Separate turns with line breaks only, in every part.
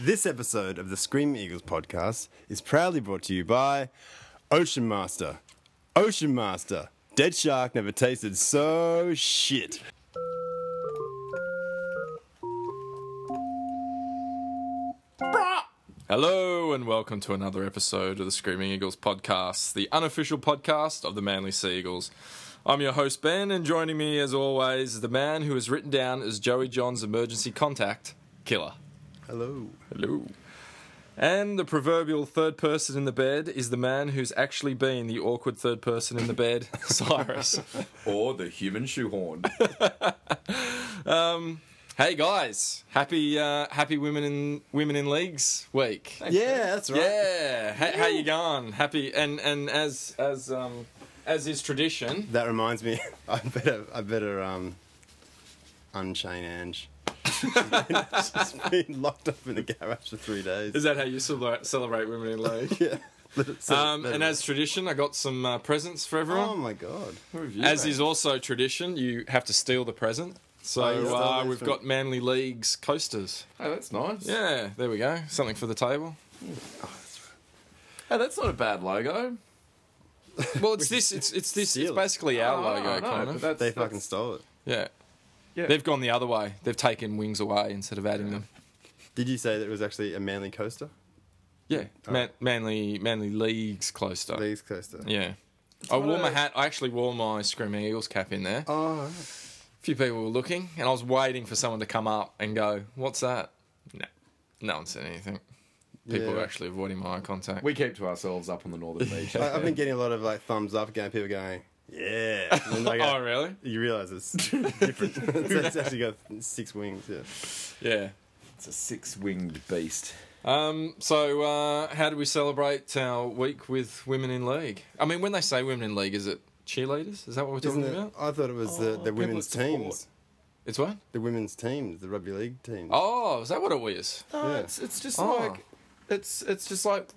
This episode of the Screaming Eagles podcast is proudly brought to you by Ocean Master. Ocean Master. Dead shark never tasted so shit.
Hello and welcome to another episode of the Screaming Eagles podcast, the unofficial podcast of the Manly Sea Eagles. I'm your host Ben, and joining me, as always, is the man who is written down as Joey John's emergency contact, Killer.
Hello.
Hello. And the proverbial third person in the bed is the man who's actually been the awkward third person in the bed, Cyrus.
Or the human shoehorn.
Um, hey guys, happy uh, happy women in women in leagues week.
Yeah, that's right.
Yeah, how, how you going? Happy and and as as um as is tradition.
That reminds me, I better, I better, um, unchain Ange. She's been locked up in the garage for three days.
Is that how you cele- celebrate women in league?
yeah. Let it sit,
Um,
let
and
it-
as tradition, I got some uh, presents for
oh
everyone.
my god,
as is also tradition, you have to steal the present. So
Oh, you stole
uh,
these
we've
from-
got Manly League's coasters.
Oh, that's nice.
Yeah, there we go. Something for the table.
Hey, that's not a bad logo.
Well, it's this. It's it's this. It's
Steal it.
basically our
Oh,
logo,
no,
kind
but
of.
that's-
they
that's-
fucking stole it.
yeah.
Yeah.
They've gone the other way. They've taken wings away instead of adding them.
Did you say that it was actually a Manly coaster?
Yeah, Man- Manly Manly League's coaster.
Leagues coaster.
Yeah. I wore
one of
my
those-
hat. I actually wore my Screaming Eagles cap in there. A
Oh, alright.
few people were looking, and I was waiting for someone to come up and go, "What's that?" No, no one said anything. People
Yeah.
were actually avoiding my eye contact.
We keep to ourselves up on the northern beach.
I, I've been getting a lot of like thumbs up, going people going, yeah. And then I go,
oh, really?
You realise it's different. it's, it's actually got six wings. Yeah.
Yeah.
It's a six-winged beast.
Um, so, uh, how do we celebrate our week with women in league? I mean, when they say women in league, is it cheerleaders? Is that what we're
Isn't
talking
it?
about? Oh,
I thought it was the, the women's teams,
It's what?
the women's teams, the rugby league teams.
Oh, is that what it was?
No,
Yeah.
it's, it's just
Oh.
like it's it's just like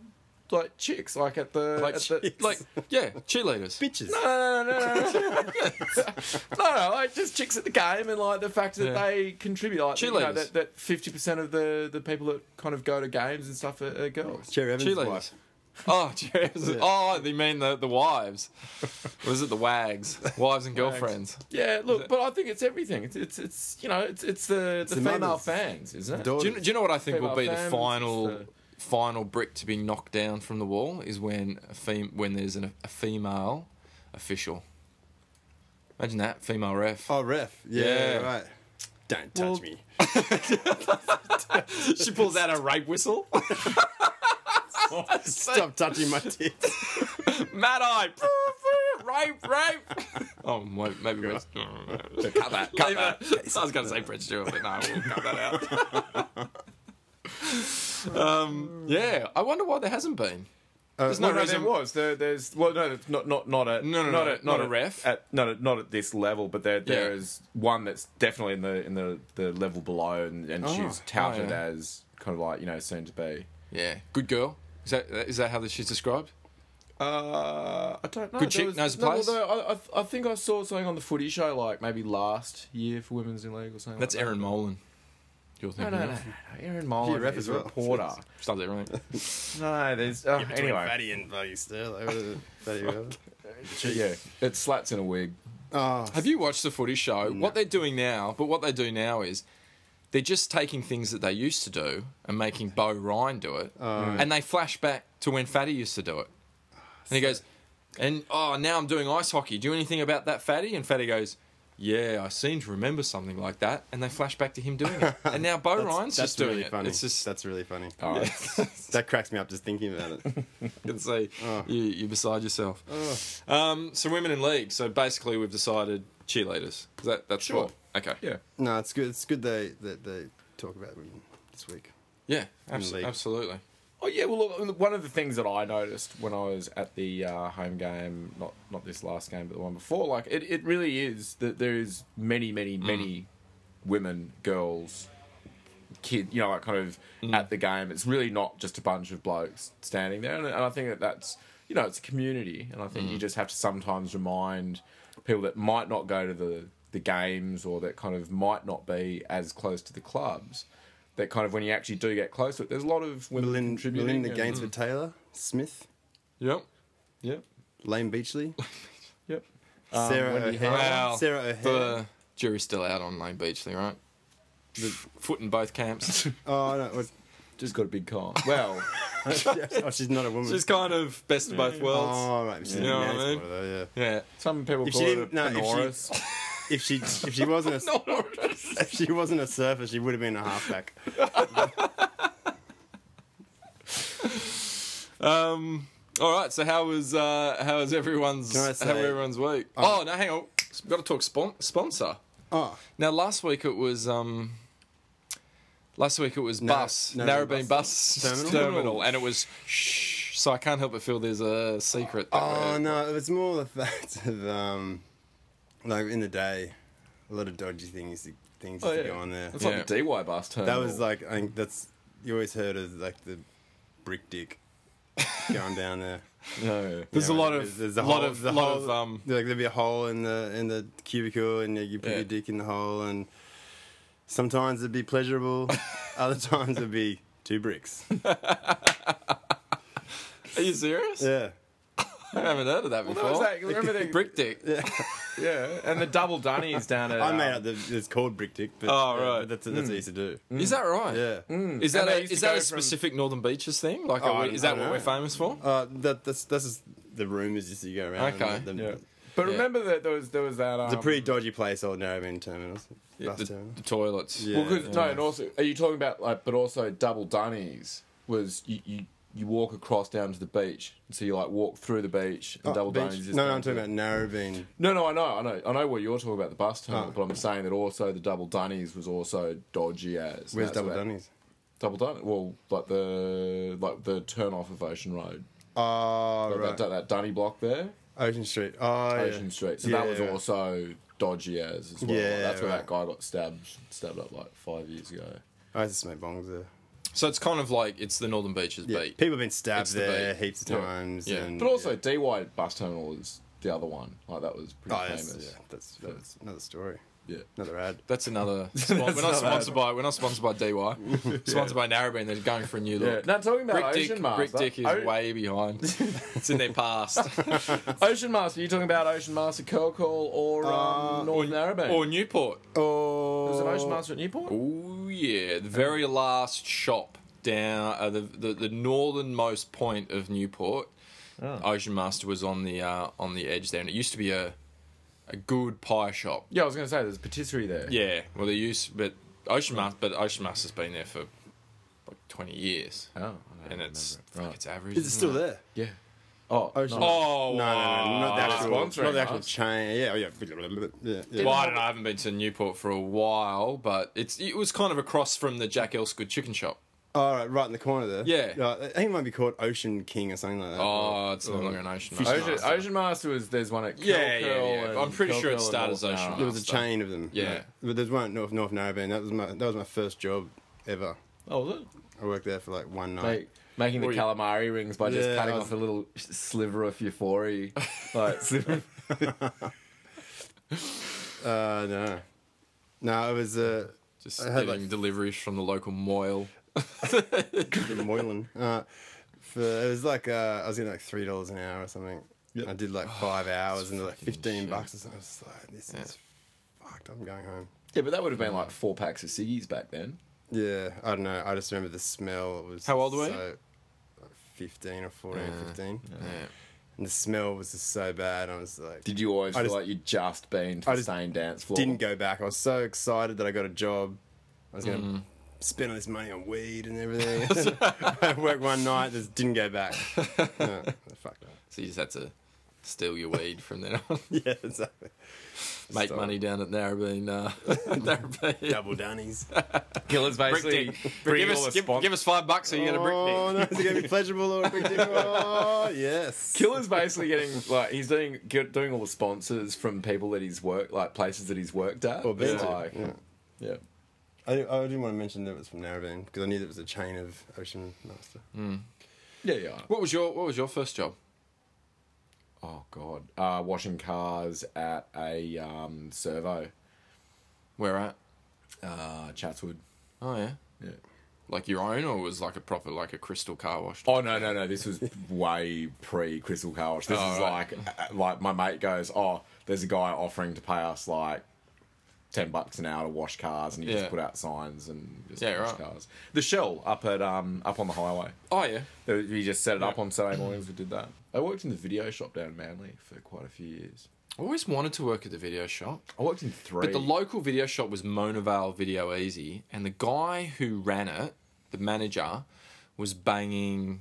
like chicks, like at
Uh,
the
Like,
at the,
che- like, yeah, cheerleaders.
bitches.
no, no, no, no, no, no, no, no, like just chicks at the game, and like the fact that
Yeah.
they contribute, like you know,
Cheerleaders.
that that fifty percent of the the people that kind of go to games and stuff are, are girls.
Cherry Evans'
Cheerleaders.
wife.
Oh, cheers.
Yeah.
Oh, they mean the, the wives. Was it the wags? Wives and girlfriends.
Yeah, look, but I think it's everything. It's it's, it's you know it's it's the the,
the
female
mothers.
fans, isn't it?
Do
Daughters.
you, do you know what I think will
Female
be the
fans,
final
it's
final brick to be knocked down from the wall is when a fem- when there's an, a female official. Imagine that female ref.
Oh, ref. Yeah,
Yeah.
right. Don't touch
Well-
me.
she pulls out a rape whistle.
Stop touching my tits.
Mad eye. rape, rape. Oh, mo- maybe we cut that. Cut that. I was going to say Fred Stewart, but no, we'll cut that out. um, yeah, I wonder why there hasn't been. There's no
uh, no, no, there
reason.
was. There, there's well, no, it's not not not a
No, no,
not
no,
a,
not a ref.
At, not at, not at this level, but there there
Yeah.
is one that's definitely in the in the, the level below, and, and she's touted
yeah.
as kind of like you know soon to be.
Yeah, good girl. Is that is that how that she's described?
Uh, I don't know.
Good
There
chick,
was-
knows the
no,
place.
although I, I, I think I saw something on the Footy Show like maybe last year for Women's in League or something.
That's
like
Erin Molan. You're
That. No,
thinking
no, no,
of.
no, no. Aaron Mullen
ref as
is a
well.
reporter.
Stop that, right?
No, there's uh, anyway.
Fatty and Buddy Sterling. uh, Fatty Rabbit.
Yeah, it's slats in a wig.
Oh,
Have you watched the footy show? What they're doing now, but what they do now is they're just taking things that they used to do and making Bo Ryan do it,
Oh,
and they flash back to when Fatty used to do it. And he goes, and oh, now I'm doing ice hockey. Do you know anything about that, Fatty? And Fatty goes, yeah, I seem to remember something like that. And they flash back to him doing it. And now Bo Ryan's
Oh, that's
just doing
really
it.
funny.
It's just Oh.
That's really funny.
All right.
That cracks me up just thinking about it.
I can see
oh.
you, you're beside yourself. Um, so women in league. So basically, we've decided cheerleaders. Is that that's
Sure.
what? Okay.
Yeah.
no, it's good. It's good they that they talk about women this week.
Yeah. abso-
league.
absolutely.
Oh yeah, well, look, one of the things that I noticed when I was at the uh, home game, not not this last game, but the one before, like it, it really is that there is many, many, many women, girls, kid, you know, like kind of at the game. It's really not just a bunch of blokes standing there, and, and I think that that's you know it's a community, and I think you just have to sometimes remind people that might not go to the the games or that kind of might not be as close to the clubs that kind of when you actually do get close to it, there's a lot of women
Melinda,
contributing.
Melinda
and-
Mm.
Gainsford Taylor, Smith,
Yep. Yep.
Lane Beachley,
Yep.
Um,
Um,
Sarah
Wendy
O'Hara.
Wow.
Sarah O'Hara.
The jury's still out on Lane Beachley, right? The foot in both camps.
Oh, no. What,
Just got a big car. Well,
oh, she's not a woman.
She's kind of best of both worlds.
oh, right. She's
You know what I
an
mean?
asshole, though, yeah.
Yeah.
some people
If she
call it
didn't-
a
no, if she-
Panoris.
If she if she wasn't a if she wasn't a surfer, she would have been a halfback.
Um. All right. So how was uh how was everyone's
Can I
how
say-
was everyone's week? oh no, hang on. Got to talk spon- sponsor.
Oh,
Now last week it was um. Last week it was
Narra-
bus
Narrabeen
Narrabeen
Bus
bus,
Terminal?
terminal. and it was shh. So I can't help but feel there's a secret. that
oh
we're-
no, it was more the fact of um, like in the day, a lot of dodgy things things used
Oh,
to
yeah.
go on there.
It's
Yeah.
like the DY bus
That
terminal.
was like I think that's you always heard of like the brick dick going down there.
no.
There's
Yeah,
a lot
there's-
of
there's
a lot
hole-
of
the
lot
hole-
of um.
like there'd be a hole in the in the cubicle, and you put
Yeah.
your dick in the hole, and sometimes it'd be pleasurable, other times it'd be two bricks.
Are you serious?
Yeah,
I haven't heard of that
that
before.
was like, remember the-
brick dick?
Yeah, and the double dunnies down at.
I made
um,
up that it's called brick dick, but
Oh,
uh,
right. Mm.
but that's that's what I used to do.
Is that right? Hmm.
Yeah,
Is that
And
a,
they used
is
to
that
go
a
from-
specific Northern Beaches thing? Like,
Oh,
are
I
we,
don't-
is
I
that
don't
what we're
know.
famous for?
uh, that that's that's just the rumors used to go around. and
Okay.
the-
Yeah.
the-
But
Yeah.
remember that there was there was that. Um,
It's a pretty dodgy place, old Narrabeen terminals, bus
the,
terminal.
the toilets.
Yeah.
Well, 'cause- no, and also, are you talking about like? But also, double dunnies was you you, you walk across down to the beach, so you like walk through the beach and
Oh,
double
beach-
dunnies. Is
No, no,
down
I'm
to
talking
the-
about Narrabeen.
No, no, I know, I know, I know what you're talking about the bus
Oh.
terminal, but I'm saying that also the double dunnies was also dodgy
Where's
as. that's
Double
what-
Dunnies?
Double dunny. Well, like the like the turn off of Ocean Road,
Oh,
like
right.
that, that dunny block there.
Ocean Street. Oh, yeah.
Ocean Street. So that was
Yeah.
also dodgy as as well.
Yeah,
That's where
right.
that guy got stabbed stabbed up like five years ago.
I used to smoke bongs there.
So it's kind of like it's the Northern Beaches
Yeah,
beat.
people have been stabbed
It's the
there
beat.
heaps of
Yeah.
times.
Yeah.
and-
But also DY bus terminal is the other one. Like that was pretty
Oh, that's,
famous.
yeah, that's, that's another story.
Yeah.
Another ad.
That's another. Spon- we're not sponsored by. We're not sponsored by DY. Sponsored by Narrabeen. They're going for a new
Yeah.
look.
Now talking about
Brick
Ocean Oh.
Dick,
Master.
Brick Dick is
O-
way behind. it's in their past.
Ocean Master, you talking about Ocean Master Curl Call or um, Northern Arabay?
or Newport.
Oh,
was it Ocean Master at Newport?
Oh yeah,
Uh,
the very last shop down uh, the, the the northernmost point of Newport.
Oh.
Ocean Master was on the uh, on the edge there, and it used to be a a good pie shop.
Yeah, I was gonna say there's a patisserie there.
Yeah, well they used but Ocean Master, but Ocean Master's been there for like twenty years,
Oh, I don't
and it's
remember.
like it's average.
Is it
isn't
still there?
Yeah. Oh,
Ocean
nice.
Oh
No, no, no, not the
wow.
actual,
Sponsoring
not the actual
us.
chain. Yeah, yeah, yeah. yeah.
Well, I don't know. I haven't been to Newport for a while, but it's it was kind of across from the Jack Elsgood Chicken Shop.
All right, right in the corner there.
Yeah.
Right, I think it might be called Ocean King or something like that.
Oh, it's no longer an Ocean Master.
Ocean, Ocean Master was there's one at Curl
Yeah, yeah,
Curl
yeah.
and
I'm pretty
Curl
sure it
Curl and
started
North
as Ocean
Narrabeen.
Master.
there was a chain of them.
Yeah.
right. but there's one at North North Narrabeen. That was my that was my first job ever.
Oh, was it?
I worked there for like one night.
Like making the
Or you-
calamari rings by just
Yeah,
cutting
I was-
off a little sliver of euphoria. Like,
Uh, no, no, it was uh,
Just
I had,
getting deliveries from the local Moyle.
Moylan. Uh, for, it was like uh, I was getting like three dollars an hour or something. I did like five hours and like fifteen
Oh, shit.
bucks or something. I was just like, this is fucked. I'm going home.
yeah, but that would have been like four packs of ciggies back then.
Yeah, I don't know. I just remember the smell. It was
How old were you?
so- like Fifteen or 14,
Yeah.
15.
Yeah.
And the smell was just so bad. I was like,
Did you always
I
feel
just-
like you'd just been to
I
the
just
same dance floor?
didn't go back. I was so excited that I got a job. I was going
Mm.
to spend all this money on weed and everything. I worked one night, just didn't go back. No, fuck that.
So you just had to steal your weed from then on.
Yeah, exactly.
Make
Stop.
money down at Narrabeen. Uh, Narrabeen.
Double dunnies.
Killers
Brick dick. Give us, give, give us five bucks or you get a brick
Oh,
dick.
no, is it going to be pleasurable or a big dick? Oh, yes.
Killer's basically getting like he's doing get, doing all the sponsors from people that he's worked like places that he's worked at.
Or been
It's
to,
like,
yeah.
yeah.
I, I didn't want to mention that it was from Narrabeen because I knew that it was a chain of Ocean Master.
Mm.
yeah, yeah.
What was your What was your first job?
Oh god, uh, washing cars at a um, servo,
Where at?
uh, Chatswood.
Oh yeah.
Yeah.
like your own, or was like a proper like a crystal car wash?
Oh no no no! This was way pre Crystal Car Wash. This
Oh,
is
right.
like uh, like my mate goes, oh, there's a guy offering to pay us like ten bucks an hour to wash cars, and he
Yeah.
just put out signs and just
Yeah,
wash
right.
cars. The Shell up at um up on the highway.
Oh yeah,
There- We just set it up on Saturday mornings. We did that. I worked in the video shop down in Manly for quite a few years.
I always wanted to work at the video shop.
I worked in three.
But the local video shop was Mona Vale Video Easy, and the guy who ran it, the manager, was banging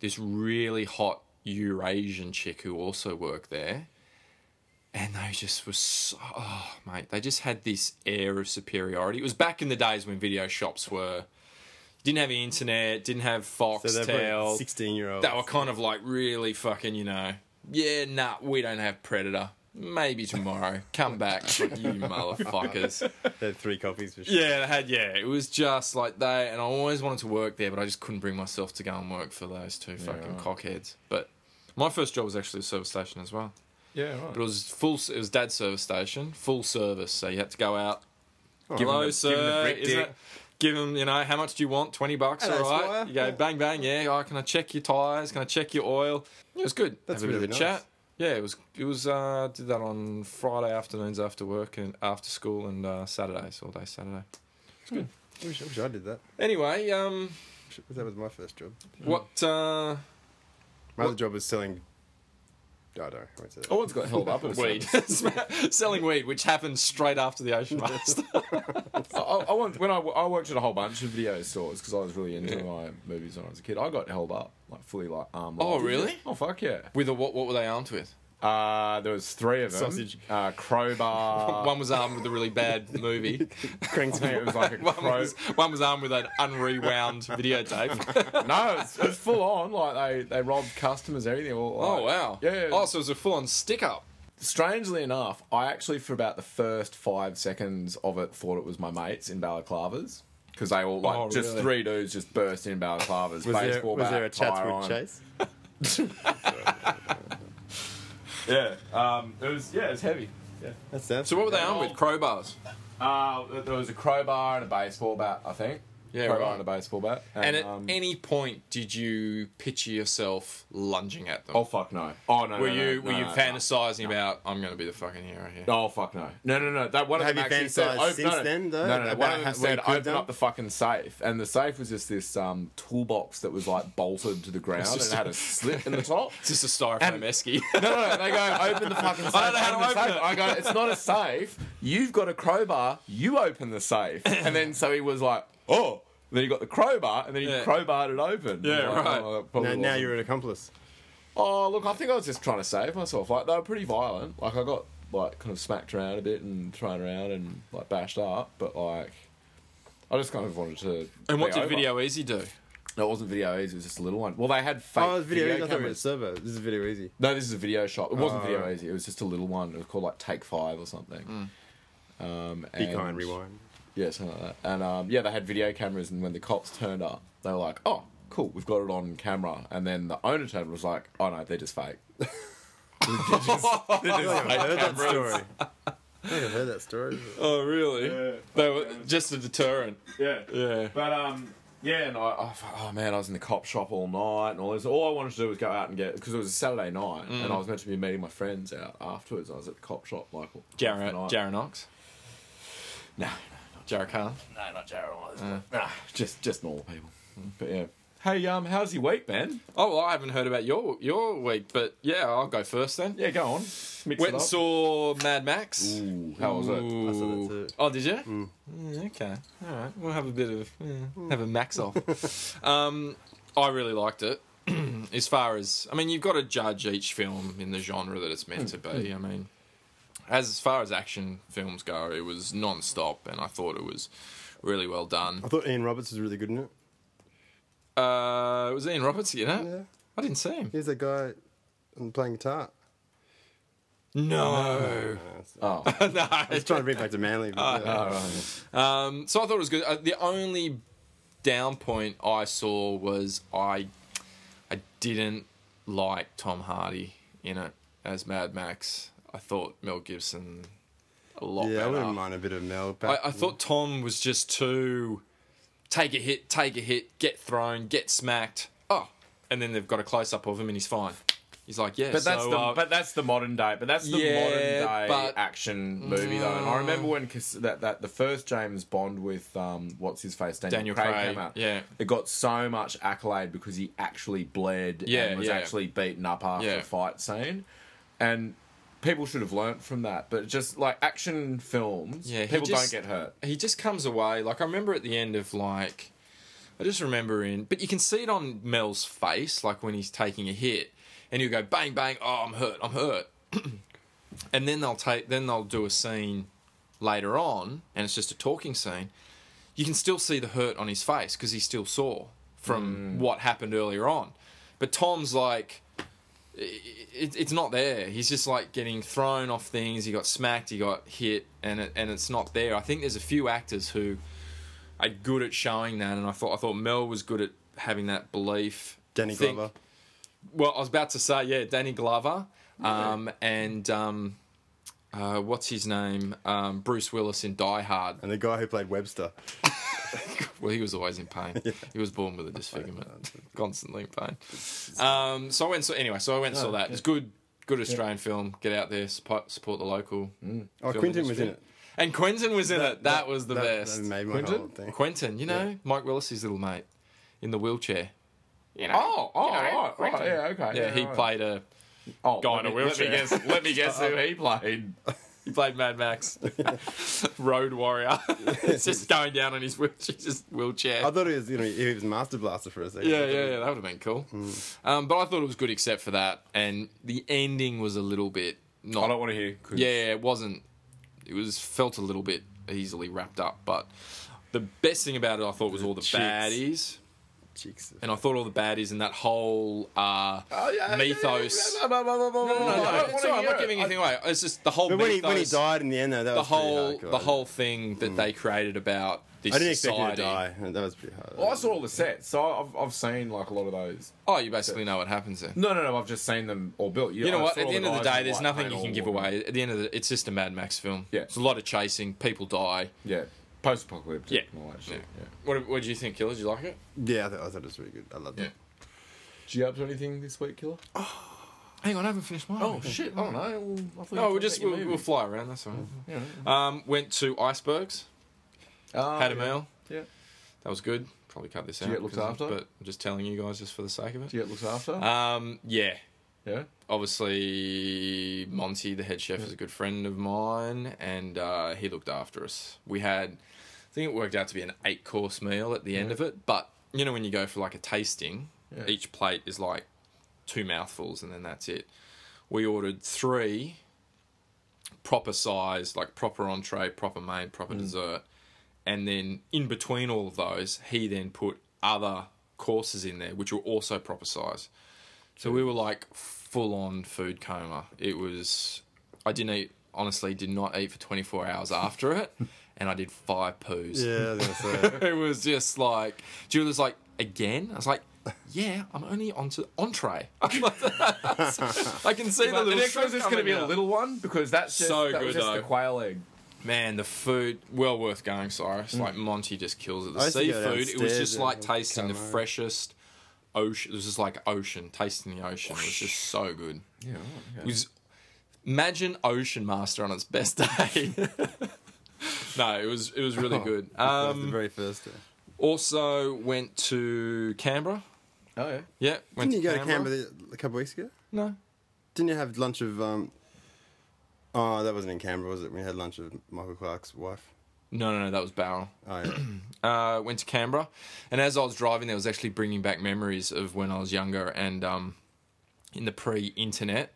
this really hot Eurasian chick who also worked there. And they just were so, oh, mate, they just had this air of superiority. It was back in the days when video shops were, didn't have internet, didn't have
So they're
Foxtel.
probably 16 year olds.
They were kind of like really fucking, you know, yeah, nah, we don't have Predator. Maybe tomorrow. Come back, Like, you motherfuckers.
They had three copies for sure.
Yeah, they had, yeah. It was just like they, and I always wanted to work there, but I just couldn't bring myself to go and work for those two fucking cockheads. But my first job was actually a service station as well.
yeah,
But it was full, it was dad's service station, full service. So you had to go out,
Oh, give
hello,
him the-
sir.
give him the brick
is
dick.
that- Give him, you know, how much do you want? 20 bucks,
Hello,
all right?
Squire.
You go, bang, bang, yeah. Oh, can I check your tyres? Can I check your oil? Yeah, it was good.
That's
Have a bit
really
of a
nice.
chat. Yeah, it was, it was, uh, did that on Friday afternoons after work and after school and uh, Saturdays, all day Saturday.
I wish, I wish I did that.
Anyway, um,
Sh- That was my first job.
what, uh,
My other job was selling. I don't know. I won't say
Oh,
that.
I once got held up at a
weed. Selling weed, which happened straight after the Ocean Master.
I, I, I once- when I, I worked at a whole bunch of video stores because I was really into my movies when I was a kid. I got held up like fully like armed.
Oh,
locked.
really?
Oh fuck yeah!
With a, what, what were they armed with?
Uh, there was three of them.
Sausage.
uh, crowbar.
one was armed with a really bad movie.
I think it was like a
One
crow.
was, one was armed with an unrewound videotape.
no, it's, it's full on. Like they, they robbed customers, everything. All, like,
Oh wow!
Yeah.
Oh, so it was a full-on stick-up.
Strangely enough, I actually for about the first five seconds of it thought it was my mates in balaclavas because they all like
Oh,
just
really?
three dudes just burst in
Was
balaclavas.
there,
baseball
was
bat,
there a
tie
Chatswood
on.
chase?
Yeah. Um, it was yeah, it was heavy. Yeah.
That's that.
So what were they armed with? Crowbars.
Uh, there was a crowbar and a baseball bat, I think.
Yeah,
crowbar
right.
and a baseball bat.
And at
um,
any point, did you picture yourself lunging at them?
oh fuck no! Oh no!
were
no,
you
no,
were
no,
you
no,
fantasizing about I'm going to be the fucking hero here?
No. Oh fuck no! No no no! That one of
Have
them
you
actually said,
fantasized
"Open-
since
no, no.
then, though,
No no no!
about
One of
how- what
them
you
said
could've
open
done?
up the fucking safe, and the safe was just this um, toolbox that was like bolted to the ground and
just
it had a slit in the top.
It's just a styrofoam
And-
esky.
No, no, no, they go, open the fucking safe.
know how to
open the
open
safe."
it.
I go, it's not a safe. You've got a crowbar. You open the safe. And then so he was like, oh. Then he got the crowbar, and then he
Yeah.
crowbarred it open.
Yeah,
I'm like,
right.
"Oh, that probably
now, now
wasn't-
you're an accomplice.
Oh, look, I think I was just trying to save myself. Like they were pretty violent. Like I got like kind of smacked around a bit and thrown around and like bashed up, but like. I just kind of wanted to.
and what
be
did
over.
Video Easy do?
No, it wasn't video easy. It was just a little one. Well, they had fake
Oh, it was video,
video,
easy. I thought it was
cameras.
servo. This is video easy.
No, this is a video shop. It wasn't
Oh,
video
right.
easy. It was just a little one. It was called like Take Five or something. Um,
Be
and-
kind, rewind.
Yeah, something like that. And um, yeah, they had video cameras, and when the cops turned up, they were like, "Oh, cool, we've got it on camera." And then the owner turned and was like, "Oh no, they're just fake."
I heard that story. I think I've heard that story.
Oh really?
Yeah.
They were just a deterrent.
Yeah.
Yeah.
But um, yeah, and I, I oh man, I was in the cop shop all night and all this. All I wanted to do was go out and get because it was a Saturday night, and I was meant to be meeting my friends out afterwards. I was at the cop shop like all-
Jarrah,
all night.
Jarrah Knox,
No, no,
Jarrah Khan.
no, not Jared. Nah, just just normal people. Mm. But yeah. Hey, um, how's your week, man?
Oh, well, I haven't heard about your your week, but yeah, I'll go first then.
Yeah, go on. Mix it
Went
up.
and saw Mad Max.
Ooh, how was it?
I saw that too.
Oh, did you? Mm, okay. All right. We'll have a bit of yeah,
Mm.
have a max off. um, I really liked it. as far as I mean, you've got to judge each film in the genre that it's meant to
Mm.
be. I mean, as far as action films go, it was non-stop, and I thought it was really well done.
I thought Ian Roberts was really good in it.
Uh, it was Ian Roberts, you know.
Yeah.
I didn't see him.
Here's that guy um, playing guitar.
No,
Oh,
no.
I was trying to bring it back to Manly. But, yeah.
Um, so I thought it was good. Uh, the only down point I saw was I, I didn't like Tom Hardy in it as Mad Max. I thought Mel Gibson a lot
yeah, I
better.
wouldn't mind a bit of Mel.
I,
Back.
I thought Tom was just too take a hit, take a hit, get thrown, get smacked. Oh, and then they've got a close up of him and he's fine. He's like, yeah,
But that's
so,
the
uh,
but that's the modern day. But that's the
Yeah,
modern day
but-
action movie though. And I remember when Cas- that that the first James Bond with um what's his face Daniel,
Daniel
Craig,
Craig,
came out.
yeah.
it got so much accolade because he actually bled
Yeah,
and was
yeah.
actually beaten up after
Yeah.
a fight scene, and people should have learnt from that. But just like action films,
Yeah, he
people
just-
don't get hurt.
he just comes away like I remember at the end of like I just remember in but you can see it on Mel's face like when he's taking a hit and he'll go bang bang oh I'm hurt I'm hurt and then they'll take then they'll do a scene later on and it's just a talking scene you can still see the hurt on his face because he's still sore
Mm.
from what happened earlier on but Tom's like it, it's not there. He's just like getting thrown off things. He got smacked. He got hit, and it, and it's not there. I think there's a few actors who are good at showing that, and I thought I thought Mel was good at having that belief.
Danny
I think-
Glover.
Well, I was about to say yeah, Danny Glover, um, and um, uh, what's his name, um, Bruce Willis in Die Hard.
And the guy who played Webster.
Well, he was always in pain. He was born with a disfigurement, constantly in pain. Um, so I went. and saw anyway, so I went
Oh,
and saw that. It's good, good Australian film. Get out there, support, support the local.
Oh,
film
Quentin was
industry.
in it.
and Quentin was in it. That, was the
That-
best.
That made my
Quentin?
whole thing.
Quentin, you know, Mike Willis's little mate in the wheelchair. You know,
Oh, oh, right, right, yeah, okay,
yeah, he
right.
played a
Oh,
guy
let
in a
me- let me
wheelchair.
guess- Let me guess who he played.
he played Mad Max, Road Warrior. it's just going down on his wheelchair. Just wheelchair.
I thought he was, you know, he was Master Blaster for a second.
Yeah, yeah, yeah. That would have been cool.
Hmm.
Um, but I thought it was good, except for that, and the ending was a little bit not.
I don't want to hear. 'cause-
yeah, it wasn't. It was felt a little bit easily wrapped up. But the best thing about it, I thought, was all the
chicks.
baddies,
Cheeks.
and I thought all the baddies and that whole uh,
Oh, yeah,
mythos.
No, no, no, no, no, no,
No, no,
no,
no,
I don't
it's
wanna
all right, I'm
hear
not
it.
giving anything away. It's just the whole
But when he, when he
mythos,
died in the end, though, that
the
was pretty
whole
hardcore.
the whole thing
Mm.
that they created about this
I didn't expect him to
society.
die. That was pretty hard.
Well, I saw all the sets, so I've, I've seen like a lot of those.
Oh, you basically know what happens then.
No, no, no. I've just seen them all built.
You know what? At the end of the day, there's nothing you can give away. At the end of the, it's just a Mad Max film.
Yeah.
it's a lot of chasing. People die.
Yeah, post-apocalyptic.
Yeah.
and all that shit. Yeah.
What What do you think, Killer? Did you like it?
yeah, I thought, I thought it was really good. I loved it.
Do you up to anything this week, Killer? Oh,
Hang on, I haven't finished mine.
shit! I don't know. Well, I thought you
No, we'll
talked
just
about your
we'll, we'll
movie.
fly around. That's all.
Yeah.
right. Um, went to icebergs.
Oh,
had a
yeah.
meal.
Yeah.
That was good. Probably cut this out.
you get looked
'cause-
after?
But I'm just telling you guys just for the sake of
Do
it.
you get looked after?
Um, yeah.
yeah.
Obviously, Monty, the head chef, is a good friend of mine, and uh, he looked after us. We had, I think it worked out to be an eight course meal at the end of it, but you know, when you go for like a tasting,
Yeah.
each plate is like two mouthfuls and then that's it. We ordered three proper size, like proper entree, proper main, proper
Mm.
dessert, and then in between all of those, he then put other courses in there, which were also proper size. So we were like full on food coma. It was, I didn't eat, honestly, did not eat for 24 hours after it, and I did five poos.
Yeah, Um, I was gonna say.
It was just like, Julie was like, again? I was like, yeah, I'm only on to entree. I can see the
The
little
next one's just
going to
be a little one because that's just,
So
that was
good,
just the
though.
quail egg.
Man, the food, well worth going, Cyrus. Like, Monty just kills it.
Mm. I
The
used to go
seafood, it was
downstairs
just
and
like
have
tasting the
calamari.
freshest ocean. It was just like ocean, tasting the ocean. It was just so good.
Yeah. right,
It
okay.
was, imagine Ocean Master on its best day. no, it was it was really good.
Oh. That was the
Um,
very first day.
also went to Canberra.
Oh yeah.
Yeah, went
Didn't you
to
go
Canberra.
to Canberra the- a couple weeks ago?
No.
Didn't you have lunch of? um Oh, that wasn't in Canberra, was it? We had lunch with Michael Clark's wife.
No, no, no, that was Barrel.
Oh, yeah.
Uh, went to Canberra, and as I was driving there, I was actually bringing back memories of when I was younger and um, in the pre-internet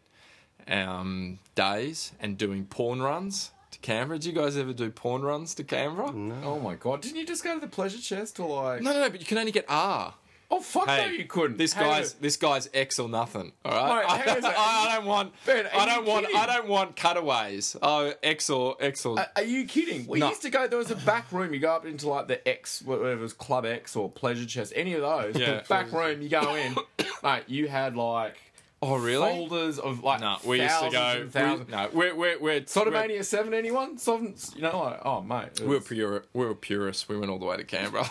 um, days and doing porn runs to Canberra. Did you guys ever do porn runs to Canberra? No,
Oh my god! Didn't you just go to the pleasure chest or like?
no, no, but you can only get R.
Oh fuck!
Hey,
no, you couldn't.
This
Hang on.
guy's this guy's X or nothing. All right,
Mate, hang on a sec.
I, I don't want.
Ben, are
I don't
you
want.
kidding?
I don't want cutaways. Oh, X or X or.
uh, Are- Are you kidding? We
No.
used to go. There was a back room. You go up into like the X, whatever it was, Club X or Pleasure Chest, any of those.
Yeah.
The back room. You go in, mate. You had like
Oh, really?
Folders of like
No, we used to
thousands
go.
and
We,
thousands.
no, we're we're we're
Sodomania Seven. Anyone? Sodom, you know, like, oh mate, it
We're, we're
was-
pure. We're purists. We went all the way to Canberra.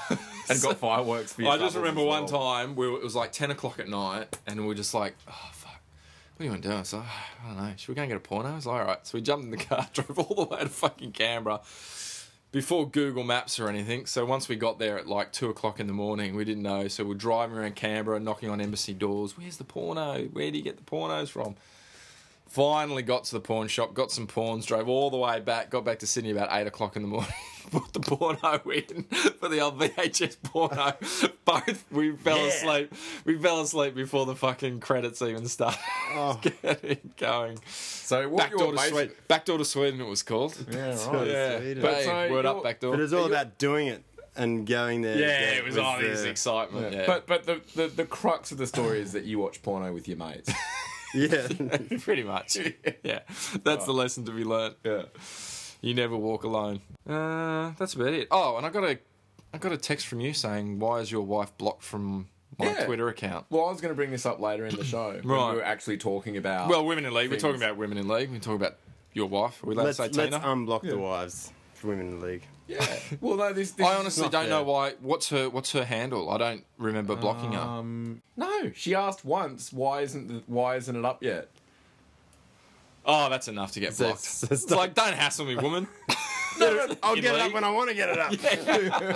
and got fireworks. For your
I just
troubles
remember
as
one
well.
time we were, it was like ten o'clock at night, and we were just like, "Oh fuck, what do you want to do?" I was like, "I don't know. Should we go and get a porno?" I was like, "All right." So we jumped in the car, drove all the way to fucking Canberra before Google Maps or anything. So once we got there at like two o'clock in the morning, we didn't know. So we're driving around Canberra, knocking on embassy doors. Where's the porno? Where do you get the pornos from? Finally got to the pawn shop, got some pawns, drove all the way back, got back to Sydney about eight o'clock in the morning, put the porno in for the old VHS porno. Both we fell
Yeah.
asleep. We fell asleep before the fucking credits even started
Oh,
getting going.
So what you
Backdoor
were
to
basically,
Sweden. Backdoor to Sweden it was called.
yeah,
Backdoor
right.
to
Yeah.
Sweden.
But
But
hey,
so
word
you're-
up backdoor.
But it's all about doing it and going there.
yeah, it was all this
the-
excitement. Yeah.
But but the, the the crux of the story is that you watch porno with your mates.
Yeah.
pretty much. yeah. Oh. That's the lesson to be learned.
yeah.
You never walk alone. Uh, that's about it. Oh, and I got a, I got a text from you saying, "Why is your wife blocked from my
Yeah.
Twitter account?"
Well, I was going to bring this up later in the show. when
Right.
We were actually talking about.
Well, women in league.
Things.
We're talking about women in league. We're talking about your wife. Are we allowed
let's,
to say
let's um,
Tina?
unblock the wives for women in the league.
yeah. Well, no, this. this
I honestly
not
don't know
fair.
why. What's her What's her handle? I don't remember blocking her.
Um, no, she asked once, "Why isn't the, why isn't it up yet?"
Oh, that's enough to get blocked.
so
it's
stop.
like, don't hassle me, woman.
I'll
In
get it up
league?
when I want to get it up.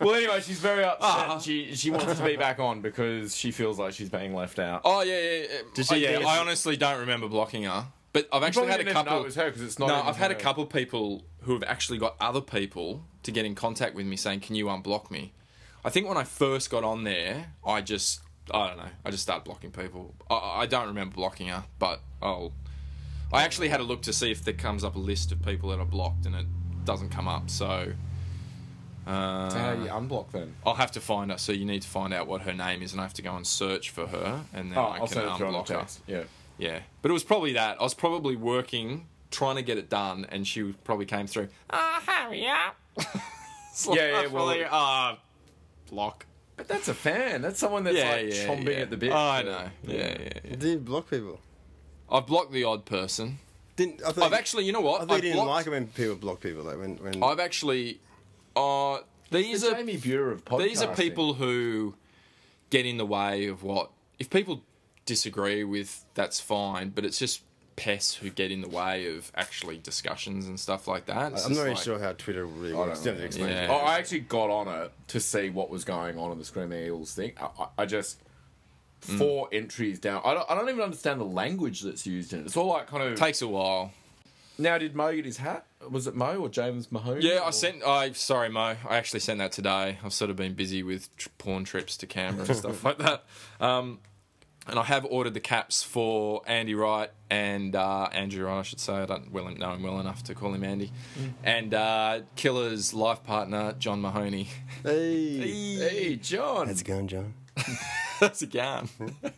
Well, anyway, she's very upset.
Ah.
and she she wants to be back on because she feels like she's being left out.
Oh yeah, yeah. yeah.
Did
oh,
she
yeah.
get-
I honestly don't remember blocking her. But I've actually
Probably
had a
didn't even know
couple.
it was her 'cause it's not.
No,
even
I've had a
her.
couple people who have actually got other people to get in contact with me saying, "Can you unblock me?" I think when I first got on there, I just I don't know, I just started blocking people. I, I don't remember blocking her, but I'll. I actually had a look to see if there comes up a list of people that are blocked, and it doesn't come up. So uh,
So How do you unblock them?
I'll have to find her. So you need to find out what her name is, and I have to go and search for her, and then
Oh,
I can
I'll send it to her on a
unblock her.
text. Yeah.
Yeah, but it was probably that. I was probably working, trying to get it done, and she probably came through. Ah, hurry up! It's like,
Yeah, yeah, well- uh,
probably, ah, block.
But that's a fan. That's someone that's
Yeah,
like
yeah,
chomping
yeah.
at the bit.
I know. Yeah, yeah, yeah.
Do you block people?
I've blocked the odd person.
Didn't I thought
I've actually, you know what?
I thought you
I've
didn't like
blocked.
it when people block people. Like when when
I've actually. Uh, these
These are
are
Jamie Bureau of podcasting.
These are people who get in the way of what if people disagree with that's fine, but it's just pests who get in the way of actually discussions and stuff like that. It's
I'm not
just
really
like-
sure how Twitter really
I
works.
don't
You have to
know.
explain
Yeah.
it.
Oh, I actually got on it to see what was going on in the Screaming Eagles thing. I, I- I just
Mm.
four entries down. I don't, I don't even understand the language that's used in it. It's all like kind of.
takes a while.
now, did Mo get his hat? Was it Mo or James Mahoney?
Yeah, I
or-
sent. I sorry, Mo. I actually sent that today. I've sort of been busy with tr- porn trips to Canberra and stuff like that. Um, and I have ordered the caps for Andy Wright and uh, Andrew Wright, I should say. I don't well, know him well enough to call him Andy.
Mm.
And uh, Killer's life partner, John Mahoney.
Hey,
Hey, John.
how's it going, John?
That's a gun.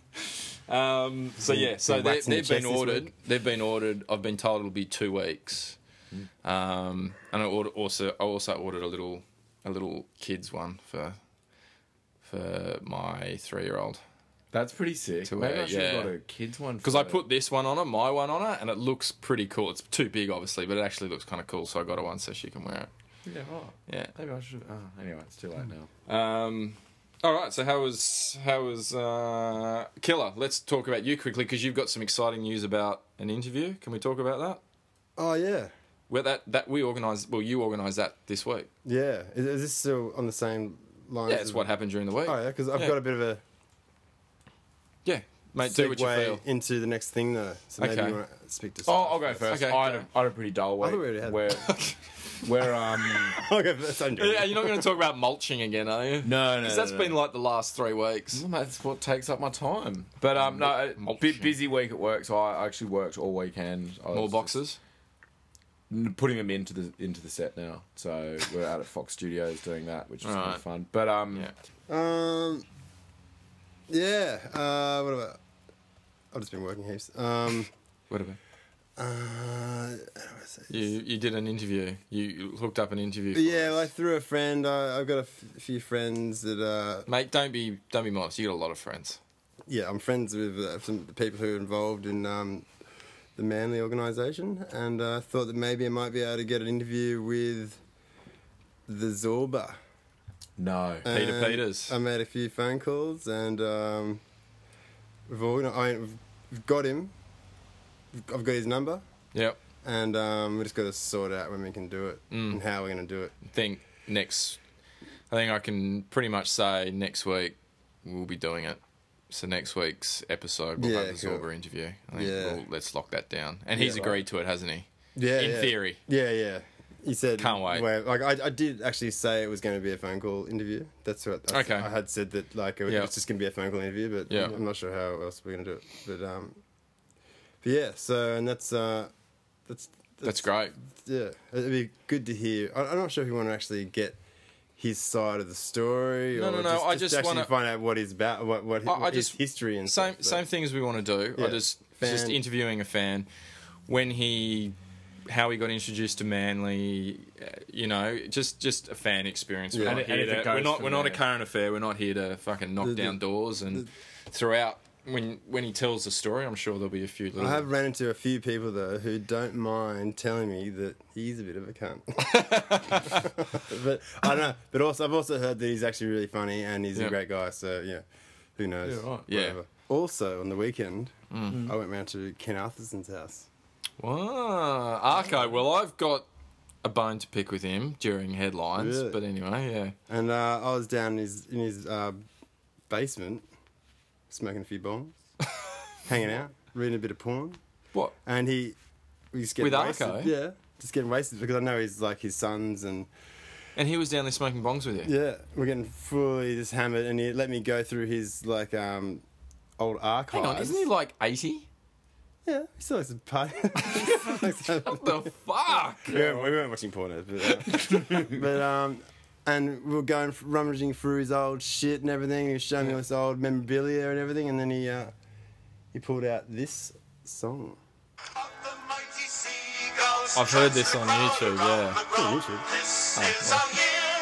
um, so yeah, so
been
they,
waxing your chest
they've been
this
ordered. They've been ordered. I've been told it'll be two weeks. Um, and I order, also I also ordered a little a little kids one for for my three year old
That's pretty sick.
To
Maybe
wear,
I should have
yeah.
got a kids one
because I put this one on her, my one on her, and it looks pretty cool. It's too big, obviously, but it actually looks kind of cool. So I got her one so she can wear
Yeah, right.
it. Yeah.
Maybe I should. Oh, anyway, it's too
Hmm.
late now.
Um, all right. So how was how was uh, Killer? Let's talk about you quickly because you've got some exciting news about an interview. Can we talk about that?
Oh yeah,
Well, that that we organised. Well, you organised that this week.
yeah. Is, is this still on the same
Oh,
line?
Yeah, it's what happened during the week.
Oh yeah, because I've
Yeah.
got a bit of a
Yeah, mate, do what you
segue
feel.
into the next thing though. So maybe
Okay.
you want to speak to.
Oh,
someone
I'll go first.
Okay,
I, had
go.
a, I had a pretty dull week.
thought we already had-
where, where, um,
I'll go first. I'm doing
Yeah,
it.
you're not going to talk about mulching again, are you?
no, no,
because
no,
that's
no.
been like the last three weeks.
Well, that's what takes up my time. But
Mm,
um, no, a
Mulching.
bit busy week at work, so I actually worked all weekend. I was
More
just
boxes.
n- putting them into the into the set now. So we're out at Fox Studios doing that, which is kind
Right.
of fun. But um,
Yeah.
Um, yeah. Uh, what about? I've just been working heaps. Um,
Whatever.
uh, how do I say this?
You you did an interview. You, you hooked up an interview. For
yeah,
us.
like through a friend. I, I've got a f- few friends that. Uh,
mate, don't be don't be modest. You got a lot of friends.
yeah, I'm friends with uh, some people who are involved in um, the Manly organisation, and uh, thought that maybe I might be able to get an interview with the Zorba.
No.
Peter
And
Peters.
I made a few phone calls, and um, we've, organ- I, we've got him. I've got his number,
Yep.
and um, we just got to sort out when we can do it
Mm.
and how we're going to do it.
I think next. I think I can pretty much say next week we'll be doing it. So next week's episode we'll have
Yeah,
the
cool.
Zorba interview. I think
Yeah.
we'll, let's lock that down. And he's
Yeah,
agreed to it, hasn't he?
Yeah,
In
yeah.
theory.
Yeah, yeah. He said,
Can't wait.
Well, like I, I did actually say it was going to be a phone call interview. That's what. I,
Okay.
I had said that like it
Yeah.
was just going to be a phone call interview, but
Yeah.
I'm not sure how else we're going to do it. But um, but yeah. So and that's uh, that's
That's great.
yeah, it'd be good to hear. I- I'm not sure if you want to actually get his side of the story,
No,
or
no, no,
just,
I just
actually
wanna-
find out what he's about, what what his,
I- I
his
just-
history and
Same
stuff,
same
but-
things we want to do. I
Yeah.
just just
Fan.
interviewing a fan when he how he got introduced to Manly, uh, you know, just just a fan experience. We're
Yeah.
not
And-
here
and if it
to, we're
goes
not
from
we're not a
there.
current affair. We're not here to fucking knock
The- the-
down doors and throughout when when he tells the story, I'm sure there'll be a few little
I have ran into a few people though who don't mind telling me that he's a bit of a cunt. but I don't know. But also, I've also heard that he's actually really funny and he's
Yeah.
a great guy. So yeah, who knows?
Yeah, right.
Yeah. Mm.
Whatever. Also, on the weekend, I went round to Ken Arthurson's house.
Wow. Arco, well I've got a bone to pick with him during headlines,
Really?
but anyway, yeah.
And uh, I was down in his in his uh, basement, smoking a few bongs, hanging out, reading a bit of porn,
What?
and he we just get
With
wasted.
Arco?
yeah, just getting wasted because I know he's like his sons and
And he was down there smoking bongs with you.
yeah, we're getting fully just hammered, and he let me go through his like um old archives.
Hang on, isn't he like 80?
Yeah, he still likes to party.
What the fuck?
we, weren't, we weren't watching porno, but, uh, but um, and we were going f- rummaging through his old shit and everything. He was showing me all this old memorabilia and everything, and then he uh, he pulled out this song.
I've heard this on YouTube, yeah.
Yeah, YouTube.
This is our year,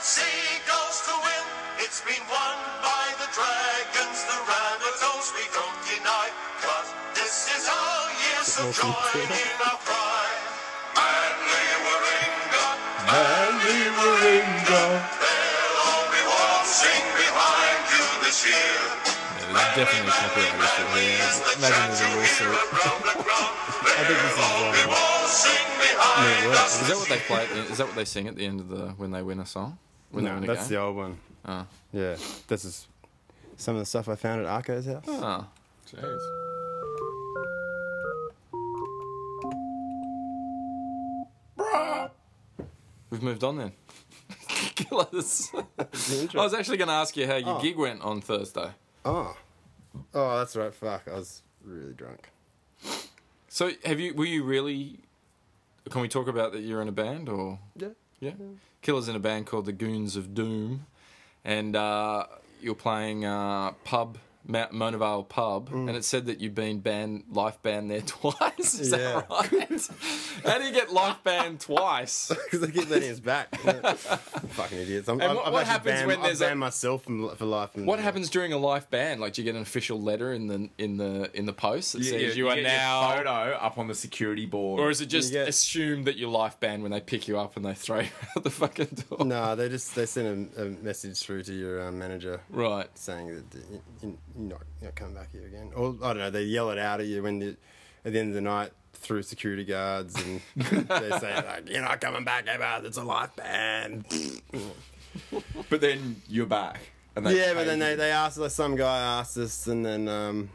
seagulls to win. It's been won by the dragons, the rabbitohs, we don't deny. But this is our year, so join in our cry. Manly Warringah, Manly Warringah. They'll all be watching behind you this year.
There's definitely copyright issue here. Imagine there's a lawsuit.
I
think this is, um,
behind us
Is that what they play? At the, is that what they sing at the end of the when they win a song? When
No,
they win
that's
a
the
game?
old one.
Ah.
Yeah, this is some of the stuff I found at Arco's house.
Ah.
Jeez.
We've moved on then. Kill us. I
The intro.
was actually going to ask you how your gig went on Thursday.
Oh. Oh, that's right. Fuck, I was really drunk.
So have you? Were you really? Can we talk about that you're in a band or?
Yeah.
Yeah. Killer's in a band called the Goons of Doom, and uh, you're playing uh, pub. Mount Mona Vale pub, and it said that you've been banned, life banned there twice. Is
Yeah.
that right? How do you get life banned twice?
Because they keep letting us back. Fucking idiots. I'm,
And
I've-
what-
I've
what
actually
happens
banned,
when
I've
there's a-
banned myself from, li- for life. and-
What happens during a life ban? Like, do you get an official letter in the in the in the post that
You,
says
you,
you, are
get your
now,
photo up on the security board.
or is it just
You get-
assumed that you're life banned when they pick you up and they throw you out the fucking door?
No, they just they send a, a message through to your um, manager
Right.
saying that you, you- you're not you're not coming back here again. Or I don't know. They yell it out at you when the, at the end of the night through security guards, and they say like, "You're not coming back ever. It's a life ban."
but then you're back. And they
yeah, but
pay
then they,
you.
they asked us, some guy asked us, and then um,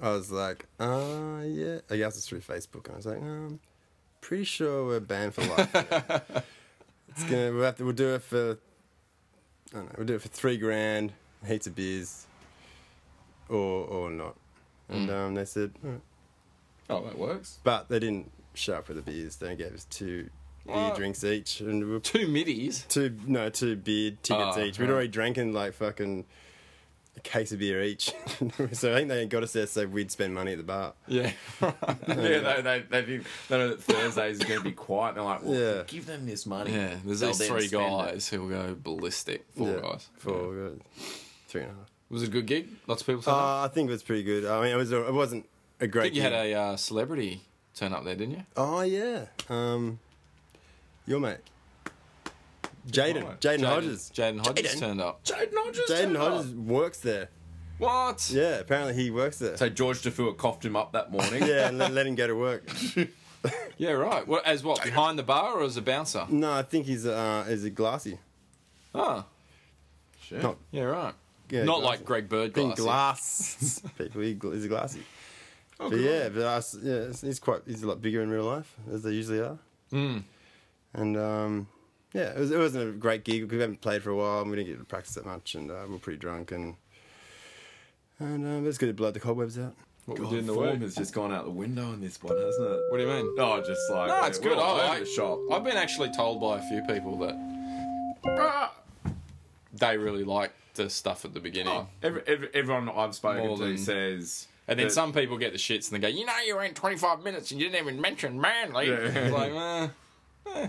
I was like, uh, yeah. He asked us through Facebook, and I was like, um, pretty sure we're banned for life. here. it's gonna, we'll, have to, we'll do it for, I don't know, we'll do it for three grand, heaps of beers, or or not. And um, they said, "All right."
Oh, that works.
but they didn't show up with the beers. They gave us two beer drinks each, and we were
Two middies.
two no two beer tickets
Oh,
each. We'd
right.
already drinking like fucking a case of beer each, so I think they got us there so we'd spend money at the bar.
Yeah.
yeah, they, they, they, think, they know that Thursday's going to be quiet. And they're like, well,
Yeah.
give them this money.
Yeah, there's
They'll
these
then
three
spend it.
guys who'll go ballistic. Four
Yeah,
guys.
four, guys. three and a half.
Was it a good gig? Lots of people turned up.
Uh, I think it was pretty good. I mean, it was. A, it wasn't a
I
great.
think you had
gig.
a uh, celebrity turn up there, didn't you?
Oh yeah. Um, your mate, Jaden. Jaden Hodges.
Jaden Hodges
Jaden.
turned up.
Jaden Hodges.
Jaden Hodges works there.
What?
Yeah, apparently he works there.
So George Defua coughed him up that morning.
yeah, and let, let him go to work.
Yeah, right. What, as what? Behind the bar or as a bouncer?
No, I think he's uh, is a glassy.
Oh,
Shit.
Not
yeah, right.
yeah,
Not
glassy.
like Greg Bird
Being
glass.
glass people. He gl- he's a glassy. but yeah, but I s yeah, it's- he's quite he's a lot bigger in real life as they usually are. And um, yeah, it was it wasn't a great gig because we haven't played for a while and we didn't get to practice that much and uh, we we're pretty drunk and and um, it's good to blow the cobwebs out.
What we
God,
did in the
form
way.
has just gone out the window in this one, hasn't it?
What do you mean?
No, just like
No, it's
we're
good.
all
I,
over
I,
the shop.
I've been actually told by a few people that ah, they really like the stuff at the beginning.
Every, every, everyone I've spoken
More
to
than-
says,
And then
that-
some people get the shits and they go, you know, you ran 25 minutes and you didn't even mention Manly. It's like, eh.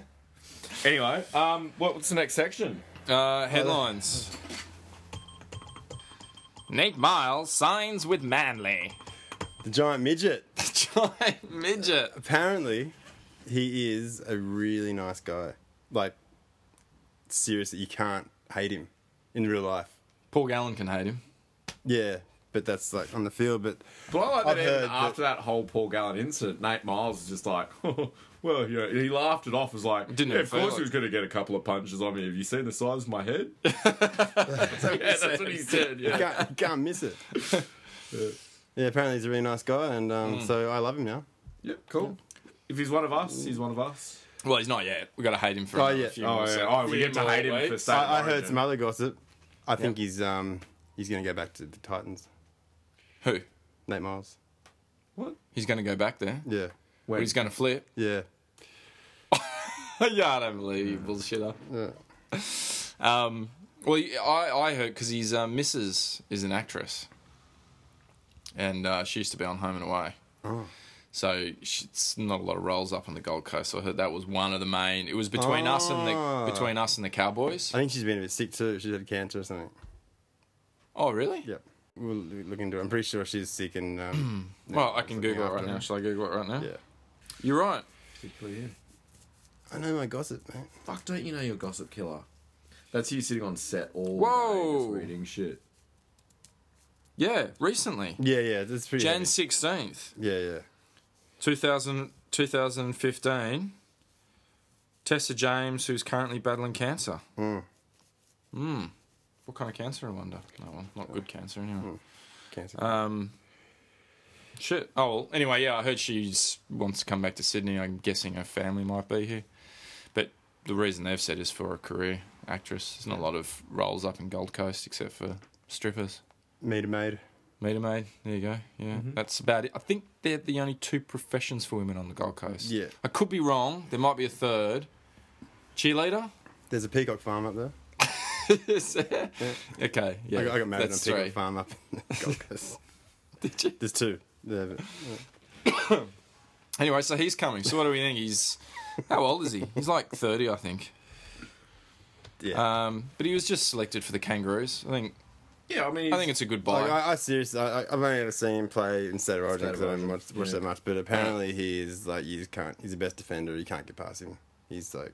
Anyway, um, what, what's the next section?
Uh, headlines. Nate Miles signs with Manly.
The giant midget.
Giant midget.
Apparently, he is a really nice guy. Like seriously, you can't hate him in real life.
Paul Gallen can hate him.
Yeah, but that's like on the field. But
But I like that
I've heard
even
that-
after that whole Paul Gallen incident, Nate Miles is just like, well, you know, he laughed it off. Was like,
Didn't
yeah,
even
of course
feel
he
it.
was going to get a couple of punches on me. Have you seen the size of my head? yeah, that's what he said.
you
Yeah.
can't, you can't miss it. Yeah, apparently he's a really nice guy, and um, so I love him now.
Yep, cool. If he's one of us, he's one of us.
Well, he's not yet. We've got to hate him for
Oh,
another
yeah.
few more
Oh, yeah.
seconds.
oh we
Few
get to
more
hate him for
weeks.
state
I, I
of
heard
origin.
some other gossip. I think he's um, he's going to go back to the Titans.
Who?
Nate Miles.
He's going to go back there.
Yeah,
But He's going to flip.
yeah.
yeah, I don't believe you, bullshitter. Um, well, I, I heard because his uh, missus is an actress, and uh, she used to be on Home and Away.
Oh.
So she- it's not a lot of roles up on the Gold Coast. So I heard that was one of the main. It was between us and
Ah.
the between us and the Cowboys.
I think she's been a bit sick too. She's had cancer or something.
Oh, really?
Yep. We'll look into it. I'm pretty sure she's sick and um,
Well, I can Google it right
after
now.
that.
Shall I Google it right now?
yeah.
You're right.
I know my gossip, mate.
Fuck, don't you know you're gossip killer? That's you sitting on set all
Whoa.
day just reading shit.
Yeah, recently,
Yeah, yeah. That's pretty.
Jan
heavy.
sixteenth,
Yeah, yeah.
2000, 2015, Tessa James, who's currently battling cancer. Hmm. What kind of cancer, I wonder? No, well, not good cancer, anyway.
Cancer.
Um, shit. Oh, well, anyway, yeah, I heard she wants to come back to Sydney. I'm guessing her family might be here. But the reason they've said is for a career actress. There's not a lot of roles up in Gold Coast except for strippers.
Meter maid.
Meter maid. There you go. Yeah,
Mm-hmm.
that's about it. I think they're the only two professions for women on the Gold Coast.
Yeah.
I could be wrong. There might be a third. Cheerleader.
There's a peacock farm up there.
Is there? Okay. Yeah.
I, got, I got married on a
that's
peacock
three.
farm up in Gold Coast.
Did you?
There's two. Yeah, but-
Anyway, so he's coming. So what do we think? He's how old is he? He's like thirty, I think.
yeah.
Um, but he was just selected for the Kangaroos. I think.
Yeah, I mean,
I think it's a good buy.
Like, I, I seriously, I, I- I've only ever seen him play in State of Origin
State of
because I haven't
Origin,
watched, watched
yeah.
that much. But apparently, he is like you just can't. He's the best defender. You can't get past him. He's like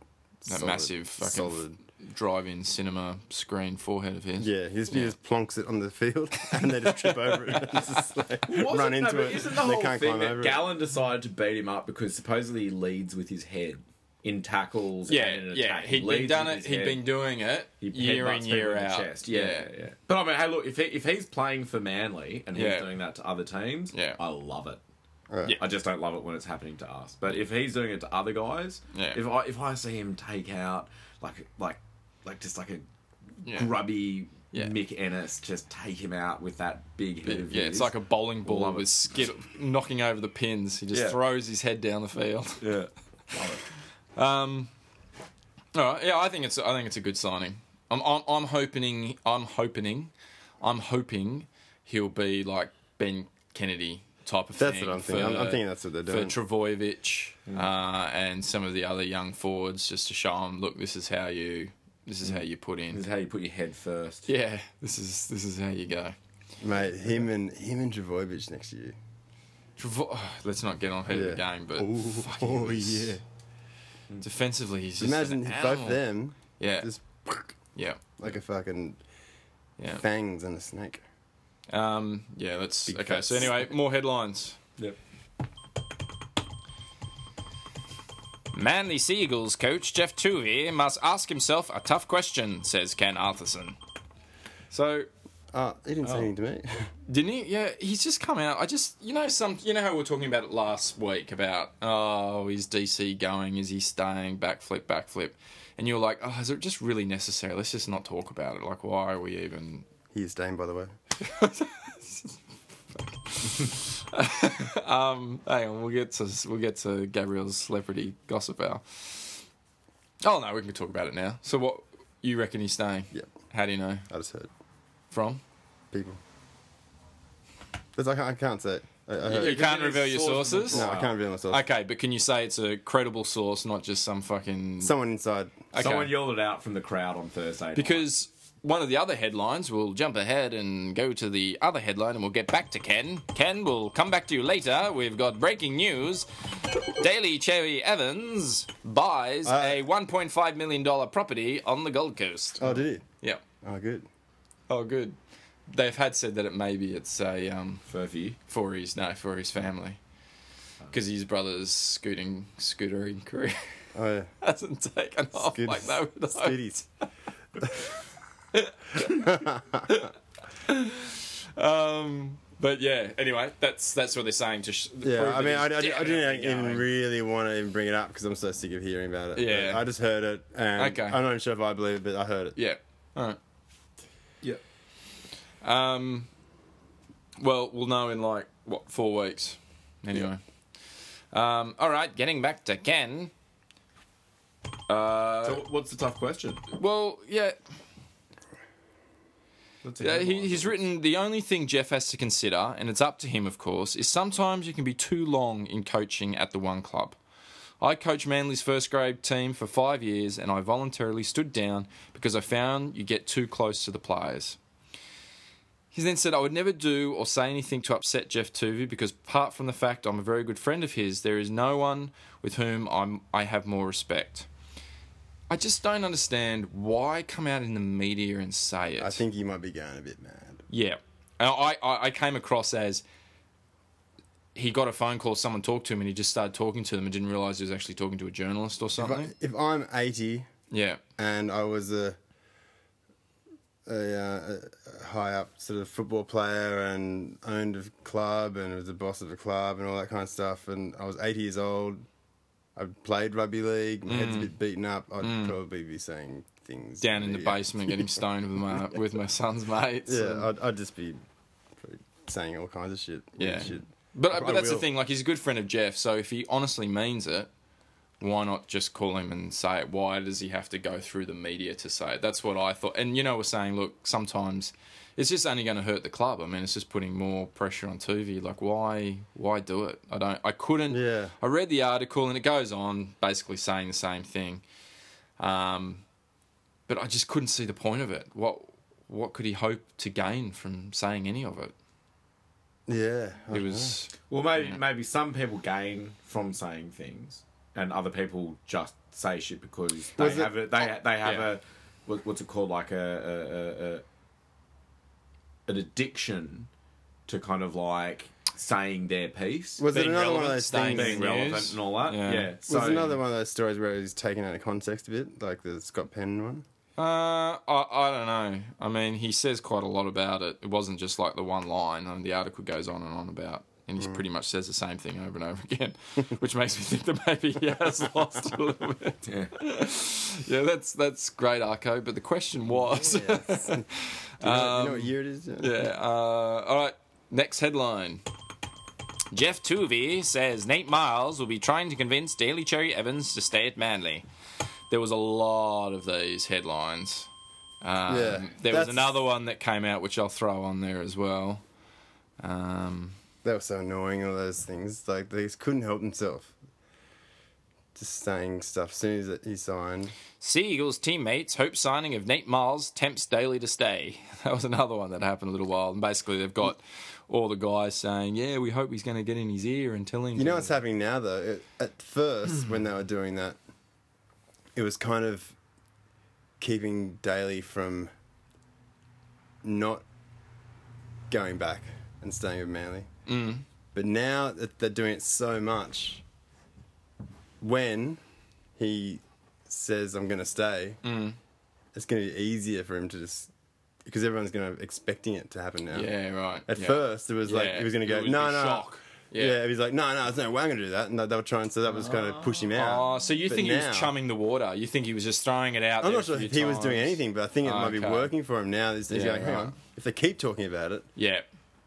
that
solid-
massive fucking
solid.
drive-in cinema screen forehead of his.
Yeah, he just,
Yeah.
he just plonks it on the field and they just trip over it and just like
Wasn't-
run into
no, but
it.
Isn't the
they
whole
can't
thing
climb
that
over
Gallen decided to beat him up because supposedly he leads with his head in tackles?
Yeah,
and in
yeah.
attack. He
He'd been
leads
done
with
it.
his
He'd
head.
been doing it
He
year
headbutts
in year
people in the
out.
chest. Yeah, yeah, yeah. But I mean, hey, look, if he, if he's playing for Manly and he's
Yeah.
doing that to other teams,
Yeah.
I love it.
Right.
Yeah.
I just don't love it when it's happening to us. But if he's doing it to other guys,
Yeah.
if I if I see him take out like like like just like a
Yeah.
grubby
Yeah.
Mick Ennis, just take him out with that big head. of
Yeah,
his,
it's like a bowling ball
Love it.
with skid knocking over the pins. He just
Yeah.
throws his head down the field.
yeah.
Um, all right, yeah, I think it's I think it's a good signing. I'm I'm, I'm hoping I'm hoping I'm hoping he'll be like Ben Kennedy type of
That's
thing.
what I'm thinking. I'm- I'm thinking that's what they're doing. Mm.
for Travojevic uh, and some of the other young forwards, just to show them, look, this is how you This
Mm.
is how you put
This
in.
is how you put your head first.
Yeah, this is this is how you go.
Mate, him and him and Javovic next year.
Travo- let's not get on ahead of the
Yeah.
game, but
Ooh,
fuck, he
oh,
was-
yeah.
defensively he's just
Imagine
an
both
animal.
them
Yeah,
just
yeah,
like a fucking
yeah.
fangs and a snake.
Um, yeah, that's
Big
okay.
facts.
So anyway, more headlines.
Yep.
Manly Seagulls coach Jeff Tuvey must ask himself a tough question, says Ken Arthurson. So
Oh, he didn't say anything to me.
didn't he? Yeah, he's just come out. I just you know some you know how we were talking about it last week about oh is DC going? Is he staying? Backflip, backflip, and you were like oh is it just really necessary? Let's just not talk about it. Like why are we even
He is Dane, by the way.
Hang on, we'll get to we'll get to Gabriel's celebrity gossip hour. Oh no, we can talk about it now. So what you reckon he's staying?
Yep.
How do you know
I just heard
from?
people. But I can't, I can't say. it. I, I heard.
You can't reveal your sources.
no, I can't reveal myself.
Okay, but can you say it's a credible source, not just some fucking?
Someone inside.
Okay.
Someone yelled it out from the crowd on Thursday. night.
because one of the other headlines we'll jump ahead and go to the other headline and we'll get back to ken ken we'll come back to you later we've got breaking news daily cherry evans buys a 1.5 million dollar property on the gold coast
Oh, did
yeah
he? Oh, good.
Uh, oh good they've had said that it maybe it's a um
Furphy.
for his no for his family because his brother's scooting scootering career
Oh, yeah.
hasn't taken off
Good.
like that would hope.
Skitties.
Um, but yeah, anyway, that's that's what they're saying to. Sh- prove
Yeah, I
that
mean, I, I,
he's
I didn't
definitely
even
going.
really want to even bring it up because I'm so sick of hearing about it. But
Yeah.
I just heard it, and
Okay.
I'm not even sure if I believe it, but I heard it.
Yeah. All right.
Yep.
Um. Well, we'll know in like what four weeks. Anyway. Um. All right. Getting back to Ken.
So what's the tough question?
Well, yeah.
That's
Yeah, he, he's written the only thing Jeff has to consider, and it's up to him, of course, is sometimes you can be too long in coaching at the one club. I coached Manly's first grade team for five years, and I voluntarily stood down because I found you get too close to the players. He then said, I would never do or say anything to upset Jeff Tuvey because, apart from the fact I'm a very good friend of his, there is no one with whom I'm, I have more respect. I just don't understand why come out in the media and say it.
I think you might be going a bit mad.
Yeah, and I, I I came across as he got a phone call, someone talked to him, and he just started talking to them and didn't realize he was actually talking to a journalist or
If,
something.
I, if I'm 80
Yeah,
and I was a, a, uh, a high up sort of football player and owned a club and was the boss of a club and all that kind of stuff, and I was 80 years old, I played rugby league, my head's a bit beaten up, I'd probably be saying things
Mm. down in the
basement.
basement getting stoned with my with my son's mates.
Yeah,
and-
I'd, I'd just be pretty- saying all kinds of shit. weird
yeah.
shit. I
But but that's the
will.
thing. Like he's a good friend of Jeff, so if he honestly means it. Why not just call him and say it? Why does he have to go through the media to say it? That's what I thought. And you know, we're saying, look, sometimes it's just only going to hurt the club. I mean, it's just putting more pressure on Tuvi. Like, why, why do it? I don't. I couldn't.
Yeah.
I read the article and it goes on basically saying the same thing. Um, but I just couldn't see the point of it. What, what could he hope to gain from saying any of it?
Yeah, I
It
don't
was.
Well, maybe maybe some people gain from saying things, and other people just say shit because they
Was it-
have a they they have
Yeah.
a what, what's it called like a, a, a, a an addiction to kind of like saying their piece,
know. was it
being
another one of
relevant,
those things?
staying
being
in the
relevant
news?
and all that.
Yeah.
Yeah,
Was another one of those stories where it was taken out of context a bit, like the Scott Penn one.
Uh, I, I don't know. I mean, he says quite a lot about it. It wasn't just like the one line. I mean, the article goes on and on about, and he pretty much says the same thing over and over again, which makes me think that maybe he has lost a little bit.
Yeah.
Yeah, that's that's great, Arco. But the question was, yeah. Um,
Do you, know, do you know what year it is?
uh, all right. Next headline. Jeff Tuvey says Nate Miles will be trying to convince Daily Cherry Evans to stay at Manly. There was a lot of these headlines. Um,
Yeah,
there was
that's-
another one that came out, which I'll throw on there as well. Um,
That was so annoying. All those things, like they just couldn't help themselves. just saying stuff as soon as it- he signed.
Sea Eagles teammates hope signing of Nate Miles tempts Daly to stay. That was another one that happened a little while. And basically, they've got all the guys saying, "Yeah, we hope he's going to get in his ear and tell him."
You know
to-
what's happening now though? It, at first, when they were doing that, it was kind of keeping Daly from not going back and staying with Manly. Mm. But now that they're doing it so much, when he says, I'm going to stay,
Mm.
it's going to be easier for him to just. Because everyone's going to expecting it to happen now.
Yeah, right.
At
yeah.
first, it was like
Yeah,
he was going
it
to go,
was
no,
the
no.
shock.
Yeah.
Yeah.
he's like, no, no, there's no way I'm going to do that. And they were trying, so that was kind of push him out.
Oh, so you
But
think he
now-
was chumming the water? You think he was just throwing it out?
I'm
there
not
a
sure
few
if he was doing
times?
anything, but I think it might be
Okay.
working for him now. He's he's
Yeah,
going, hang
right.
on. If they keep talking about it,
Yeah,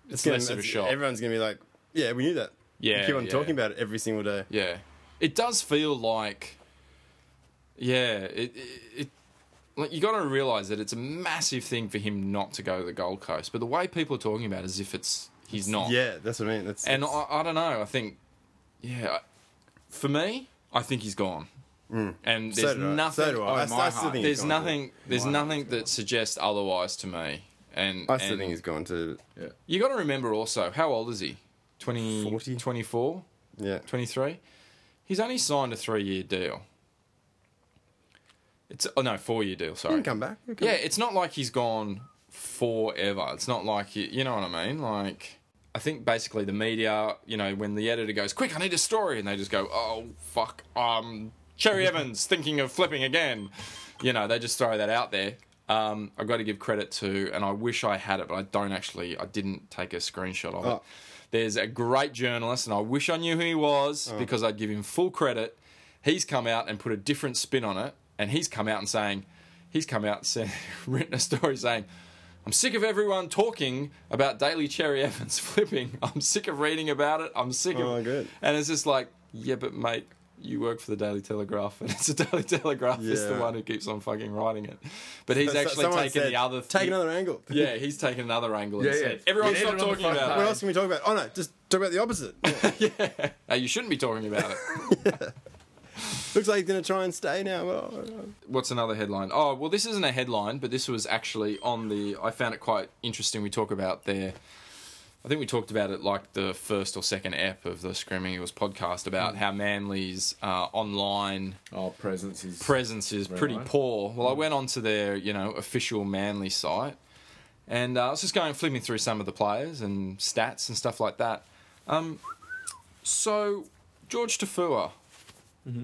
it's,
gonna-
less of a
it's-
shock.
Everyone's going to be like, yeah, we knew that. We
Yeah,
keep on
yeah.
talking about it every single day.
Yeah, it does feel like, yeah, it, it, it like you got to realize that it's a massive thing for him not to go to the Gold Coast. But the way people are talking about it is if it's he's not.
Yeah, that's what I mean. That's
and
that's-
I, I don't know. I think, yeah, I- for me, I think he's gone. And
Mm. So do I.
there's
So
nothing. Oh,
do I. I- I still
heart-
think he's
there's
gone.
nothing. There's nothing that suggests otherwise to me. And
I still
and
think he's gone to,
Yeah.
You got to remember also how old is he? 20,
40.
24?
yeah.
23. He's only signed a three year deal. It's oh no, four year deal.
He
Sorry.
can come back. He can
Yeah, it's not like he's gone forever. It's not like you, you know what I mean. Like I think basically the media, you know, when the editor goes, "Quick, I need a story," and they just go, "Oh fuck, um, Cherry Evans thinking of flipping again," you know, they just throw that out there. Um, I've got to give credit to, and I wish I had it, but I don't actually. I didn't take a screenshot of it.
Oh.
There's a great journalist, and I wish I knew who he was because I'd give him full credit. He's come out and put a different spin on it, and he's come out and saying, he's come out and said, written a story saying, I'm sick of everyone talking about Daily Cherry Evans flipping. I'm sick of reading about it. I'm sick
Oh,
of
good.
And it's just like, yeah, but mate, you work for the Daily Telegraph, and it's the Daily Telegraph is the
Yeah.
one who keeps on fucking writing it. But he's
So-
actually
someone
taken
said,
the other.
Take another angle.
Yeah, he's taken another angle. and
Yeah, yeah.
said, Everyone
Yeah,
stop
everyone
talking
on the
about
What
it.
fucking
else can we talk about? Oh, no, just talk about the opposite. Yeah.
Now, you shouldn't be talking about it.
Looks like he's going to try and stay now. Well,
what's another headline? Oh, well, this isn't a headline, but this was actually on the. I found it quite interesting. We talk about their. I think we talked about it like the first or second ep of the Screaming Eagles podcast about how Manly's uh, online
Oh, presence is.
presence is pretty
Right.
poor. Well, I went onto their you know official Manly site, and uh, I was just going flipping through some of the players and stats and stuff like that. Um, so George Tafua,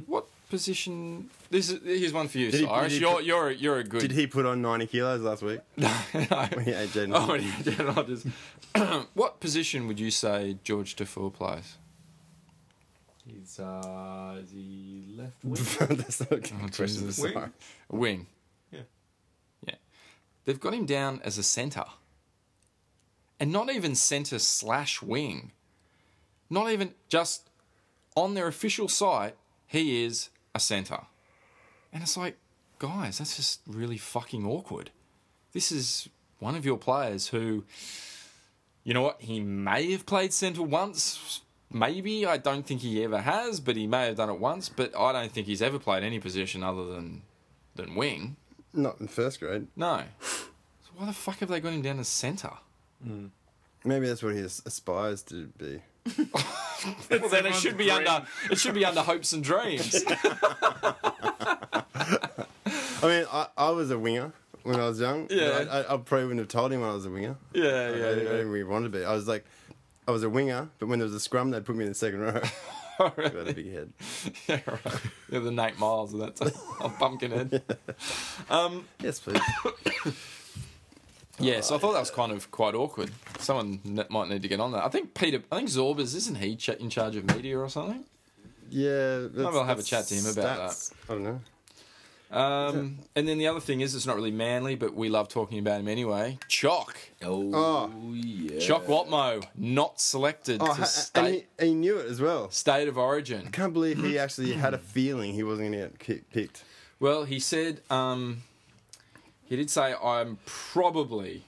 what position? This is here's one for you,
Mm-hmm. Did he- did
Cyrus.
he-
you're you're a- you're a good.
did he put on 90 kilos last week? when he ate Jaden
Oh, yeah, Dan Rodgers. what position would you say George Tafua plays?
He's uh, is he left wing?
That's not a good question.
Jesus.
sorry.
Wing.
A wing.
Yeah.
Yeah. They've got him down as a centre. And not even centre slash wing. Not even just on their official site, he is a centre. And it's like, guys, that's just really fucking awkward. This is one of your players who, you know what, he may have played centre once. Maybe I don't think he ever has, but he may have done it once. But I don't think he's ever played any position other than than wing.
Not in first grade.
No. So why the fuck have they got him down as centre?
Maybe that's what he as- aspires to be.
Well, then it should be
everyone's
under it should be under hopes and dreams.
I mean, I, I was a winger when I was young. but
Yeah.
I, I, I probably wouldn't have told him when I was a winger.
yeah,
I
yeah,
didn't, I
yeah.
didn't really want to be. I was like, I was a winger, but when there was a scrum, they put me in the second row.
All
I had a
right.
big head.
yeah, right. You're the Nate Miles of that time. A pumpkinhead.
Yes, please.
Yeah, so I thought that was kind of quite awkward. Someone n- might need to get on that. I think Peter, I think Zorbas, isn't he ch- in charge of media or something?
Yeah. Maybe
I'll have a chat to him about
that. I don't know.
Um, and then the other thing is, it's not really manly, but we love talking about him anyway. Chalk.
Oh,
Oh.
yeah.
Chalk Watmo, not selected
Oh,
to
ha- and
state,
he, he knew it as well.
state of origin.
I can't believe he actually had a feeling he wasn't going to get ki- picked.
Well, he said, um, he did say, I'm probably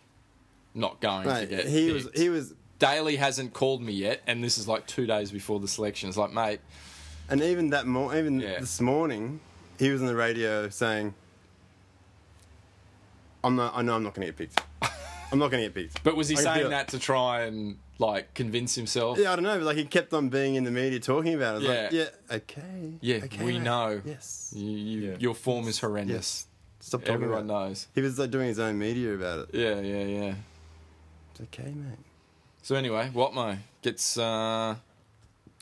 not going
Mate,
to get
he
picked.
was. He was.
Daly hasn't called me yet, and this is like two days before the selection. It's like, mate,
And even that more, even
Yeah.
this morning, he was on the radio saying, "I'm not. I know I'm not going to get picked. I'm not going to get picked."
But was he
I can feel
saying
it.
that to try and like convince himself?
Yeah, I don't know. But like he kept on being in the media talking about it. It's
Yeah.
Like, yeah. Okay.
Yeah,
okay,
we
mate.
know.
Yes.
You, you,
Yeah.
Your form is horrendous.
Stop talking
Everyone
about it.
knows.
He was like doing his own media about it.
Yeah, yeah, yeah.
It's okay, mate.
So anyway, Watmo gets uh,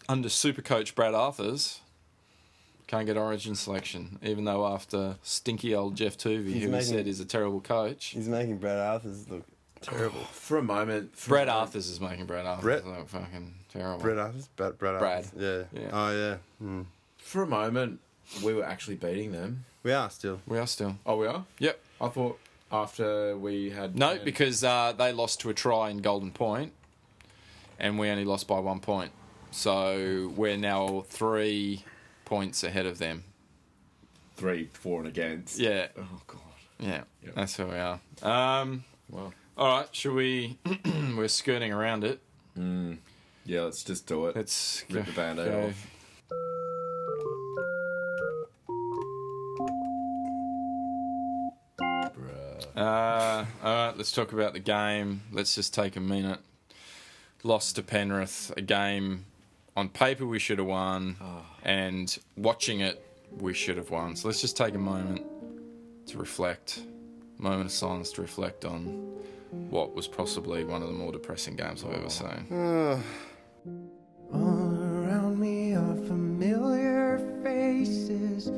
under super coach Brad Arthurs. Can't get origin selection, even though after stinky old Jeff Tuvey,
He's
who we
amazing.
said is a terrible coach,
He's making Brad Arthur's look
Oh.
terrible.
For a moment, for
Brad
a moment-
Arthurs is making Brad Arthurs
Brett-
look fucking terrible.
Brad Arthur's. Brad. Brad.
Brad.
Arthur's. Yeah.
Yeah.
Oh yeah. Mm.
For a moment, we were actually beating them.
We are still.
We are still.
Oh, we are.
Yep.
I thought after we had
No, because uh, they lost to a try in Golden Point, and we only lost by one point. So we're now three points ahead of them.
three, four, and against.
Yeah,
Oh god.
yeah,
Yep.
that's where we are. Um,
Well.
all right, should we? we're skirting around it.
Yeah. Let's just do it.
Let's
Rip
go-
the Band-Aid
go.
off.
Uh, all right, let's talk about the game. Let's just take a minute. Lost to Penrith, a game on paper we should have won, and watching it, we should have won. So let's just take a moment to reflect, moment of silence to reflect on what was possibly one of the more depressing games I've ever seen.
All around me are familiar faces,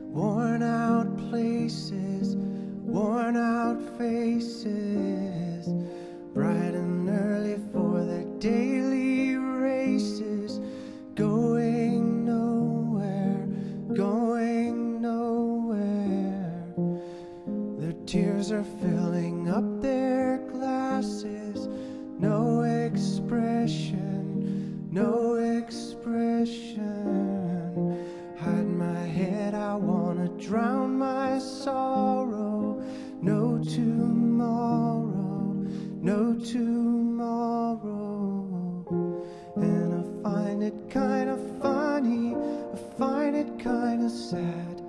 worn out places, worn out faces. Bright and early for their daily races, going nowhere, going nowhere. Their tears are filling up their glasses. No expression, no expression. Hide my head, I wanna drown my sorrow. No tomorrow, no tomorrow. And I find it kinda funny, I find it kinda sad.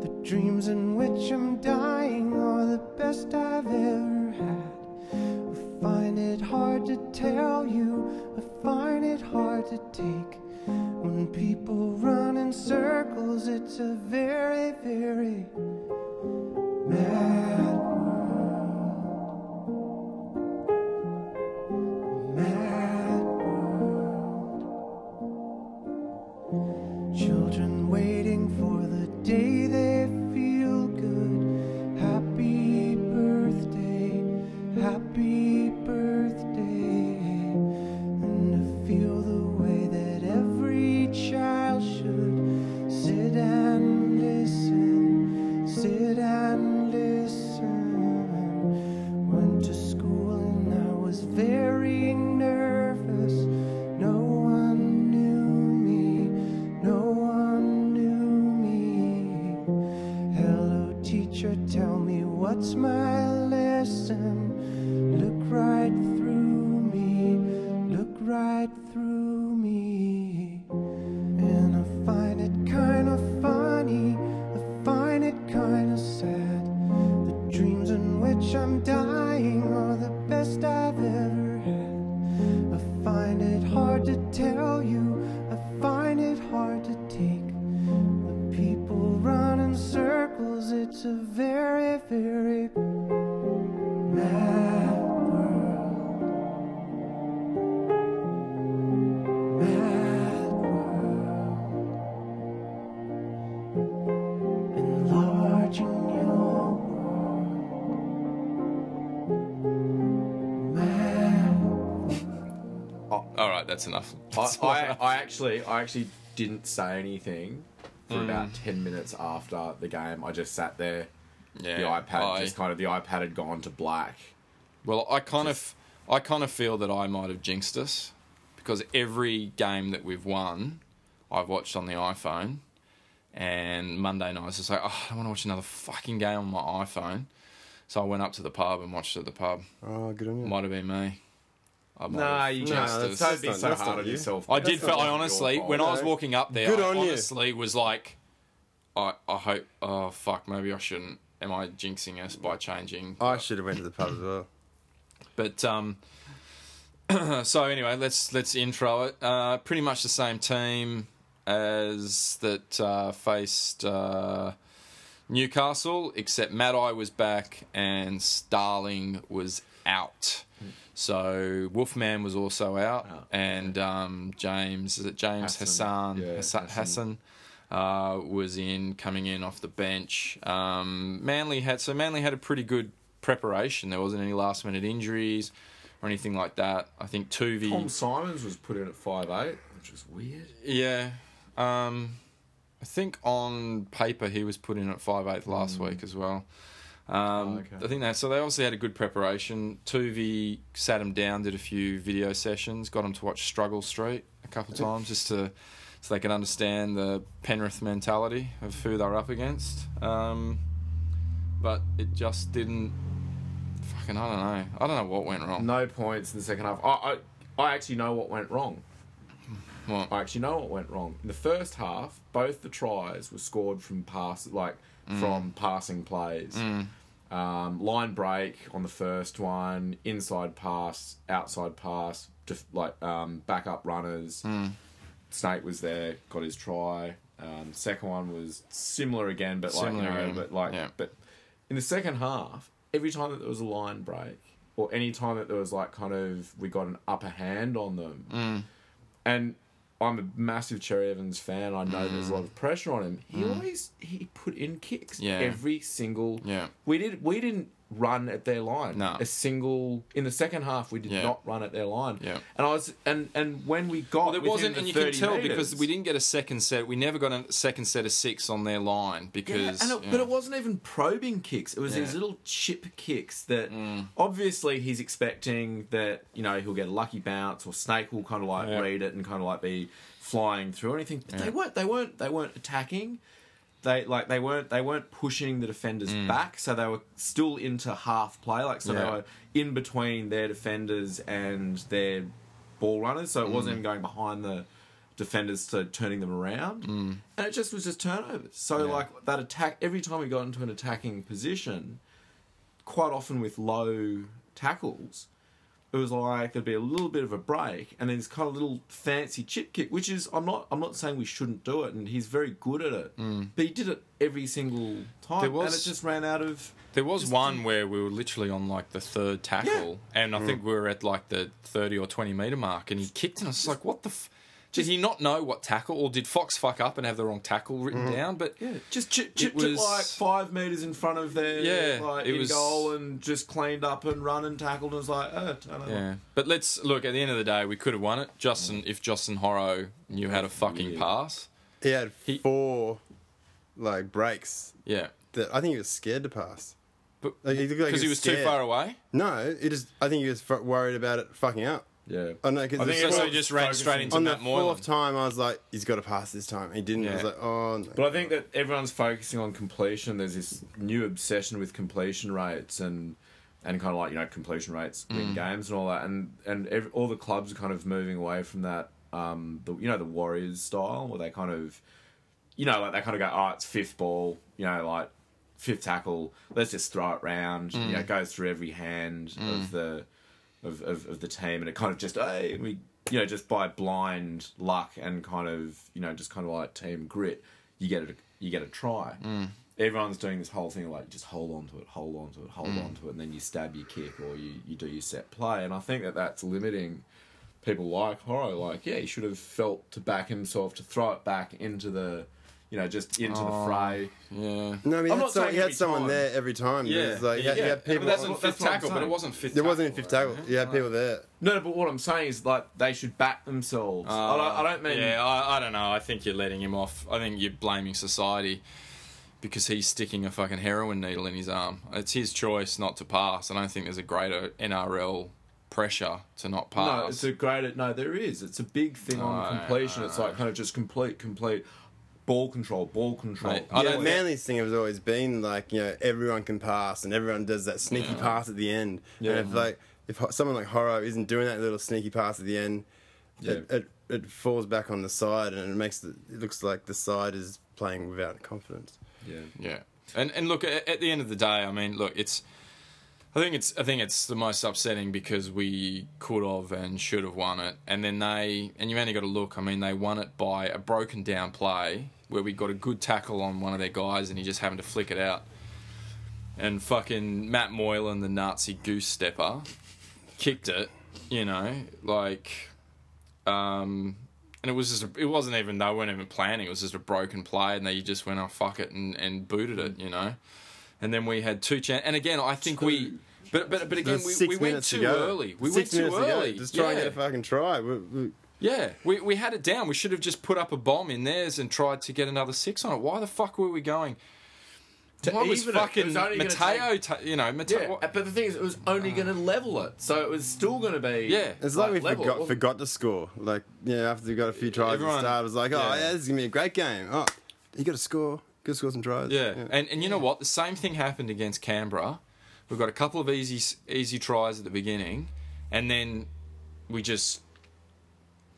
The dreams in which I'm dying are the best I've ever had. I find it hard to tell you, I find it hard to take. When people run in circles, it's a very, very mad world. Mad world. Children waiting for the day they feel good. Happy birthday, happy birthday. And to feel the way that every child should sit and listen, sit and listen. Went to school and I was very nervous. No one knew me, no one knew me. Hello, teacher, tell me what's my lesson. Look right through me, look right through me. And I find it kind of funny, I find it kind of sad. The dreams in which I'm dying are the best I've ever had. I find it hard to tell you, I find it hard to take. The people run in circles, it's a very, very mad world. Mad world. Enlarging your world. Mad
All right, that's enough.
I, I, I actually I actually didn't say anything for about
Mm.
ten minutes after the game. I just sat there.
yeah,
The iPad
I-
just kind of the iPad had gone to black.
Well, I kind of, I kind of feel that I might have jinxed us because every game that we've won, I've watched on the iPhone, and Monday nights it's like, oh, I don't want to watch another fucking game on my iPhone, so I went up to the pub and watched it at the pub.
Oh, good on you.
Might have been me. I might
Nah,
have
you
Nah,
just
that's-
don't be
that's
so
not- that's
hard
not
on
you.
yourself.
I
mate.
did
That's
feel.
not
I
your
honestly,
fault.
when I was
No.
walking up there,
Good
I
on you.
honestly was like, I, I hope. Oh fuck, maybe I shouldn't. Am I jinxing us by changing?
I should have went to the pub as well.
But um, so anyway, let's let's intro it. Uh, pretty much the same team as that uh, faced uh, Newcastle, except Madai was back and Starling was out. So Wolfman was also out,
Out.
and um, James is it James Hassan
Hassan. Yeah,
Hassan,
Hassan.
Hassan uh, was in coming in off the bench. Um, Manly had so Manly had a pretty good preparation. There wasn't any last minute injuries or anything like that. I think Tuvi.
Tom Simons was put in at five eight, which is weird.
Yeah. Um, I think on paper he was put in at five eighth last week as well. Um,
Hmm. Oh, okay.
I think that so they obviously had a good preparation. Tuvi sat him down, did a few video sessions, got him to watch Struggle Street a couple of times just to so they can understand the Penrith mentality of who they're up against. Um, but it just didn't fucking I don't know. I don't know what went wrong.
No points in the second half. I, I, I actually know what went wrong.
What?
I actually know what went wrong. In the first half, both the tries were scored from pass, like from passing plays. Um, line break on the first one, inside pass, outside pass, def- like um, backup runners.
Hmm.
Snake was there, got his try. Um, second one was similar again, but like
Similar
you know,
again,
but like
yeah.
but in the second half, every time that there was a line break, or any time that there was like kind of we got an upper hand on them,
Hmm.
and I'm a massive Cherry Evans fan. I know
Hmm.
there's a lot of pressure on him. He always he put in kicks.
Yeah.
Every single
Yeah.
We did we didn't run at their line.
No.
A single in the second half we did
Yeah.
not run at their line.
Yeah.
And I was and and when we got
Well, there
within
wasn't,
the
and you can
30
tell
metres-
because we didn't get a second set. We never got a second set of six on their line
Yeah,
because.
and it,
yeah.
but it wasn't even probing kicks. It was these
Yeah. Mm.
little chip kicks that obviously he's expecting that you know he'll get a lucky bounce or Snake will kind of like
Yeah.
read it and kind of like be flying through or anything. But they weren't. They weren't. They weren't attacking. They like they weren't. They weren't pushing the defenders back. So they were still into half play. Like so they
Yeah.
were in between their defenders and their ball runners. So it wasn't even going behind the defenders to turning them around. Mm. And it just was just turnovers. So like that attack every time we got into an attacking position, quite often with low tackles, it was like there'd be a little bit of a break and then this kind of little fancy chip kick, which is I'm not I'm not saying we shouldn't do it and he's very good at it. But he did it every single time
There was-
and it just ran out of
There was one where we were literally on like the third tackle, and I think
Mm.
we were at like the thirty or twenty meter mark, and he kicked, and I was just like, "What the? F- did he not know what tackle, or did Fox fuck up and have the wrong tackle
Mm.
written down?" But
Yeah, just chip, chip,
was-
like five meters in front of their
Yeah,
like,
it
in
was-
goal and just cleaned up and run and tackled and was like, oh, I don't know.
Yeah, but let's look. At the end of the day, we could have won it. Justin,
Mm.
if Justin Horro knew how to fucking
weird.
pass,
He had
He-
four like breaks
yeah,
that I think he was scared to pass.
but
Like,
because
he looked like
he was too
scared.
far away.
No, it is. I think he was f- worried about it fucking up.
Yeah.
I know
I think
because
So,
it
so he
was
just ran
focusing
straight into
on the
Matt Moylan.
fourth time, I was like, he's got to pass this time. He didn't. I was
Yeah.
like, oh. No.
But I think that everyone's focusing on completion. There's this new obsession with completion rates and and kind of like you know completion rates win games and all that. And and ev all the clubs are kind of moving away from that. Um, the, you know the Warriors style where they kind of, you know, like they kind of go, oh, it's fifth ball, you know, like fifth tackle. Let's just throw it round. You know, it goes through every hand of the of, of, of the team, and it kind of just hey, we you know just by blind luck and kind of you know just kind of like team grit, you get a you get a try. Everyone's doing this whole thing like just hold on to it, hold on to it, hold on to it, and then you stab your kick or you, you do your set play, and I think that that's limiting people like Horro. Like yeah, he should have felt to back himself to throw it back into the you know just into the fray.
yeah.
no, but he
I'm
had,
not
so,
saying
he had
every
someone
time.
there every time. Yeah, like, he had, he
yeah.
had
But
people.
But that's
Well,
in fifth
that's Mm-hmm. what I'm
tackle, but it
saying.
wasn't fifth.
there wasn't in
tackle,
fifth
right?
tackle. You had people there.
No, but what I'm saying is like they should back themselves. I, don't, I don't mean
Yeah, I, I don't know. I think you're letting him off. I think you're blaming society because he's sticking a fucking heroin needle in his arm. It's his choice not to pass. I don't think there's a greater NRL pressure to not pass.
No, it's a great. No, there is. It's a big thing on
Oh,
completion. It's like kind of just complete, complete ball control, ball control.
Mate, I
yeah,
don't-
Manly's thing has always been like you know everyone can pass and everyone does that sneaky pass at the end.
Yeah.
And if like if ho- someone like Horror isn't doing that little sneaky pass at the end, it,
Yeah.
it it falls back on the side and it makes the, it looks like the side is playing without confidence.
Yeah.
Yeah, and and look at, at the end of the day, I mean, look, it's. I think it's I think it's the most upsetting because we could have and should have won it, and then they and you only got to look. I mean, they won it by a broken down play where we got a good tackle on one of their guys, and he just happened to flick it out. And fucking Matt Moylan, the Nazi goose stepper, kicked it. You know, like um, and it was just a, it wasn't even they weren't even planning. It was just a broken play, and they just went oh fuck it and, and booted it, you know. And then we had two chance, and again I think we, but but but again
There's
we,
six
we went
minutes to
too
go.
early. We
Six
went too
minutes to go.
early.
Just try
yeah.
and get a fucking try. We, we,
yeah, we we had it down. We should have just put up a bomb in theirs and tried to get another six on it. Why the fuck were we going? Why was
even it, it
fucking
was only gonna
Mateo? ta- you know, Mateo.
Yeah,
what-
but the thing is, it was only going to level it, so it was still going to be
Yeah.
It's like, we
level.
forgot, forgot to score. Like, yeah, after we got a few tries at
Everyone-
the start, it was like, oh,
yeah.
yeah, this is going to be a great game. Oh, you got to score. Got to score some tries.
Yeah. And and you know what? The same thing happened against Canberra. We got a couple of easy easy tries at the beginning, and then we just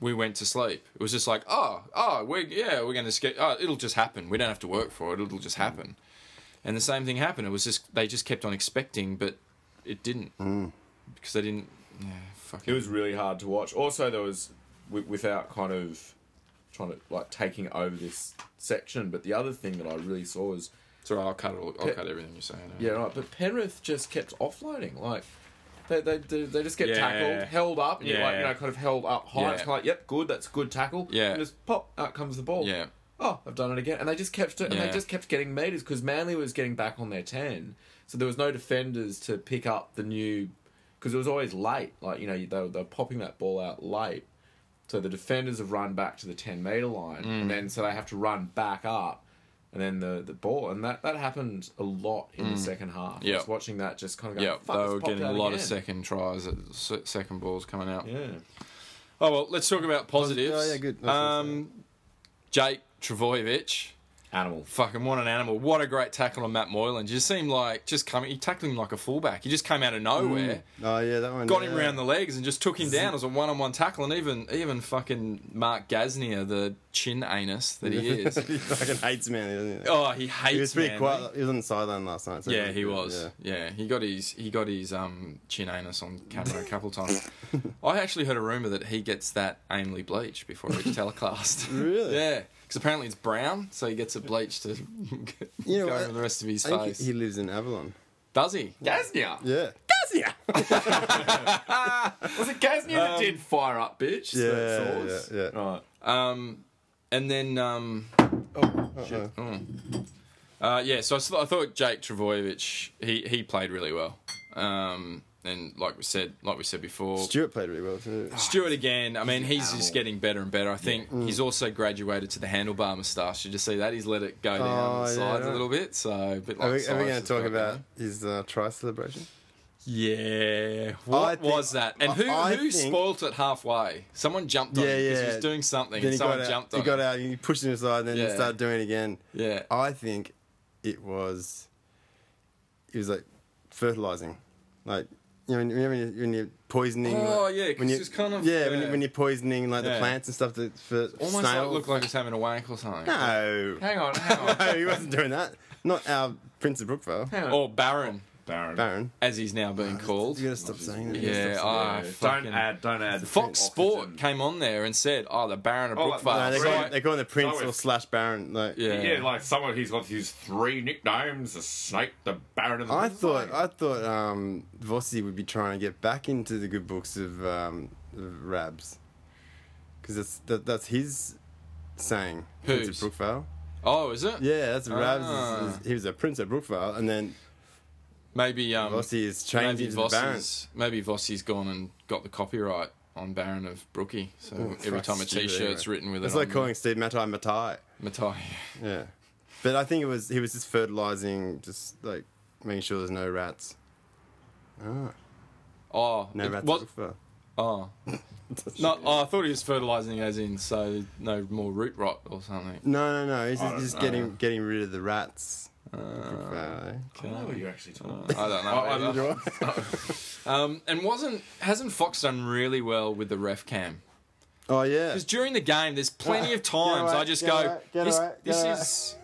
we went to sleep. It was just like, oh, oh, we yeah, we're going to skip. Oh, it'll just happen. We don't have to work for it. It'll just happen. And the same thing happened. It was just they just kept on expecting, but it didn't
Hmm.
because they didn't. Yeah,
It
fucking.
was really hard to watch. Also, there was wi- without kind of trying to like taking over this section, but the other thing that I really saw was
Sorry, I'll cut it. all- I'll cut everything you're saying.
yeah, right. But Penrith just kept offloading like. They, they, they they just get
Yeah.
tackled, held up, and you're like, you
Yeah.
know, kind of held up high.
Yeah.
It's kind of like, yep, good, that's a good tackle.
Yeah.
And just pop, out comes the ball.
Yeah.
oh, I've done it again. And they just kept and
Yeah.
they just kept getting meters because Manly was getting back on their ten, so there was no defenders to pick up the new because it was always late. Like you know they were, they were popping that ball out late, so the defenders have run back to the ten meter line,
Mm.
and then so they have to run back up. And then the, the ball, and that, that happened a lot in the second half. I
Yeah.
was watching that just kind of going,
Yeah,
Fuck,
Mm. they
it's
were
popped
getting a
out
lot of
again."
second tries, at se- second balls coming out.
Yeah.
Oh well, let's talk about positives.
Oh, yeah, good. That's
Um, Jake Travojevic,
Animal.
fucking what an animal! What a great tackle on Matt Moylan. Just seemed like just coming. He tackled him like a fullback. He just came out of nowhere,
Oh, yeah, that one.
got
yeah.
him round the legs, and just took him down. It was a one-on-one tackle, and even even fucking Mark Gasnier, the chin anus that he is.
he fucking hates Manly, doesn't he?
oh, he hates.
he was pretty
Manly.
quiet. He was on the sideline last night. So
Yeah, he was.
yeah.
Yeah. he got his he got his um chin anus on camera a couple times. I actually heard a rumor that he gets that anally bleached before he's telecast.
Really?
yeah, because apparently it's brown, so he gets it bleached to
You know,
go
I-
over the rest of his
I think
face.
he, he lives in Avalon.
Does he?
Gaznia.
Yeah.
Was it Gaznia that did fire up, bitch?
Yeah,
That sauce?
yeah,
Oh.
yeah.
Right.
Um, and then um,
Oh,
Uh, yeah, so I, s- I thought Jake Travojevic he he played really well. Um, and like we said, like we said before,
Stewart played really well, too.
Stewart again. I mean, he's
animal.
just getting better and better. I think
Mm.
he's also graduated to the handlebar moustache. Did you see that? He's let it go down
Oh,
the
yeah,
sides
right.
a little bit. So, a bit like
Are we, are we
Cyrus
going
has
to talk
got
about
now.
his uh, try celebration?
Yeah, what
think-
was that? And who
I- I
who
think-
spoilt it halfway? Someone jumped on
Yeah,
him because he
yeah.
was doing something.
Then
and
he
someone
got out,
jumped
he
on
got
him.
out and he pushed him aside and then he
Yeah.
started doing it again.
Yeah,
I think it was it was like fertilizing, like you know when, when you're, when you're poisoning.
Oh,
like,
yeah, 'cause
when you-
it's kind of-
yeah, When, you,
yeah.
when you're poisoning like
Yeah.
the plants and stuff that for
almost like it
snails.
looked like he was having a wank or something.
no,
Hang on, hang on.
no, Oh, he wasn't doing that. Not our Prince of Brookvale,
hang on.
Or Baron,
Baron.
Baron.
as he's now being called.
You gotta stop saying that. You gotta
Yeah,
stop
I fucking-
don't add.
Fox Sport came on there and said, "Oh, the Baron of
Oh, like-
saying- No,
Brookvale."
Uh, they
Right.
call, him- they call him the Prince
No,
or
it's-
slash Baron. Like,
yeah,
Yeah, like someone who's got his three nicknames: the Snake, the Baron, and the.
I thought I thought um, Vossi would be trying to get back into the good books of, um, of Rabs because that's that, that's his saying. Prince of
Whose?
Brookvale.
oh, is it?
Yeah, that's Rabs.
Ah.
Is, is, he was a Prince of Brookvale, and then
Maybe um,
Vossi is changed
maybe
into the Baron.
Vossi's maybe Vossi's gone and got the copyright on Baron of Brookie. So every
Fuck,
time a
stupid,
T-shirt's
anyway.
written with
Oh, It's
it,
like
on
calling Steve Matai Matai.
Matai.
Yeah, but I think it was he was just fertilizing, just like making sure there's no rats.
Oh,
No
it
rats.
was-
at Brookvale.
oh, no. Oh, I thought he was fertilizing as in so no more root rot or something.
No, no, no. He's just,
don't
just
know. Uh,
getting getting rid of the rats. Goodbye.
I don't know what you're actually talking
I don't
Oh,
know. either.
about.
Um, and wasn't hasn't Fox done really well with the ref cam?
Oh yeah.
Because during the game, there's plenty of times
right,
I just
get
go,
it right, get it
this,
right, get
this
it right."
is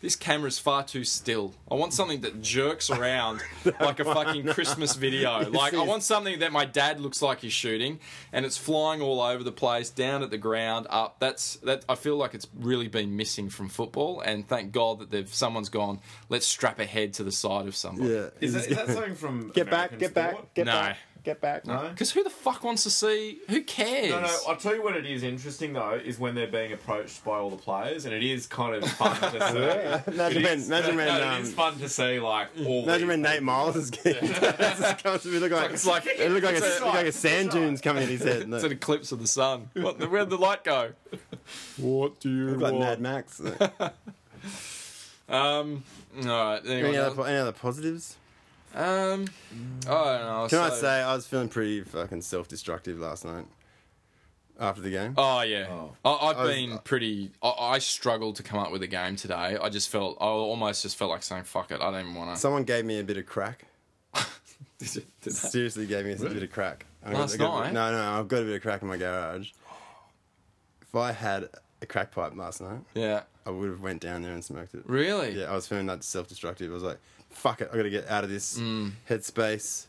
this camera's far too still. I want something that jerks around like a fucking Christmas video. Like I want something that my dad looks like he's shooting, and it's flying all over the place, down at the ground, up. That's that. I feel like it's really been missing from football, and thank God that they've someone's gone. Let's strap a head to the side of somebody.
Yeah.
Is that, is that something from
Get back,
American
get
sport?
back, get
No.
back, get back.
No?
Because who the fuck wants to see? Who cares?
No, no. I'll tell you what it is interesting though is when they're being approached by all the players, and it is kind of fun to see. It
Imagine,
is-
imagine when,
no, it
um,
is fun to see like all.
Imagine
these-
when Nate Miles is getting comes to me look like
It's like-
it look like a,
it's
look like a sand dunes coming at his head.
It's
Look,
an eclipse of the sun. What, where'd the light go? What do you
look like Mad Max. Look.
Um. All right. Anyone
Any other
else?
po- any other positives?
Um. I don't know.
Can I
so-
say I was feeling pretty fucking self-destructive last night after the game?
Oh yeah. I, I've
I was-
been pretty. I, I struggled to come up with a game today. I just felt. I almost just felt like saying fuck it. I don't even want to.
Someone gave me a bit of crack. Seriously, gave me a bit of crack. I got-
Last
I got-
night?
No, no, I've got a bit of crack in my garage. If I had a crack pipe last night,
yeah.
I would have went down there and smoked it.
Really?
Yeah, I was feeling that self-destructive. I was like, "Fuck it, I got to get out of this
Mm.
headspace,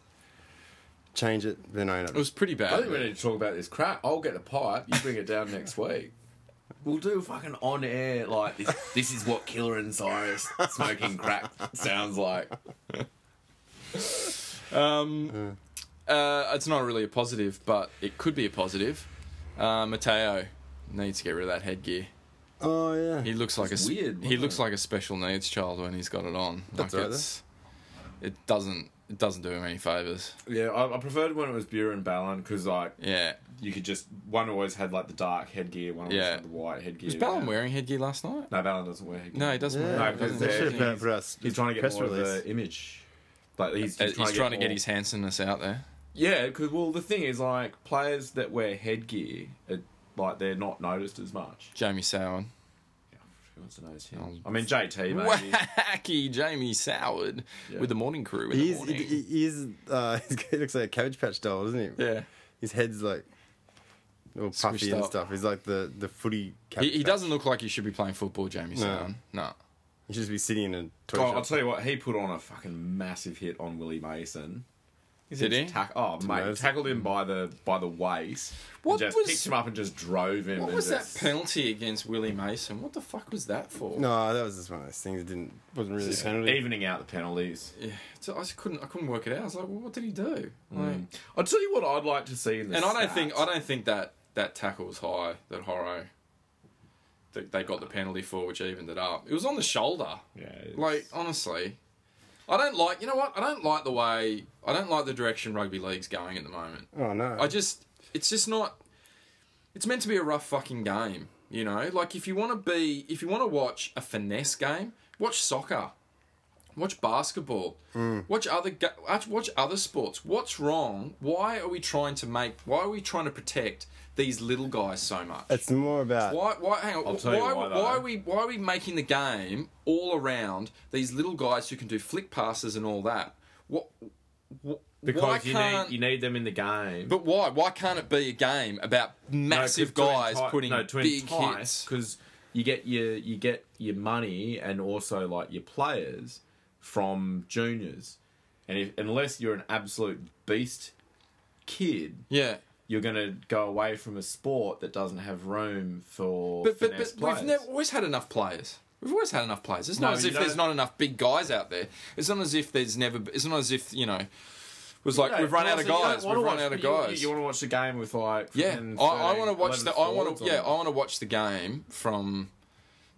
change it." Then I ended up.
It was pretty
I
bad.
think we need to talk about this crap. I'll get a pipe. You bring it down next week. We'll do fucking on air like this. This is what Killer and Cyrus smoking crack sounds like.
Um. Uh. It's not really a positive, but it could be a positive. Uh, Mateo needs to get rid of that headgear.
oh yeah.
He looks like
It's
a
weird,
He
wasn't
looks
it?
like a special needs child when he's got it on.
That's
like
all right, eh?
it's, It doesn't. It doesn't do him any favors.
Yeah, I, I preferred when it was Buren and Ballon because like
Yeah.
you could just one always had like the dark headgear, one always
Yeah.
had the white headgear.
Was Ballon wearing headgear last night?
No, Ballon doesn't wear headgear.
No, he doesn't.
Yeah,
wear
No,
it,
because
doesn't he?
they should have put,
he's-
put out s-
He's trying to get
press
more
release.
of the image. Like he's,
Uh,
he's,
He's trying to get
more-
his handsomeness out there.
Yeah, because well, the thing is, like players that wear headgear, it, like they're not noticed as much.
Jamie Soward.
Who wants to notice him?
Oh.
I mean, JT maybe.
Wacky Jamie Soward
Yeah.
with the morning crew in the
He's,
morning.
he, he's, uh, he looks like a cabbage patch doll, doesn't he?
yeah.
His head's like all puffy
Squished
and
up.
stuff. He's like the, the footy
He,
cabbage
he
patch.
doesn't look like he should be playing football, Jamie Soward. No.
He should just be sitting in a toy
Oh,
shop.
I'll tell you what, he put on a fucking massive hit on Willie Mason.
Did he?
Tack- oh, mate,
nerves.
tackled him by the by the waist.
What
What just
was-
picked him up and just drove him.
What
and
was that
just-
penalty against Willie Mason? What the fuck was that for?
No, that was just one of those things that didn't wasn't really a penalty.
Evening out the penalties.
Yeah. So I just couldn't. I couldn't work it out. I was like, well, what did he do? Like,
I'll tell you what I'd like to see in the
And I don't
stats.
think I don't think that that tackle was high that Horo that they got the penalty for, which evened it up. It was on the shoulder.
Yeah, it's-
Like honestly, I don't like. You know what? I don't like the way. I don't like the direction rugby league's going at the moment.
Oh no.
I just. It's just not. It's meant to be a rough fucking game. You know, like if you want to be, if you want to watch a finesse game, watch soccer, watch basketball, watch other ga- watch- watch other sports. What's wrong? Why are we trying to make? Why are we trying to protect these little guys so much?
it's more about
Why? Why? Hang on.
I'll
Why,
tell you
why,
why, though.
are we? Why are we making the game all around these little guys who can do flick passes and all that? What? wh- why
because you
can't,
need you need them in the game.
But why? Why can't it be a game about massive guys putting big hits?
because you get your you get your money and also like your players from juniors, and if unless you're an absolute beast kid,
Yeah.
you're gonna go away from a sport that doesn't have room for
But but,
finesse
but we've
players.
never always had enough players. We've always had enough players. It's
No,
not as
you
if there's
don't-
not enough big guys out there. It's not as if there's never. It's not as if you know. It was like
Yeah,
we've run out of
honestly, you don't
guys. We've
wanna
run
watch-
out of
you-
guys.
You, want to watch the game with like
Yeah,
fucking
I, I
13,
want to watch
11
the. I want
forwards
to.
on
Yeah,
it.
I want to watch the game from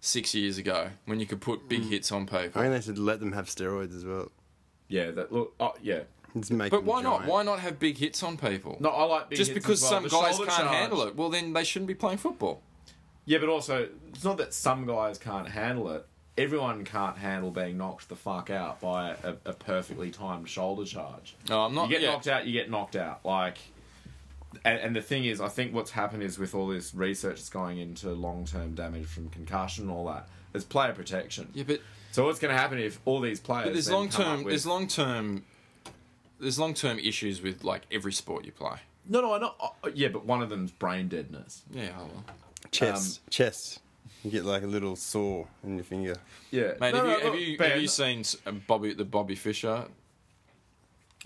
six years ago when you could put
Mm.
big hits on
I
people.
think they should let them have steroids as well.
yeah. That look, oh, yeah.
Just make
But
them
why not?
giant.
Why not have big hits on people?
No, I like big
Just
hits
because
as well.
some
The
guys
shoulder
can't
charge.
handle it, well then they shouldn't be playing football.
Yeah, but also it's not that some guys can't handle it. Everyone can't handle being knocked the fuck out by a, a perfectly timed shoulder charge.
No, I'm not.
you get
yeah.
knocked out, you get knocked out. Like and, and the thing is, I think what's happened is with all this research that's going into long term damage from concussion and all that, there's player protection.
Yeah, but
So what's going to happen if all these players?
But there's
then come
long term.
up with-
There's long term. There's long term issues with like every sport you play.
No, no, I know. uh, Yeah, but one of them's brain deadness.
Yeah, oh well. um,
Chest, chest. You get like a little sore in your finger.
Yeah,
mate. have,
No, no,
you, have,
look,
you, have
Ben,
you seen s- uh, Bobby the Bobby Fisher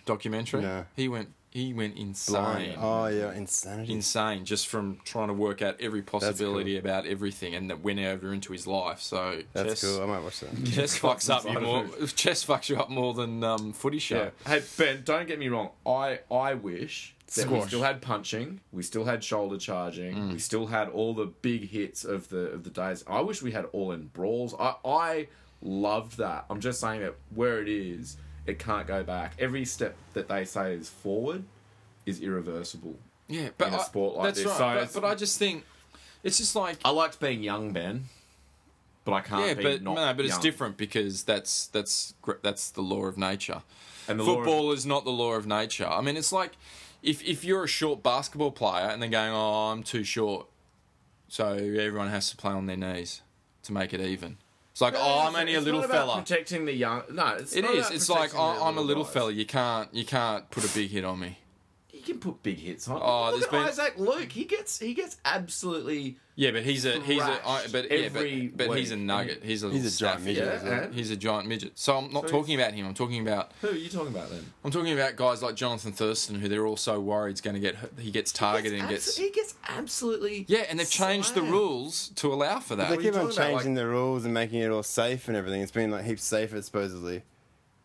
documentary?
No.
He went. He went insane.
Oh yeah,
Mm.
insanity.
Insane, just from trying to work out every possibility about everything, and that went over into his life. So
That's
chess,
cool. I might watch that.
chess fucks up you
inside.
more. Chess fucks you up more than um, footy show.
Yeah. Hey Ben, don't get me wrong. I I wish that we
Squash.
still had punching, we still had shoulder charging,
Mm.
we still had all the big hits of the of the days. I wish we had all in brawls. I I loved that. I'm just saying that where it is, it can't go back. Every step that they say is forward is irreversible.
Yeah, but
in a
I-
sport like
that's
this.
right.
So
but,
it's-
but I just think it's just like
I liked being young, Ben, but I can't.
yeah,
be
but
not
no, but it's
young.
different because that's that's gr- that's the law of nature.
And the law of-
Football is not the law of nature. I mean, it's like if if you're a short basketball player and then going, "Oh, I'm too short," so everyone has to play on their knees to make it even. It's like, "Oh, I'm only a
It's
little
not about
fella."
Protecting the young. No, it's
It
not
is.
about
It's like
protecting the
oh, I'm a little
guys.
fella. You can't you can't put a big hit on me.
He can put big hits on.
Oh,
Look
there's
at
been-
Isaac Luke. He gets he gets absolutely
Yeah, but he's a he's a I,
Thrashed
but yeah,
every
but, but he's a
week.
nugget. He's a
He's
little
a giant
staffy.
midget.
Yeah,
as well.
and-
He's a giant midget. So I'm not
So
talking about him. I'm talking about
Who are you talking about then?
I'm talking about guys like Jonathan Thurston, who they're all so worried is going to get he gets targeted and
Abso-
gets
he gets absolutely
yeah, and they've changed the
slammed.
rules to allow for
They
that.
you
keep on
talking about?
changing the rules and making it all safe and everything. It's been like heaps safer supposedly.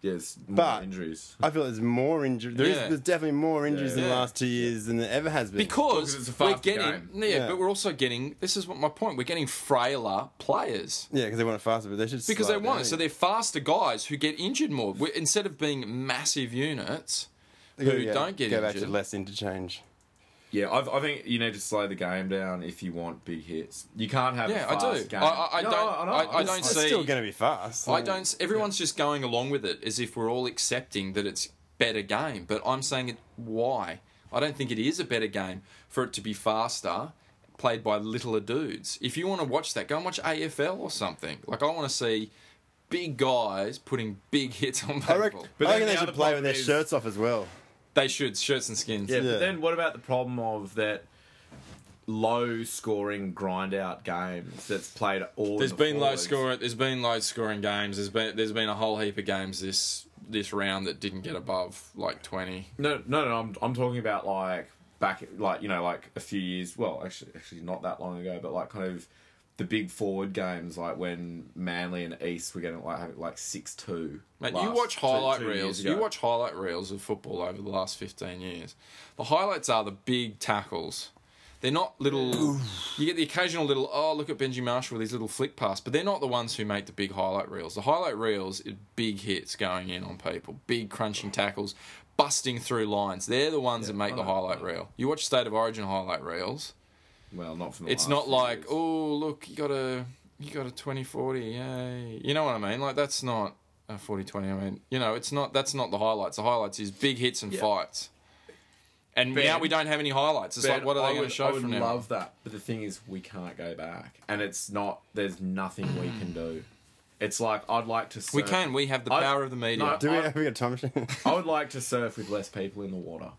Yes, more
But-
injuries.
I feel there's more injuries. There is
Yeah.
There's definitely more injuries in the
Yeah.
last two years than there ever has been.
Because
Because it's a
we're
faster
getting
game.
yeah,
Yeah.
but we're also getting this is what my point. We're getting frailer players
yeah, because they want it faster, but they should.
because
slow
they want
down.
it. So they're faster guys who get injured more. we instead of being massive units
They gotta
who
go-
don't get
go
injured.
back to less interchange.
Yeah, I, I think you need to slow the game down if you want big hits. You can't have
Yeah,
a
I do.
fast game.
I- I- I don't-
know,
I- I
know.
don't
It's
see-
still going to be fast.
I don't. s- Everyone's just going along with it as if we're all accepting that it's better game. But I'm saying it. Why? I don't think it is a better game for it to be faster, played by littler dudes. If you want to watch that, go and watch AFL or something. Like I want to see big guys putting big hits on people.
I reckon,
But
I reckon
then
they
the
should
other
play with their
problem is-
shirts off as well.
they should shirts and skins.
Yeah,
Yeah.
but then what about the problem of that low scoring grind out games that's played all
There's
in the
been low
forwards?
scoring. There's been low scoring games. There's been there's been a whole heap of games this this round that didn't get above like twenty.
No, no, no. I'm I'm talking about like back, like you know, like a few years. Well, actually, actually not that long ago, but like kind of the big forward games, like when Manly and East were getting like having, like six two.
Mate, you watch highlight reels. You watch highlight reels of football over the last fifteen years. The highlights are the big tackles. They're not little. you get the occasional little. Oh, look at Benji Marshall with his little flick pass, but they're not the ones who make the big highlight reels. The highlight reels is big hits going in on people, big crunching tackles, busting through lines. They're the ones that make the highlight reel. You watch State of Origin highlight reels.
Well, not from. The
It's
last
not
few
like
years.
oh look, you got a you got a twenty forty, yay. You know what I mean? Like that's not a 40-20, I mean, you know, it's not that's not the highlights. The highlights is big hits and fights. And
Ben-
now we don't have any highlights. It's like
Ben,
what are
I
they going
would-
to
I
show
would
from now? on?
love that, but the thing is, we can't go back, and it's not. There's nothing we can do. It's like I'd like to. Surf.
We can. We have the
I-
power of the media.
No,
Do we
I-
have we got a time machine?
I would like to surf with less people in the water.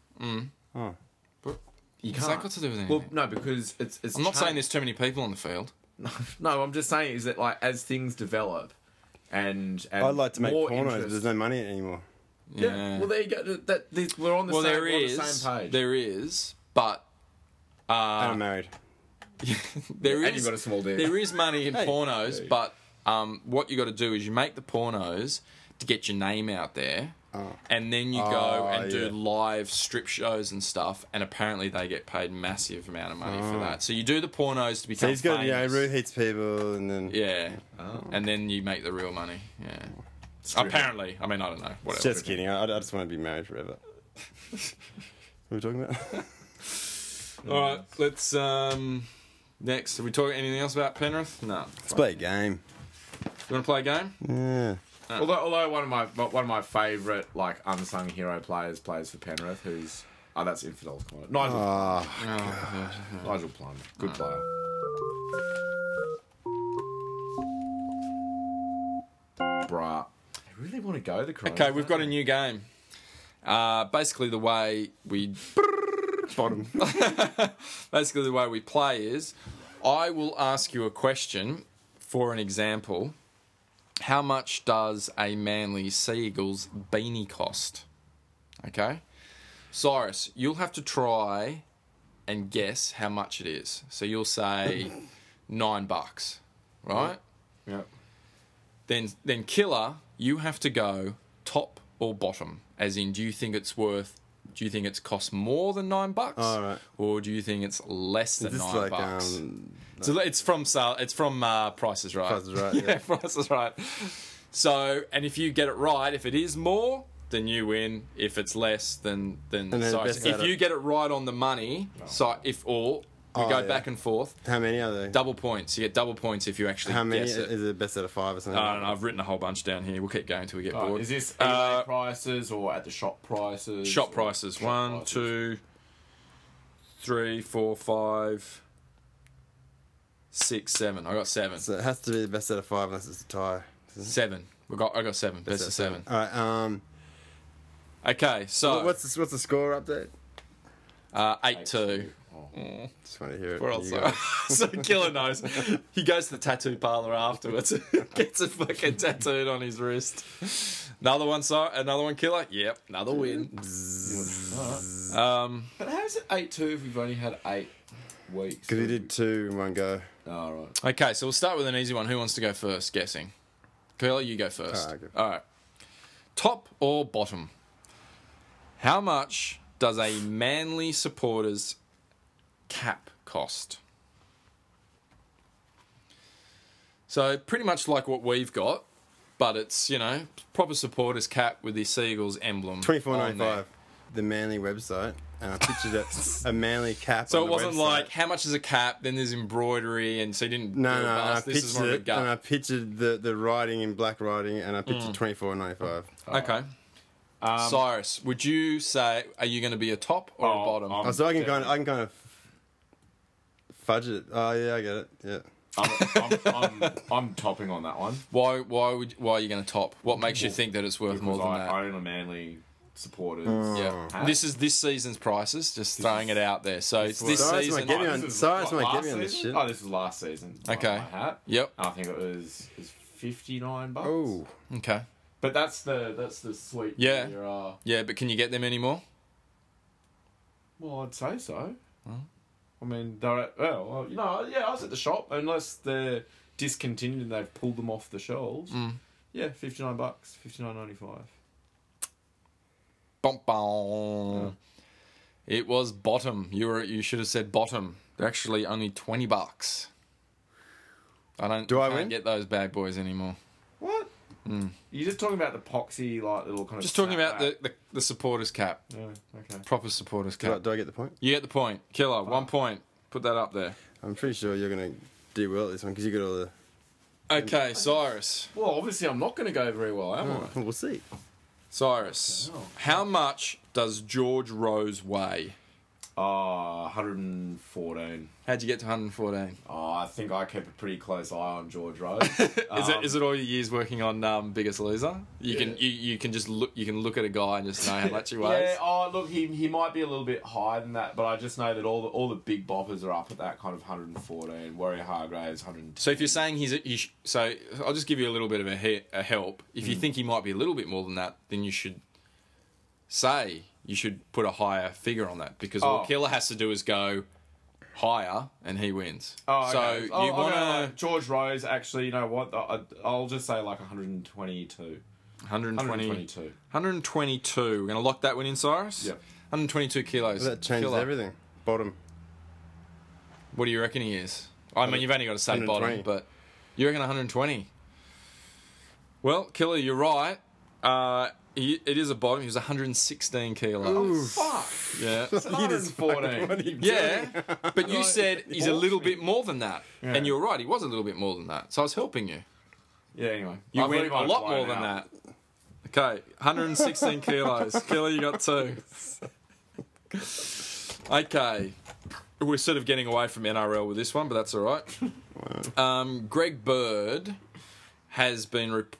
Oh.
But
You
Has
can't.
that Mm. got to do with
Well,
anything?
no, because it's. it's
I'm not saying
changed.
there's too many people on the field.
No, I'm just saying is that like as things develop, and, and
I'd like to make
more
pornos, but
interest-
there's no money in it anymore.
yeah. Well, there you go. That, that- this- we're on the
well,
same.
there
we're on the
is.
same page.
There is, but
and I'm married.
there
and
is-
you've got a small dick.
There is money in
Hey.
pornos, but um, what you got to do is you make the pornos to get your name out there, and then you go
Oh,
and do
yeah.
live strip shows and stuff. And apparently they get paid massive amount of money for that. So you do the pornos to
So
become
he's got you know
famous.
Ruth Heats people, and then
yeah, and then you make the real money. Yeah, apparently. I mean, I don't know. Whatever.
just kidding. I, I just want to be married forever. what are we talking about?
All right, let's um. Next, are we talking anything else about Penrith? No.
Let's play a game.
You want to play a game?
Yeah.
although, although one of my one of my favourite like unsung hero players plays for Penrith, who's Oh, that's Infidel's Corner. Nigel, Oh,
Ah,
Nigel Plum. Good player. Bruh. I really want to go the Crows.
Okay, we've got a new game. Uh, basically, the way we
bottom.
basically the way we play is, I will ask you a question. For an example, how much does a Manly Seagulls beanie cost? Okay, Cyrus, you'll have to try and guess how much it is. So you'll say nine bucks, right?
yep.
then then killer you have to go top or bottom as in do you think it's worth do you think it's cost more than nine bucks
All right.
or do you think it's less than
this
nine
like
bucks
um,
so le- it's from sale it's from uh, prices right
Price is Right,
yeah,
yeah.
price is right so and if you get it right if it is more then you win if it's less then then,
And then
so
best
if
out of-
you get it right on the money so if or we
Oh,
go
yeah.
back and forth
how many are they?
double points you get double points if you actually
How many
guess
is
it. Uh,
it? Best out of five or something?
I don't know. I've written a whole bunch down here. We'll keep going until we get
Right,
bored.
Oh, is this eBay
Uh,
prices or at the shop prices?
shop
or-
prices?
shop
One,
prices.
two, three, four, five, six, seven. I got seven.
So it has to be the best out of five unless it's a tie.
Seven. We got. I got seven. Best, of seven.
All right. Um,
Okay. So
what's the, what's the score update?
uh, eight, two.
Just want to hear it.
We're
You
also
guys.
so killer knows. He goes to the tattoo parlor afterwards. Gets a fucking tattooed on his wrist. Another one. So another one. Killer. Yep. Another win.
Alright.
Um.
But how is it eight two if we've only had eight weeks?
Because we did two in one go.
All right.
Okay, so we'll start with an easy one. Who wants to go first? Guessing. Curly, you go first.
Ah, okay.
All right. Top or bottom? How much does a Manly supporter's cap cost? So pretty much like what we've got, but it's you know proper supporters cap with the Seagulls emblem.
Twenty four
on
ninety
there.
five. The Manly website, and I pictured it, a Manly cap.
So
on
it
the
wasn't
website.
like how much is a cap? Then there's embroidery, and so you didn't.
No,
do a
no, and I
bust. This is
pictured
more of a
it,
gut. Mm.
and I pictured the, the writing in black writing, and I pictured twenty four ninety five.
Okay. Cyrus, would you say are you going to be a top or
Oh,
a bottom?
I'm-
Oh, so I can kind of, I can kind of fudge it. Oh yeah, I get it. Yeah,
I'm, I'm, I'm, I'm topping on that one.
why? Why would? Why are you going to top? What makes you think that it's worth more
Because
than
I
that?
own a Manly supporters.
yeah.
hat.
This is this season's prices. Just throwing it out there. So it's this
what- Sorry, it's my
season.
giving
Oh, This
on-
is
sorry, it's
what,
my
last
giving on this
season?
shit.
Oh, this is last season. my-
Okay.
My hat.
Yep.
I think it was is fifty nine bucks.
Oh.
Okay.
But that's the that's the sweet.
Yeah.
year, uh,
Yeah, but can you get them anymore?
Well, I'd say so. I mean, they're at, well, well, you know, yeah, I was at the shop. Unless they're discontinued and they've pulled them off the shelves.
Mm.
Yeah, fifty nine bucks, fifty nine ninety five.
Bom, bom. It was bottom. You were. You should have said bottom. They're actually only twenty bucks. I don't.
Do I
can't
win?
get those bad boys anymore.
What? You're just talking about the poxy, like little kind of.
Just talking about the,
snapback.
the, the supporters cap.
Yeah, okay.
Proper supporters
do I,
cap.
do I get the point?
You get the point. Killer, one point. Put that up there.
I'm pretty sure you're gonna do well at this one because you got all the.
Okay, Cyrus.
Well, obviously, I'm not going to go very well, am
Hmm.
I?
We'll see.
Cyrus. How much does George Rose weigh?
Ah, 114.
How'd you get to 114?
Oh, I think I kept a pretty close eye on George Rose.
is it is it all your years working on um, Biggest Loser? You can you, you can just look you can look at a guy and just know how much he weighs.
Yeah. Oh, look, he he might be a little bit higher than that, but I just know that all the all the big boppers are up at that kind of 114. Warrior Hargraves 110.
So if you're saying he's a, you sh- so I'll just give you a little bit of a, he- a help. If
Mm.
you think he might be a little bit more than that, then you should say you should put a higher figure on that because
Oh.
what Killer has to do is go higher and he wins.
Oh,
so
okay.
you
Oh, okay,
want to
like George Rose? Actually, you know what? I, I'll just say like 122.
120,
122.
122. We're going to lock that one in, Cyrus.
Yep.
122 kilos.
That changes
Killer.
everything. Bottom.
What do you reckon he is? I mean, you've only got to say bottom,
120.
but you reckon 120. Well, Killer, you're right. Uh, he, it is a bottom. He was 116 kilos.
Fuck.
Yeah.
He just fucking-
114.
what are you
Yeah, but you said he's a little bit more than that,
Yeah.
and you're right. He was a little bit more than that. So I was helping you.
Yeah. Anyway,
You
I've
went
already
a
got
lot
blown
more than
out.
that. Okay, 116 kilos. Killer, you got two. Okay. We're sort of getting away from NRL with this one, but that's all right. Um, Greg Bird has been. Rep-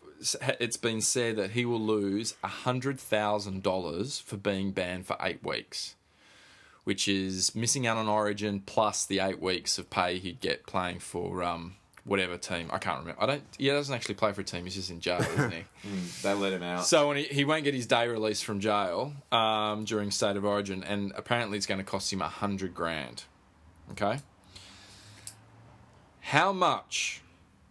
it's been said that he will lose $100,000 for being banned for eight weeks, which is missing out on Origin plus the eight weeks of pay he'd get playing for um, whatever team. I can't remember. I don't. He doesn't actually play for a team. He's just in jail, isn't he?
They let him out.
So when he, he won't get his day release from jail um, during state of origin, and apparently it's going to cost him a hundred grand. Okay. How much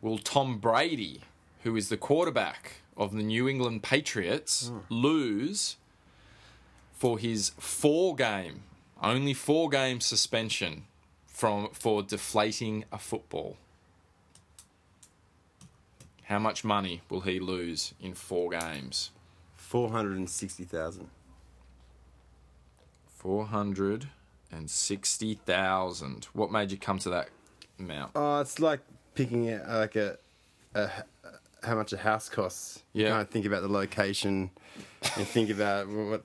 will Tom Brady, who is the quarterback of the New England Patriots, lose for his four-game, only four-game suspension from for deflating a football? How much money will he lose in four games?
460,000.
Four hundred and sixty thousand. What made you come to that amount?
Oh, it's like picking out uh, like a, a h- how much a house costs. You
Yeah.
kind of think about the location and think about what, what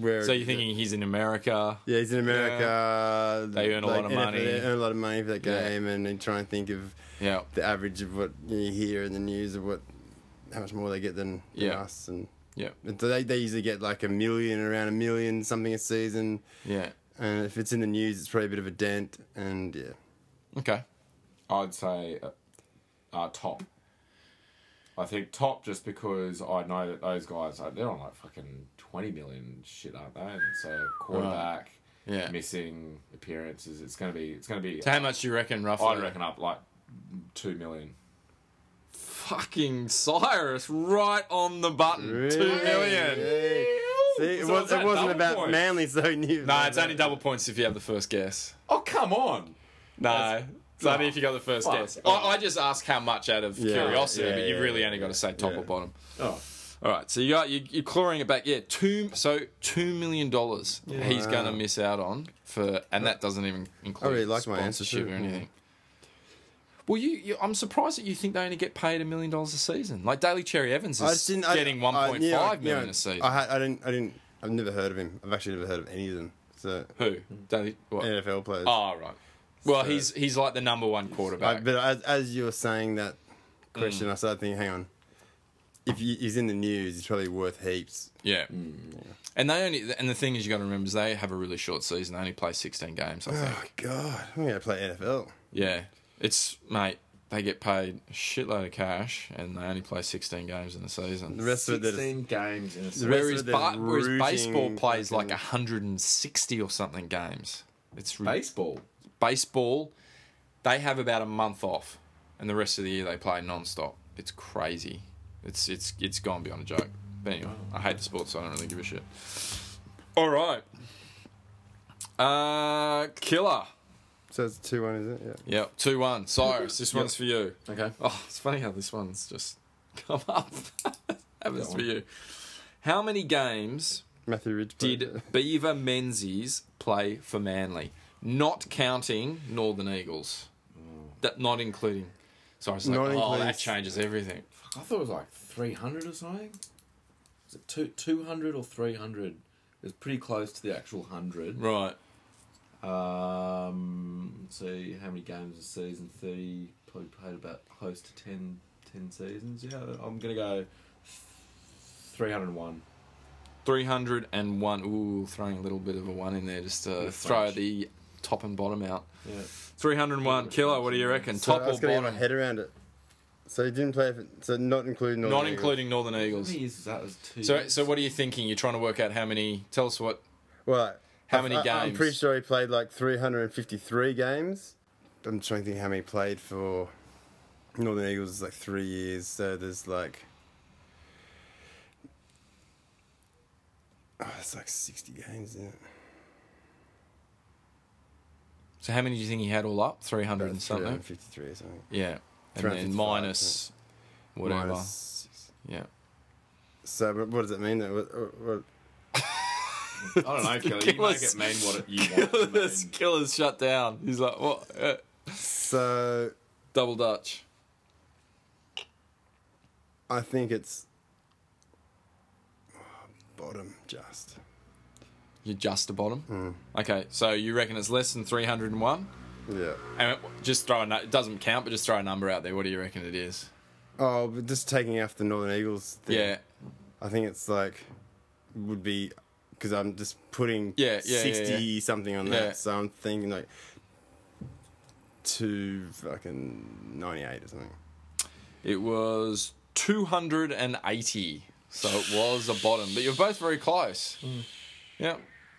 where.
so you're thinking he's in America?
Yeah, he's in America.
They earn a lot of
and if
money.
They earn a lot of money for that
Yeah.
game, and, and try and think of
Yeah.
the average of what you hear in the news of what how much more they get than, than
Yeah.
us and.
Yeah.
So they, they usually get like a million, around a million something a season.
Yeah.
And if it's in the news, it's probably a bit of a dent. And yeah,
Okay.
I'd say uh, uh, top. I think top just because I know that those guys are, they're on like fucking twenty million shit, aren't they? And so quarterback,
Yeah.
missing appearances, it's gonna be it's gonna be.
So how much do you reckon roughly?
I'd reckon up like two million.
Fucking Cyrus, right on the button. Two million.
Hey. See, it,
So
was,
it's like
it wasn't
double
about
points.
Manly, so he knew.
No, it's only double points if you have the first guess.
Oh come on!
No. it's only if you got the first
Fuck.
guess. I, I just ask how much out of
Yeah.
curiosity,
Yeah,
but
yeah,
you've really
yeah,
only got to say top
yeah.
or bottom.
Oh,
All right, so you got you, you're clawing it back. Yeah, two so two million dollars he's
Wow.
going to miss out on for, and that doesn't even include
really like my answer
sponsorship
too,
or
yeah.
anything. Well, you, you I'm surprised that you think they only get paid a million dollars a season. Like Daly Cherry Evans
I just
is
didn't, I-
getting
I-
1.5
yeah,
million
I- yeah,
a season.
I, had- I didn't. I didn't. I've never heard of him. I've actually never heard of any of them. So
Who Daly? What?
NFL players.
Oh, right. Well,
So-
he's he's like the number one
I-
quarterback.
but as, as you were saying that question,
Mm.
I started thinking, hang on. If you, he's in the news, he's probably worth heaps.
Yeah. And they only and the thing is you got to remember is they have a really short season. They only play 16 games, I think.
Oh God, I'm gonna play NFL.
Yeah. It's mate, they get paid a shitload of cash and they only play 16 games in the
The
season.
rest of it, that is-
games in a
the rest
Whereas,
of it that
ba-
is
whereas
rooting
baseball plays like
fucking-
160 or something games. It's re-
baseball.
baseball they have about a month off and the rest of the year they play non-stop. It's crazy. It's it's it's gone beyond a joke. But anyway, I hate the sport so I don't really give a shit. All right. Uh killer.
So it's two one, is it? Yeah.
Yep, two one. Cyrus, this one's for you.
Okay.
Oh, it's funny how this one's just come up. Happens for you. How many games
Matthew Ridge played
did
it.
Beaver Menzies play for Manly? Not counting Northern Eagles. That not including. Sorry, it's like,
Mm. Not
oh,
including-
that changes everything.
I thought it was like three hundred or something. Is it two two hundred or three hundred? It's pretty close to the actual hundred.
Right.
Um, so how many games a season? Thirty. Probably played about close to 10, 10 seasons. Yeah, I'm gonna go three hundred one.
301. Ooh, throwing a little bit of a one in there just to
Yeah,
throw
French.
the top and bottom out.
Yeah.
301. Killer, what do you reckon?
So
top
I was
or
gonna get
bottom?
my head around it. So he didn't play. For, so not including. Northern
Not
Eagles.
including Northern
How
Eagles.
many years is that? It was two.
So,
years.
so what are you thinking? You're trying to work out how many. Tell us what.
Well,
How
I-
many
I, I'm
games?
pretty sure he played like 353 games. I'm trying to think how many played for Northern Eagles. It's like three years, so there's like. Oh, it's like 60 games, isn't it?
So, how many do you think he had all up? 300
About
and something.
353 or something.
Yeah. And then
355,
minus whatever.
Minus-
Yeah.
So, but what does it mean? That what, what- what,
I don't know, Kelly. You make
Ridiculous.
it mean what it, you want. it to mean.
killer's shut down. He's like, what? Uh,
so,
double Dutch.
I oh, think it's bottom just.
You're just a bottom. Okay, so you reckon it's less than 301?
Yeah.
And it- just throw a nu- it doesn't count, but just throw a number out there. What do you reckon it is?
Oh, but just taking off the Northern Eagles thing.
Yeah,
I think it's like would be because I'm just putting
Yeah, yeah, yeah,
sixty something on
Yeah.
that, so I'm thinking like two fucking ninety eight or something.
it was 280. So it was a bottom, but you're both very close. Yeah,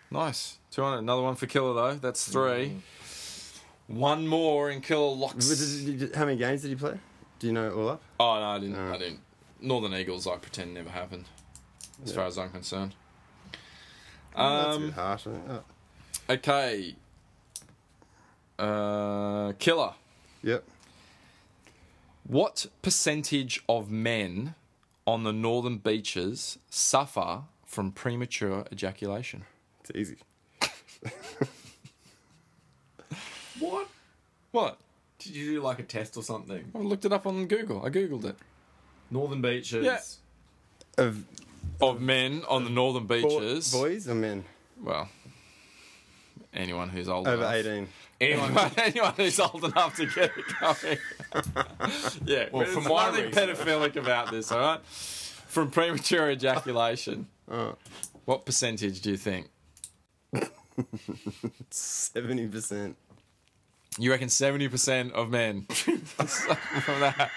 nice. 200. Another one for Killer though. That's three. One more and Killer
But
locks.
did- did- did- how many games did he play? Do you know it all up?
Oh no, I didn't. I
Alright.
didn't. Northern Eagles, I pretend never happened. As far as I'm concerned.
That's a
Um,
bit harsh. I think. Oh,
okay. Uh, killer.
yep.
What percentage of men on the northern beaches suffer from premature ejaculation?
It's easy.
What?
What?
Did you do like a test or something?
I looked it up on Google. I googled it.
Northern Beaches.
Yeah.
Of
Of men on the northern
bo-
beaches.
boys or men
Well, anyone who's old
over
enough.
eighteen.
Anyone?
Anyone, anyone who's old enough to get it going. yeah, well,
for
there's
my
nothing
reason.
pedophilic about this, all right? From premature ejaculation. What percentage do you think?
Seventy percent.
You reckon 70% of men suffer from that?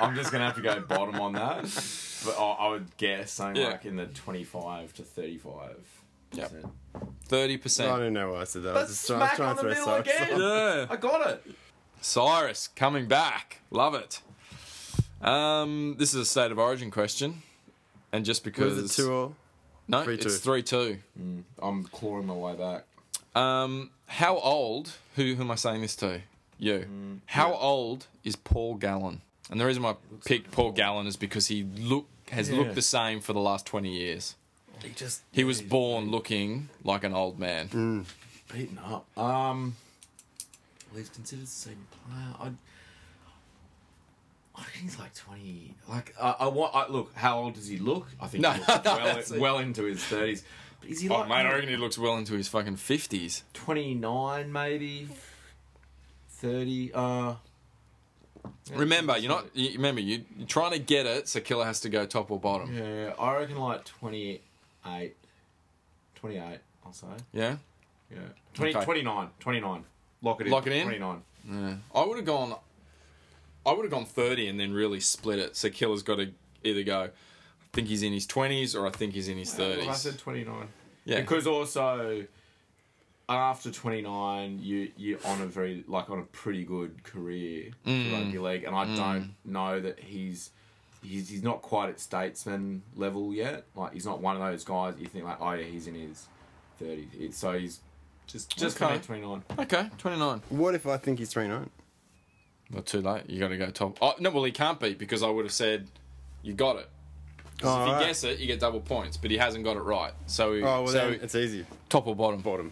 I'm just gonna have to go bottom on that, but I, I would guess something
Yeah.
like in the 25 to 35.
Yep.
percent.
30%.
I don't know why I said that. I was
That's
just trying,
smack
trying
on
to
the
throw
middle
socks
again.
Yeah.
I got it.
Cyrus coming back. Love it. Um, this is a state of origin question. And just because.
Was it two all?
No,
Three,
it's
two.
3 2.
I'm clawing my way back.
Um, how old? Who, who am I saying this to? You.
Mm,
how old is Paul Gallen? And the reason why I picked Paul Gallen is because he look has looked the same for the last twenty years.
He just
He was born looking like an old man.
Mm.
beaten up. Um, well, he's considered the same player. I, I think he's like twenty. Like I, I want. I, look, how old does he look? I think
No,
he looks well,
that's it.
well into his thirties. But is he
Oh
like
man, I reckon he looks well into his fucking fifties.
twenty nine, maybe thirty? Uh,
Remember, you're not. You, remember, you, you're trying to get it, so Killer has to go top or bottom. Yeah.
yeah, I reckon like 28. 28, I'll say. Yeah, 20,
Okay.
29, 29. Lock it in.
Lock it in?
Twenty nine.
I would have gone. I would have gone thirty and then really split it. So Killer's got to either go. I think he's in his twenties, or I think he's in his
I
thirties.
said 29.
Yeah.
Because also, after 29, you, you're on a very, like, on a pretty good career
Mm.
for rugby league. And I don't know that he's, he's, he's not quite at statesman level yet. Like, he's not one of those guys you think, like, oh, yeah, he's in his 30s. It- So he's just, just
Okay.
coming at 29.
Okay, 29.
What if I think he's three nine?
Well, too late. You got to go top. Oh, no, well, he can't be because I would have said you got it. 'Cause if you guess it, you get double points, but he hasn't got it right. So, he-
Oh well,
so
then it's easy.
top or bottom?
Bottom.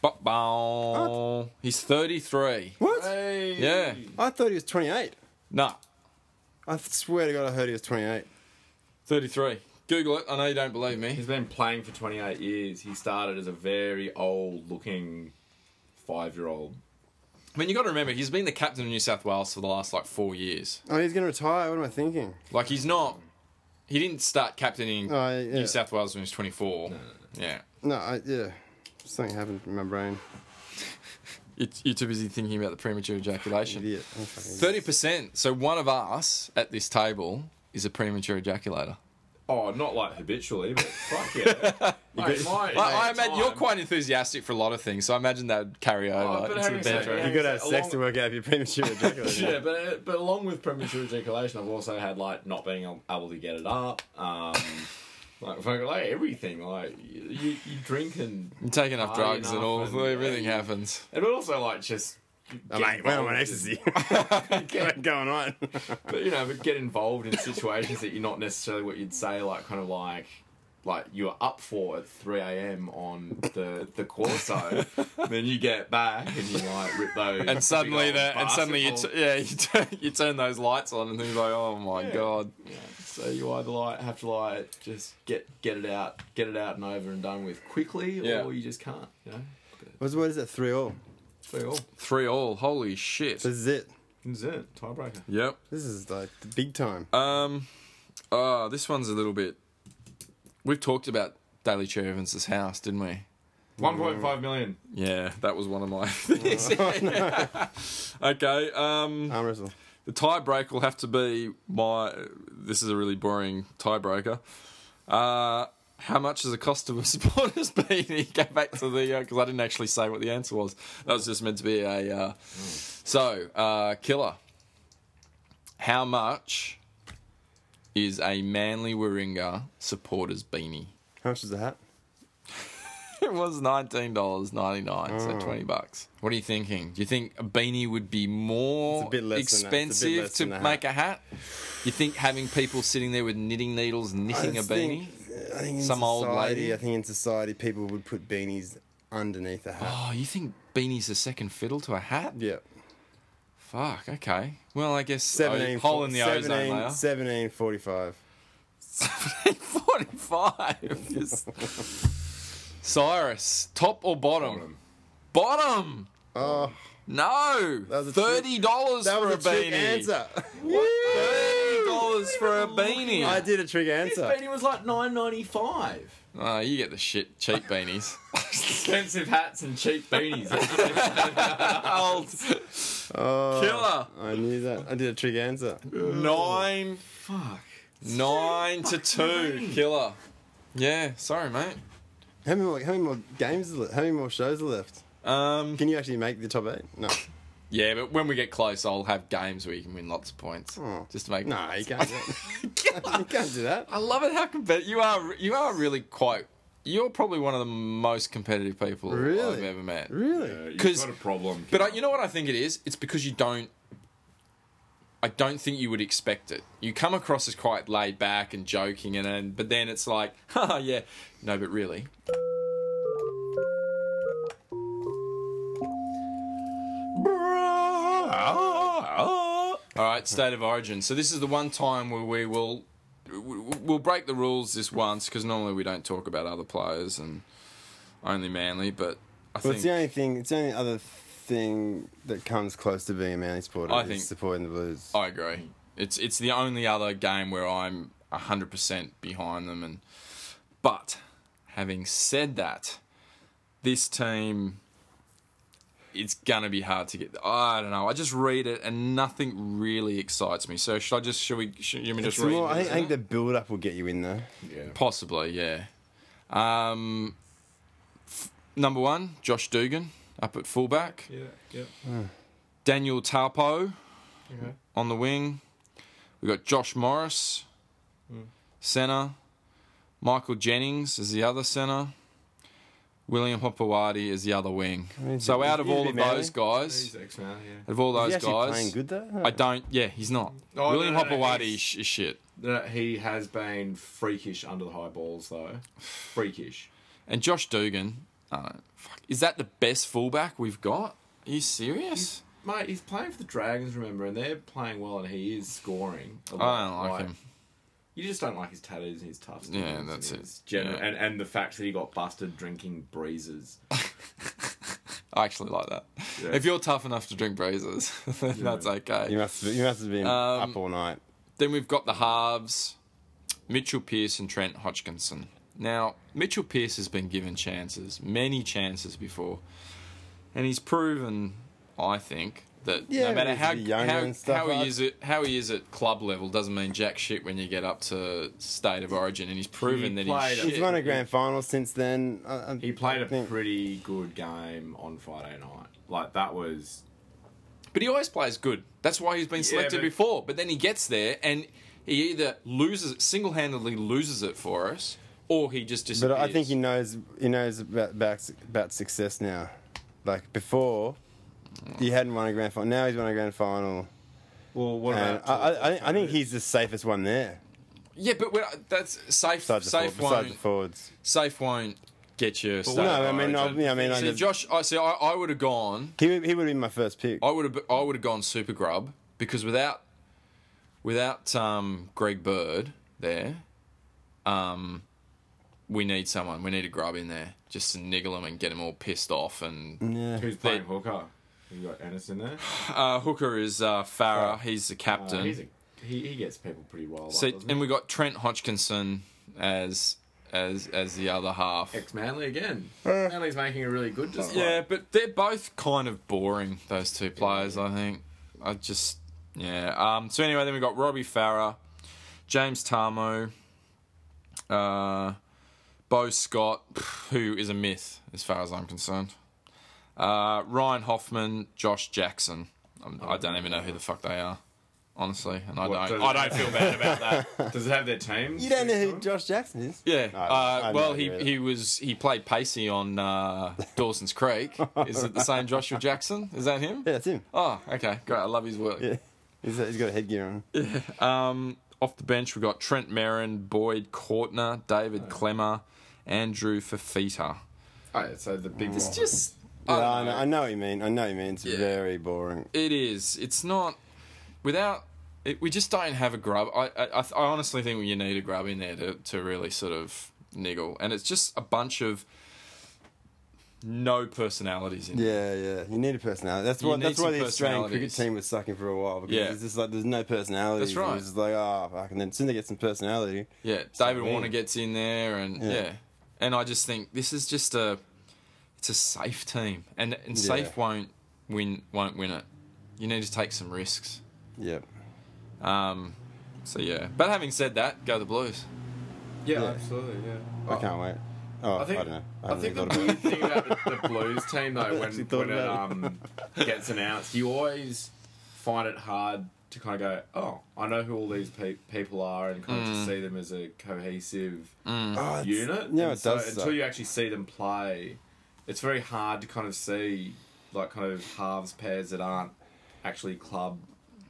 Bop, bow. He's 33.
What?
Hey!
Yeah.
I thought he was 28.
Nah,
I swear to God, I heard he was 28.
33. Google it. I know you don't believe me.
He's been playing for 28 years. He started as a very old looking five year old.
I mean, you got to remember, he's been the captain of New South Wales for the last like four years.
Oh, he's going to retire. What am I thinking?
Like, he's not. He didn't start captaining
Oh, yeah.
New South Wales when he was 24. Yeah.
No, I, yeah. Something happened in my brain.
You- You're too busy thinking about the premature ejaculation.
Idiot. I'm fucking idiot.
Thirty percent. So one of us at this table is a premature ejaculator.
Oh, not like habitually, but fuck yeah. Mate, my-
I, I imagine you're
time-
quite enthusiastic for a lot of things, so I imagine that would carry
Oh,
over
but
into
having
the
said-
bedroom.
yeah.
you got to have
Along-
sex to work out if you're premature ejaculation.
Yeah, but but along with premature ejaculation, I've also had like not being able to get it up, um, like fucking like everything, like you, you you drink and
You take enough
High
drugs and
enough
all,
and-
everything happens.
and also like just.
Oh, mate,
get
well, I'm on
involved
ecstasy.
in-
What's going on?
But you know, but get involved in situations that you're not necessarily what you'd say, like kind of like like you were up for at three a.m. on the the corso, then you get back and you like rip those
and suddenly
big old
that and suddenly you t-
basketball-
yeah you, t- you turn those lights on and then you're like oh my god
so you either like have to like just get get it out get it out and over and done with quickly,
Yeah.
or you just can't. You know,
What's what is it? Three all.
so all
three all holy shit
This is it.
that's it tiebreaker.
yep
This is like the big time.
um oh this one's a little bit we've talked about Daily Chair Evans's house didn't we
One point five million.
yeah that was one of my things okay um
Arm wrestle.
The tiebreak will have to be my. This is a really boring tiebreaker. Uh, how much has the cost of a supporter's beanie? Go back to the because I didn't actually say what the answer was. That was just meant to be a. Uh, so uh, killer. How much is a Manly Warringah supporter's beanie?
How much is the hat?
It was nineteen dollars ninety nine,
Hmm.
so twenty bucks. What are you thinking? Do you think a beanie would be more
It's a bit less than that. It's a bit
expensive
less
to
than a hat.
make a hat? You think having people sitting there with knitting needles knitting a beanie?
I think in
Some old
society-
lady?
I think in society people would put beanies underneath the hat.
Oh, you think beanies are second fiddle to a hat?
Yeah.
Fuck. Okay. Well, I guess
17,
oh, hole in the
17,
ozone layer.
1745.
Seventeen forty-five. Yes. Cyrus, top or bottom? Bottom.
Oh,
No.
That was a trick-
Thirty dollars
that
for
was a,
a,
trick
beanie.
answer.
Thirty dollars for a beanie.
I did a trick
This
answer.
beanie was like nine ninety five.
Oh, you get the shit cheap beanies.
Expensive hats and cheap beanies.
Old
Oh,
killer.
I knew that. I did a trick answer.
Nine,
Fuck.
nine to two, killer. Yeah, sorry, mate.
How many more, how many more games? Are left? How many more shows are left?
Um,
Can you actually make the top eight? No.
yeah, but when we get close, I'll have games where you can win lots of points.
Oh.
Just to make.
No, you can't. Do that. you can't do that.
I love it how competitive you are. You are really quite. You're probably one of the most competitive people I've
Really?
ever met.
Really?
Because-
Because got a problem.
But I, you know what I think it is? It's because you don't. I don't think you would expect it. You come across as quite laid back and joking, and, and but then it's like, oh yeah, no, but really. All right, state of origin. So this is the one time where we will we'll break the rules this once because normally we don't talk about other players and only Manly, but
Well,
I think
it's the only thing. It's the only other thing that comes close to being a Manly supporter.
I
is
think- Oh,
supporting the Blues.
I agree. It's it's the only other game where I'm hundred percent behind them, and but having said that, this team, it's gonna be hard to get. I don't know. I just read it and nothing really excites me. So should I just should we should you want me just
It's
read?
more, I,
this
think, I think
out?
the build-up will get you in there.
possibly yeah. Um, f- number one, Josh Dugan up at fullback.
yeah, yeah.
Daniel Taupo
Okay.
on the wing. We've got Josh Morris,
Mm.
centre. Michael Jennings is the other centre. William Hopawadi is the other wing.
mean,
So
he's-
out of
he's
all
a
of
bit
those guys,
He's X now, yeah.
out of all
Is he
those
actually playing
guys,
good though.
I don't. Yeah, he's not.
Oh,
William
no, no, no,
Hopawadi
he's-
is, is shit,
No, he has been freakish under the high balls, though. Freakish.
and Josh Dugan. I don't. Fuck. Is that the best fullback we've got? Are you serious?
Mate, he's playing for the Dragons, remember, and they're playing well, and he is scoring. a
I
lot.
don't like him.
You just don't like his tattoos and his tufts.
Yeah,
and
that's it.
his General,
Yeah.
and, and the fact that he got busted drinking breezes.
I actually like that.
Yeah.
If you're tough enough to drink breezes, then that's okay.
You must. Have, you must have been
Um,
up all night.
Then we've got the halves, Mitchell Pearce and Trent Hodgkinson. Now, Mitchell Pearce has been given chances, many chances before, and he's proven, I think, that
Yeah,
no matter
he's
how
a bit younger
how,
and stuff
how he
like-
is at how he is at club level doesn't mean jack shit when you get up to state of origin, and he's proven
He
that
played
he's
a-
shit.
He's won a grand final since then. I, I,
He played
I
a
think-
pretty good game on Friday night. Like, that was.
But he always plays good. That's why he's been selected
but-
before. But then he gets there and he either loses single handedly loses it for us, or he just
But
disappears.
I think he knows. He knows about about, about success now. Like before, he hadn't won a grand final. Now he's won a grand final,
Well, what
and I,
about.
I, I think he's the safest one there.
Yeah, but when, that's safe.
Besides the,
safe
forward, besides
won't.
the forwards.
Safe won't get you.
no, I mean, I, yeah, I mean, I
see,
just,
Josh. I see. I, I would have gone.
he, would- he would have been my first pick.
I would have. I would have gone super grub because without, without um, Greg Bird there, um, we need someone. We need a grub in there just to niggle him and get him all pissed off. And
Yeah.
Who's playing hooker? You got Ennis in there.
uh, Hooker is uh, Farah. He's the
Uh,
Oh,
captain.
he's a, he, he gets people pretty well.
So,
up, doesn't
and
he?
we got Trent Hodgkinson as as as the other half.
ex Manly again.
Uh.
Manly's making a really good display.
Yeah, but they're both kind of boring. Those two players, I think. I just yeah. Um. So anyway, then we got Robbie Farah, James Tamu, uh, Bo Scott, who is a myth as far as I'm concerned. Uh, Ryan Hoffman, Josh Jackson. I'm, I don't even know who the fuck they are, honestly, and I
What,
don't.
does-
I don't feel bad about that.
Does it have their teams?
You don't know who Josh Jackson is?
Yeah.
I- I
uh,
have
well,
no
he
idea.
he was he played Pacey on uh, Dawson's Creek. Is it the same Joshua Jackson? Is that him?
Yeah, that's him.
Oh, okay, great. I love his work.
Yeah. He's, he's got a headgear on.
Um, off the bench, we've got Trent Merrin, Boyd Courtner, David Clemmer, Andrew Fafita.
Oh, so the big
It's just.
Yeah,
I don't
I, know,
know.
I know what you mean. I know what you mean. It's
Yeah.
very boring.
It is. It's not. Without. It, we just don't have a grub. I, I, I I honestly think you need a grub in there to, to really sort of niggle. And it's just a bunch of no personalities in there.
Yeah, yeah. You need a personality. That's
You
why.
need
That's why
some
the Australian cricket
personalities.
team was sucking for a while because
Yeah.
it's just like there's no personality.
That's right.
It's just like oh fuck, and then as soon as they get some personality,
Yeah, David Warner gets in there, and yeah.
Yeah.
and I just think this is just a, it's a safe team, and and safe won't win won't win it. You need to take some risks.
yep.
Um, so yeah, but having said that, go the Blues.
yeah,
yeah.
absolutely. Yeah.
I can't wait. Oh, I,
I think, I,
don't know. I, haven't
think the
really thought about
weird thing about the, the Blues team, though, when,
actually thought
when it,
about it.
um, gets announced, you always find it hard to kind of go, oh, I know who all these pe- people are and kind of
Mm.
just see them as a cohesive
it. Oh, it's-
unit.
Yeah,
And
it
so
does.
Until
suck.
you actually see them play, it's very hard to kind of see, like, kind of halves pairs that aren't actually club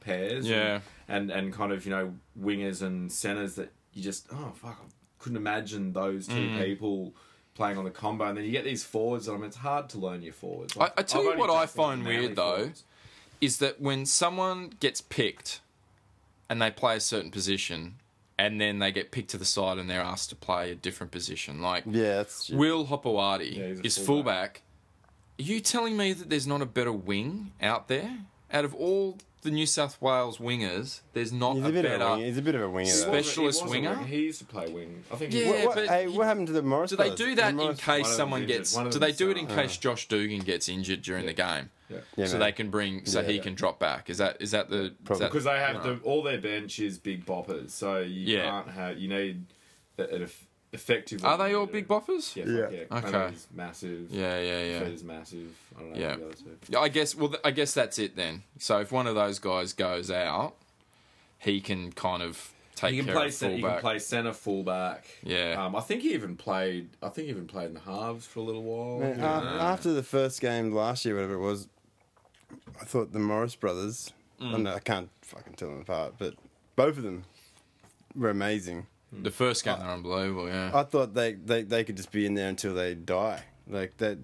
pairs.
Yeah.
And, and, and kind of, you know, wingers and centres that you just, oh, fuck, I couldn't imagine those two
Mm.
people playing on the combo. And then you get these forwards, and I mean, it's hard to learn your forwards.
I- I tell you
only
what I
just learned
find
Manly
weird, though.
forwards.
Is that when someone gets picked, and they play a certain position, and then they get picked to the side and they're asked to play a different position, like
Yeah, that's true.
Will Hopewadi
Yeah, he's a
is fullback.
fullback.
Are you telling me that there's not a better wing out there? Out of all the New South Wales wingers, there's not
He's
a,
a bit of
better.
a winger. He's a bit of a winger.
He
though.
wasn't- he
Specialist
wasn't
winger?
wing- He used to play wing. I think he
Yeah,
What, what,
but
hey,
you-
what happened to the Morris
do they
brothers?
do that
The
in
Morris-
case
One of
someone
them's injured.
gets?
One of
Do they
them's
do it in
out.
case Josh Dugan gets injured during the game,
Yeah.
Yeah,
so
man.
they can bring so he
Yeah.
can drop back? Is that is that the is
Probably.
that-
because they have
No.
the, all their bench is big boppers, so you
Yeah.
can't have you need a- an eff- effective.
Are they all big boffers?
Yeah,
Yeah.
yeah. yeah.
Okay.
Manly's massive.
Yeah, yeah, yeah.
Feder's massive. I don't know.
Yeah.
The other two.
Yeah, I guess. Well, th- I guess that's it then. So if one of those guys goes out, he can kind of take
You can
care
play
of
center,
fullback.
you can play center fullback.
Yeah.
Um, I think he even played. I think he even played in the halves for a little while.
Man, af- uh, After the first game last year, whatever it was, I thought the Morris brothers.
Mm.
I, don't know, I can't fucking tell them apart, but both of them were amazing.
The first
Uh,
game, they're unbelievable. Yeah.
I thought they, they, they could just be in there until they die. Like that.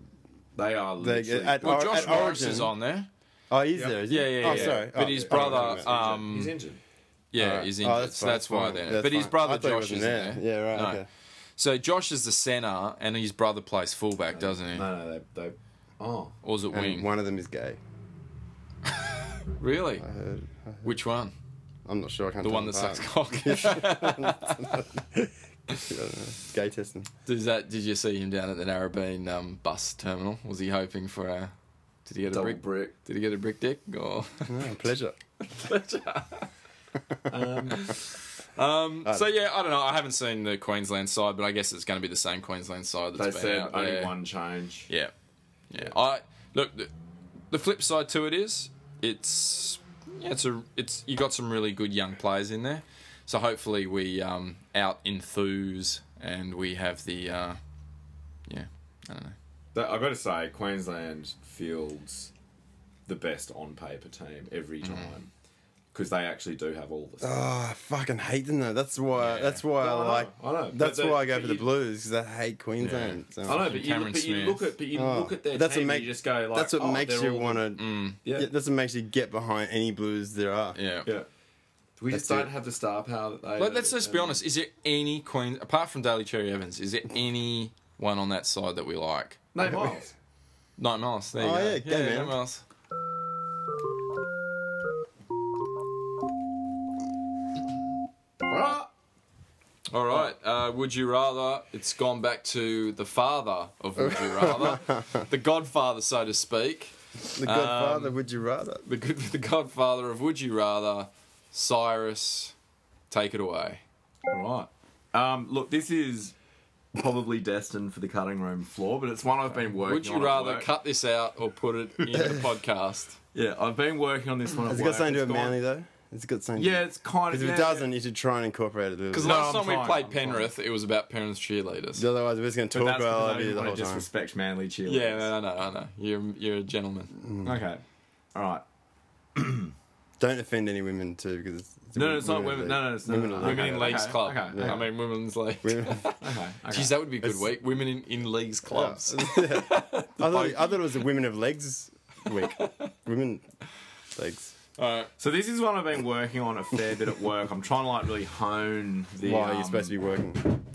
They are.
They,
Literally,
at,
Well,
or-
Josh
at
Morris
Origin-
is on there.
Oh, he's there. Is he?
Yeah, yeah,
Oh,
yeah.
sorry.
But
Oh,
his
yeah.
brother,
Oh, yeah.
um,
he's injured.
Yeah,
Alright.
he's
Oh,
injured.
that's
so
fine,
that's why
fine.
then.
That's
but his
fine.
brother
I thought he
Josh
wasn't
is
there.
in there.
Yeah, right,
No.
okay.
So Josh is the centre, and his brother plays fullback, doesn't he?
No, no, they. they oh,
Or is it
And
wing?
one of them is gay.
Really?
I heard,
Which one?
I'm not sure. I can't
The
tell
one
them
that sucks
apart.
cock.
I don't know. Gay testing.
Does that? Did you see him down at the Narrabeen um, bus terminal? Was he hoping for a? Did he get a
double
brick?
brick.
Did he get a brick dick or?
Oh, pleasure.
Um, so yeah, I don't know. I haven't seen the Queensland side, but I guess it's going to be the same Queensland side
They
that's been
said
out
only
there.
one change.
Yeah. Yeah. I look the, the flip side to it is it's yeah, it's a it's you got some really good young players in there. So hopefully we um out enthuse and we have the uh yeah, I don't know.
That, I've got to say,
Mm.
Queensland fields the best on paper team every time. because they actually do have all the stuff.
Oh, I fucking hate them though. That's why. That's why
No, I
I
know,
like.
I know. But
That's
they-
why I go
but
for the
you-
Blues because I hate Queensland. so
I know,
much.
but you,
Cameron
but you
Smith.
look at but you
Oh,
look at their
that's
team
what
and
make-
you just go like
that's what
oh,
makes
they're
you
all-
want
Mm.
to.
yeah
Yeah, that's what makes you get behind any Blues there are.
Yeah.
yeah. We just
That's
don't
it.
have the star power that they.
Let, let's just be
and-
honest. Is there any Queen apart from Daly Cherry Evans? Is there anyone on that side that we like?
No, Miles.
Night Miles. There you
Oh,
go.
yeah, go, man.
Night Miles.
Right.
All right. Uh, would you rather? It's gone back to the father of Would You Rather, the Godfather, so to speak.
The Godfather.
Um,
would you rather?
The good, the Godfather of Would You Rather, Cyrus. Take it away.
All right. Um, look, this is probably destined for the cutting room floor, but it's one I've been working.
Would you
on at
rather
work.
cut this out or put it in the podcast?
Yeah, I've been working on this one.
Has
at
it got
work.
something to do
It's
with
gone-
Manly though? It's got something.
Yeah, it's kind of.
Because if
yeah,
it doesn't, you should try and incorporate it. a little
Because
bit.
last
I'm
time we
trying,
played
I'm trying.
Penrith, it was about Penrith cheerleaders.
Otherwise, we're just going to
But
talk
that's because
about
I
it
didn't
the
want
whole
to
time.
disrespect Manly cheerleaders.
Yeah, I know, I know. You're you're a gentleman.
Mm.
Okay. All right.
Don't offend any women too, because it's, it's
No, no, it's not women.
league.
No, no, it's not.
Women
no,
league.
no,
Women in
okay,
Leagues
okay,
Club.
Okay.
I mean, women's league.
Women-
okay, okay.
Jeez, that would be a good
It's-
week. Women in, in Leagues Clubs.
I, thought, I thought it was the Women of Legs week. women legs.
All right.
So this is one I've been working on a fair bit at work. I'm trying to like really hone the.
Why
um,
you're supposed to be working?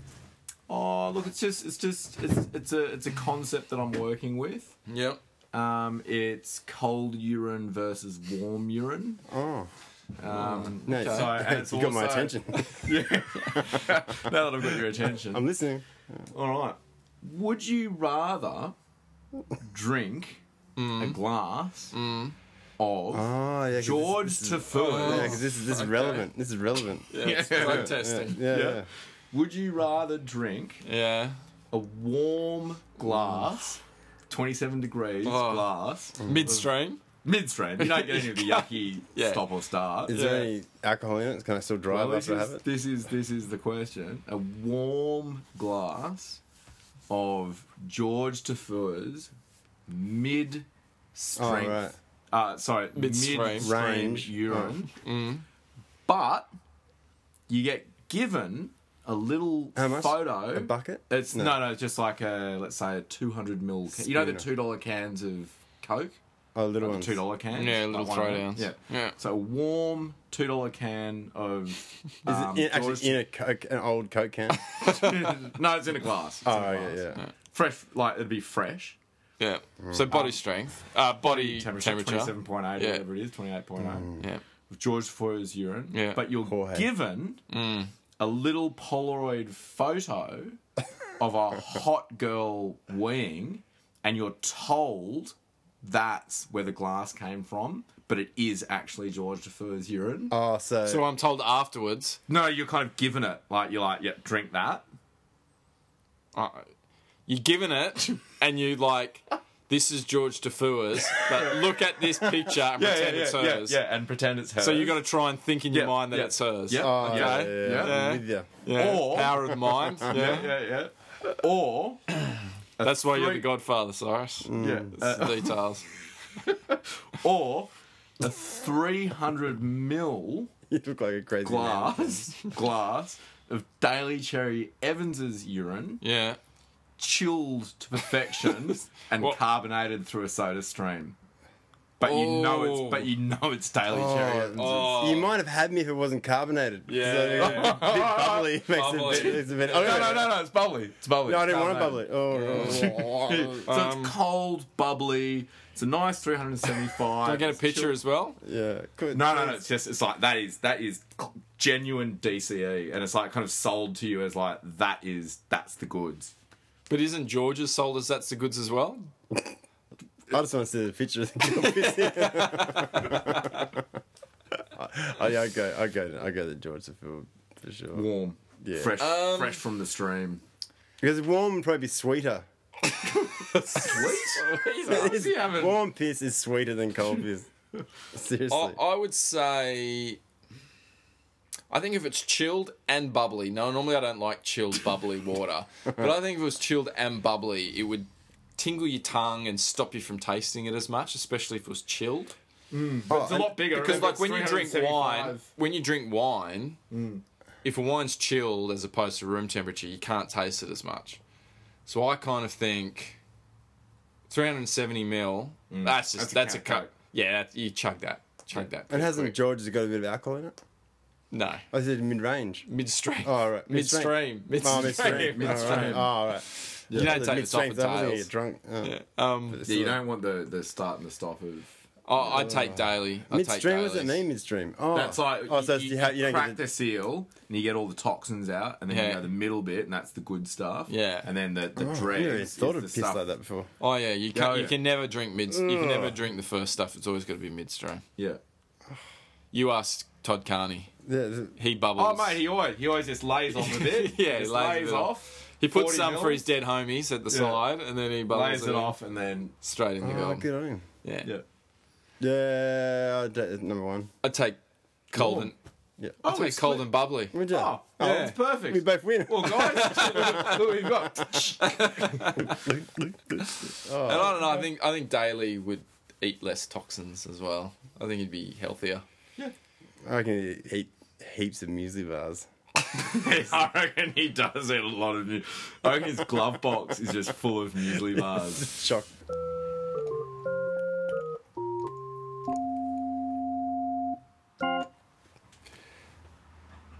Oh, look, it's just, it's just, it's, it's a, it's a concept that I'm working with.
Yep.
Um, it's cold urine versus warm urine.
Oh,
Um,
no,
So, and it's
you got my
also-
attention.
yeah. now that I've got your attention.
I'm listening.
All right. Would you rather drink a
Mm.
glass of
Oh, yeah. 'cause
George
This,
Tafur?
this, yeah, because this is this is relevant. This is relevant. Yeah,
Yeah. it's Drug testing. Yeah.
yeah.
Yeah. Would you rather drink a warm glass, 27 degrees
Oh.
glass,
Midstream.
midstream? You don't get any of the yucky
Yeah.
stop or start.
Is
Yeah.
there any alcohol in it? Can I still drive
Well, this,
after I
is,
have it?
this is this is the question. A warm glass of George Tafur's mid strength.
Oh, right.
Uh, sorry, mid
Mid-strength.
strength
Range. Mm.
urine.
Mm.
But you get given a little
How much?
photo.
A bucket?
It's no.
No.
no, it's just like a let's say a two hundred mil. Can, you know the
Spooner.
two dollar cans of Coke.
Oh, little
Like
ones.
the two dollar cans.
Yeah, little
like one of
throwdowns.
them. Yeah,
Yeah.
So a warm two dollar can of.
Is it
um,
in,
George
actually in a Coke, an old Coke can?
no, it's in a glass. It's
oh,
in a
yeah,
glass.
yeah.
Fresh, like it'd be fresh.
Yeah.
Mm.
So body strength. Uh, body
Temperature,
temperature.
twenty-seven point eight,
Yeah.
whatever it is, twenty-eight point
Mm.
eight.
Yeah.
With George Foyer's urine.
Yeah.
But you're
Jorge.
given a little Polaroid photo of a hot girl weeing, and you're told that's where the glass came from, but it is actually George Foyer's urine.
Oh, so,
So I'm told afterwards.
No, you're kind of given it. Like you're like, yeah, drink that.
Uh, you're given it, and you like. This is George Defua's, but look at this picture and pretend it's hers.
and pretend it's hers.
So you got to try and think in your
Yeah,
mind that
yeah.
it's hers.
Yeah.
oh, yeah,
okay.
yeah, yeah,
Yeah.
I'm with you.
Yeah.
Or-
power of the mind. Yeah.
yeah, yeah, yeah. Or
That's why you're the
three-
Godfather, Cyrus.
yeah,
Mm.
It's the details.
uh, or a three hundred mil
You look like a crazy man.
glass glass of Daily Cherry Evans's urine,
Yeah.
chilled to perfection and
What?
carbonated through a soda stream. But you know
Oh.
it's but you know it's Daily Cherry
Oh,
Evans.
Oh.
You might have had me if it wasn't carbonated.
Yeah.
So, a bit bubbly. Makes
Bubbly.
It, it's a bit,
Oh, No, no, no, no, it's bubbly. It's bubbly.
No, I
It's
didn't want it
carbonated.
bubbly. Oh, oh, oh.
So
Um,
it's cold, bubbly. It's a nice 375.
I get a picture as well.
yeah. Good.
No, no, no. It's just it's like that is that is genuine DCE, and it's like kind of sold to you as like that is that's the goods.
But isn't George's sold as that's the goods as well?
I just want to see the picture. of the I, I go, I go, I go to George the Field for sure.
Warm,
Yeah.
fresh,
Um,
fresh from the stream.
Because warm would probably be sweeter. It's-
you haven't-
warm piss is sweeter than cold piss. Seriously.
Oh,
I, I would say. I think if it's chilled and bubbly. No, normally I don't like chilled bubbly water, but I think if it was chilled and bubbly, it would tingle your tongue and stop you from tasting it as much, especially if it was chilled.
But it's a lot bigger
Because
remember,
like when you
it's
drink wine,
375.
when you drink wine,
Mm.
if a wine's chilled as opposed to room temperature, you can't taste it as much. So I kind of think 370 mil. That's just that's,
Mm. That's a
a
can of
cup.
Coke.
Yeah, that, you chug that. Chug that.
And
pretty
hasn't
quick.
George's got a bit of alcohol in it?
no
I said mid range.
midstream.
Oh, all right.
midstream. Midstream.
Oh, midstream. All right. Oh, all right.
You don't take the top of
Mid-strength, I wasn't gonna
tails.
get drunk. Oh.
Um,
Yeah, you don't want the, the start and the stop of.
I, I take daily. I take
Midstream, what does it
dailies.
mean, midstream? Oh,
That's like
oh,
you,
so it's-
you,
you, ha- you don't
crack
get
the
the,
seal and you get all the toxins out, and then
Yeah.
you know the middle bit, and that's the good stuff.
Yeah.
and then the the
Oh, I
dregs
never even
is
thought
the
of piss
stuff.
like that before.
Oh yeah, you can
Oh,
not you
yeah.
can never drink mid. You can never drink the first stuff. It's always got to be midstream.
Yeah.
You asked Todd Carney.
Yeah, th-
He bubbles.
Oh mate, he always he always just lays on the bit.
Yeah, he lays
just
a
lays
bit off.
off.
He puts
40
some for
mils.
his dead homies at the
Yeah.
side, and then he bubbles
lays it off, and then
straight in the
oh,
goal.
good on him.
Yeah.
yeah.
Yeah, I d- uh, number one.
I take cold
Cool.
and
Yeah.
I take cold and bubbly.
Would you?
Oh,
Oh,
yeah. it's perfect.
we both win.
Well, guys, look what we've got.
And I don't know. I think I think daily would eat less toxins as well. I think he'd be healthier.
I can eat heaps of muesli bars.
I reckon he does eat a lot of. mu- I reckon his glove box is just full of muesli bars.
Shock.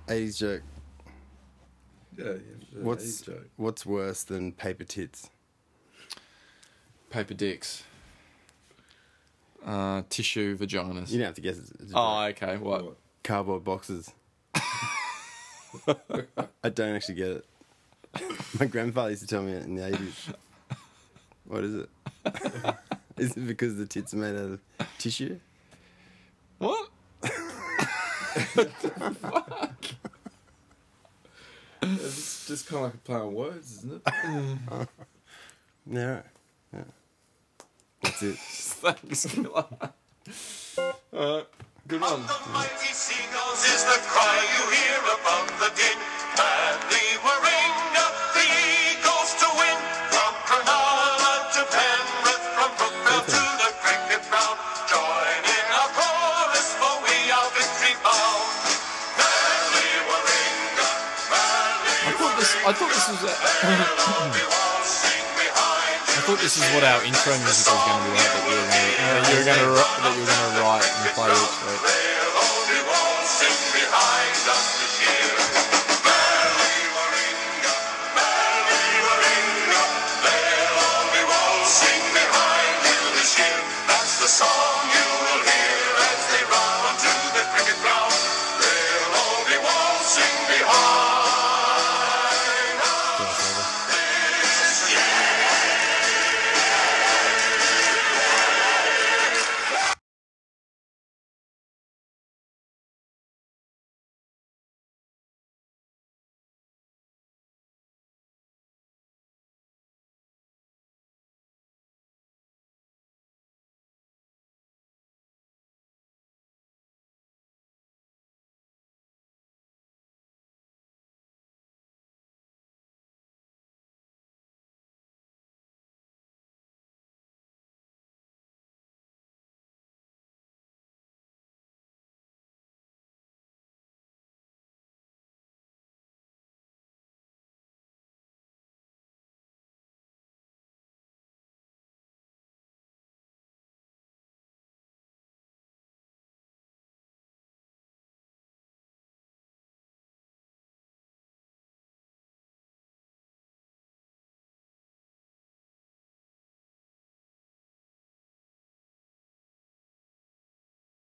Eighties joke.
yeah,
What's what's worse than paper tits?
Paper dicks. Uh, tissue vaginas.
You don't have to guess. It's, it's a
Oh,
joke.
okay. What?
What?
cardboard boxes. I don't actually get it. My grandfather used to tell me it in the eighties. What is it? is it because the tits are made out of tissue?
What?
It's just kind of like a play on words, isn't it?
No. right. Yeah. That's it.
Thanks, killer. All right. Uh, Good one.
The mighty seagulls is the cry you hear above the din. Madly we're up the eagles to win. From Cronulla to Penrith, from Brookville to the cricket ground. Join in our chorus, for we are victory bound. Madly we're up,
I
madly
thought this. I thought this was. A,
we all sing behind you.
I thought this is what our intro music was going to be like. That you were going to. That you were going to. That you were going to write and play each week.
They'll only all sing behind us this year. Merry Warringah, merry Warringah. They'll only all sing behind you this year. That's the song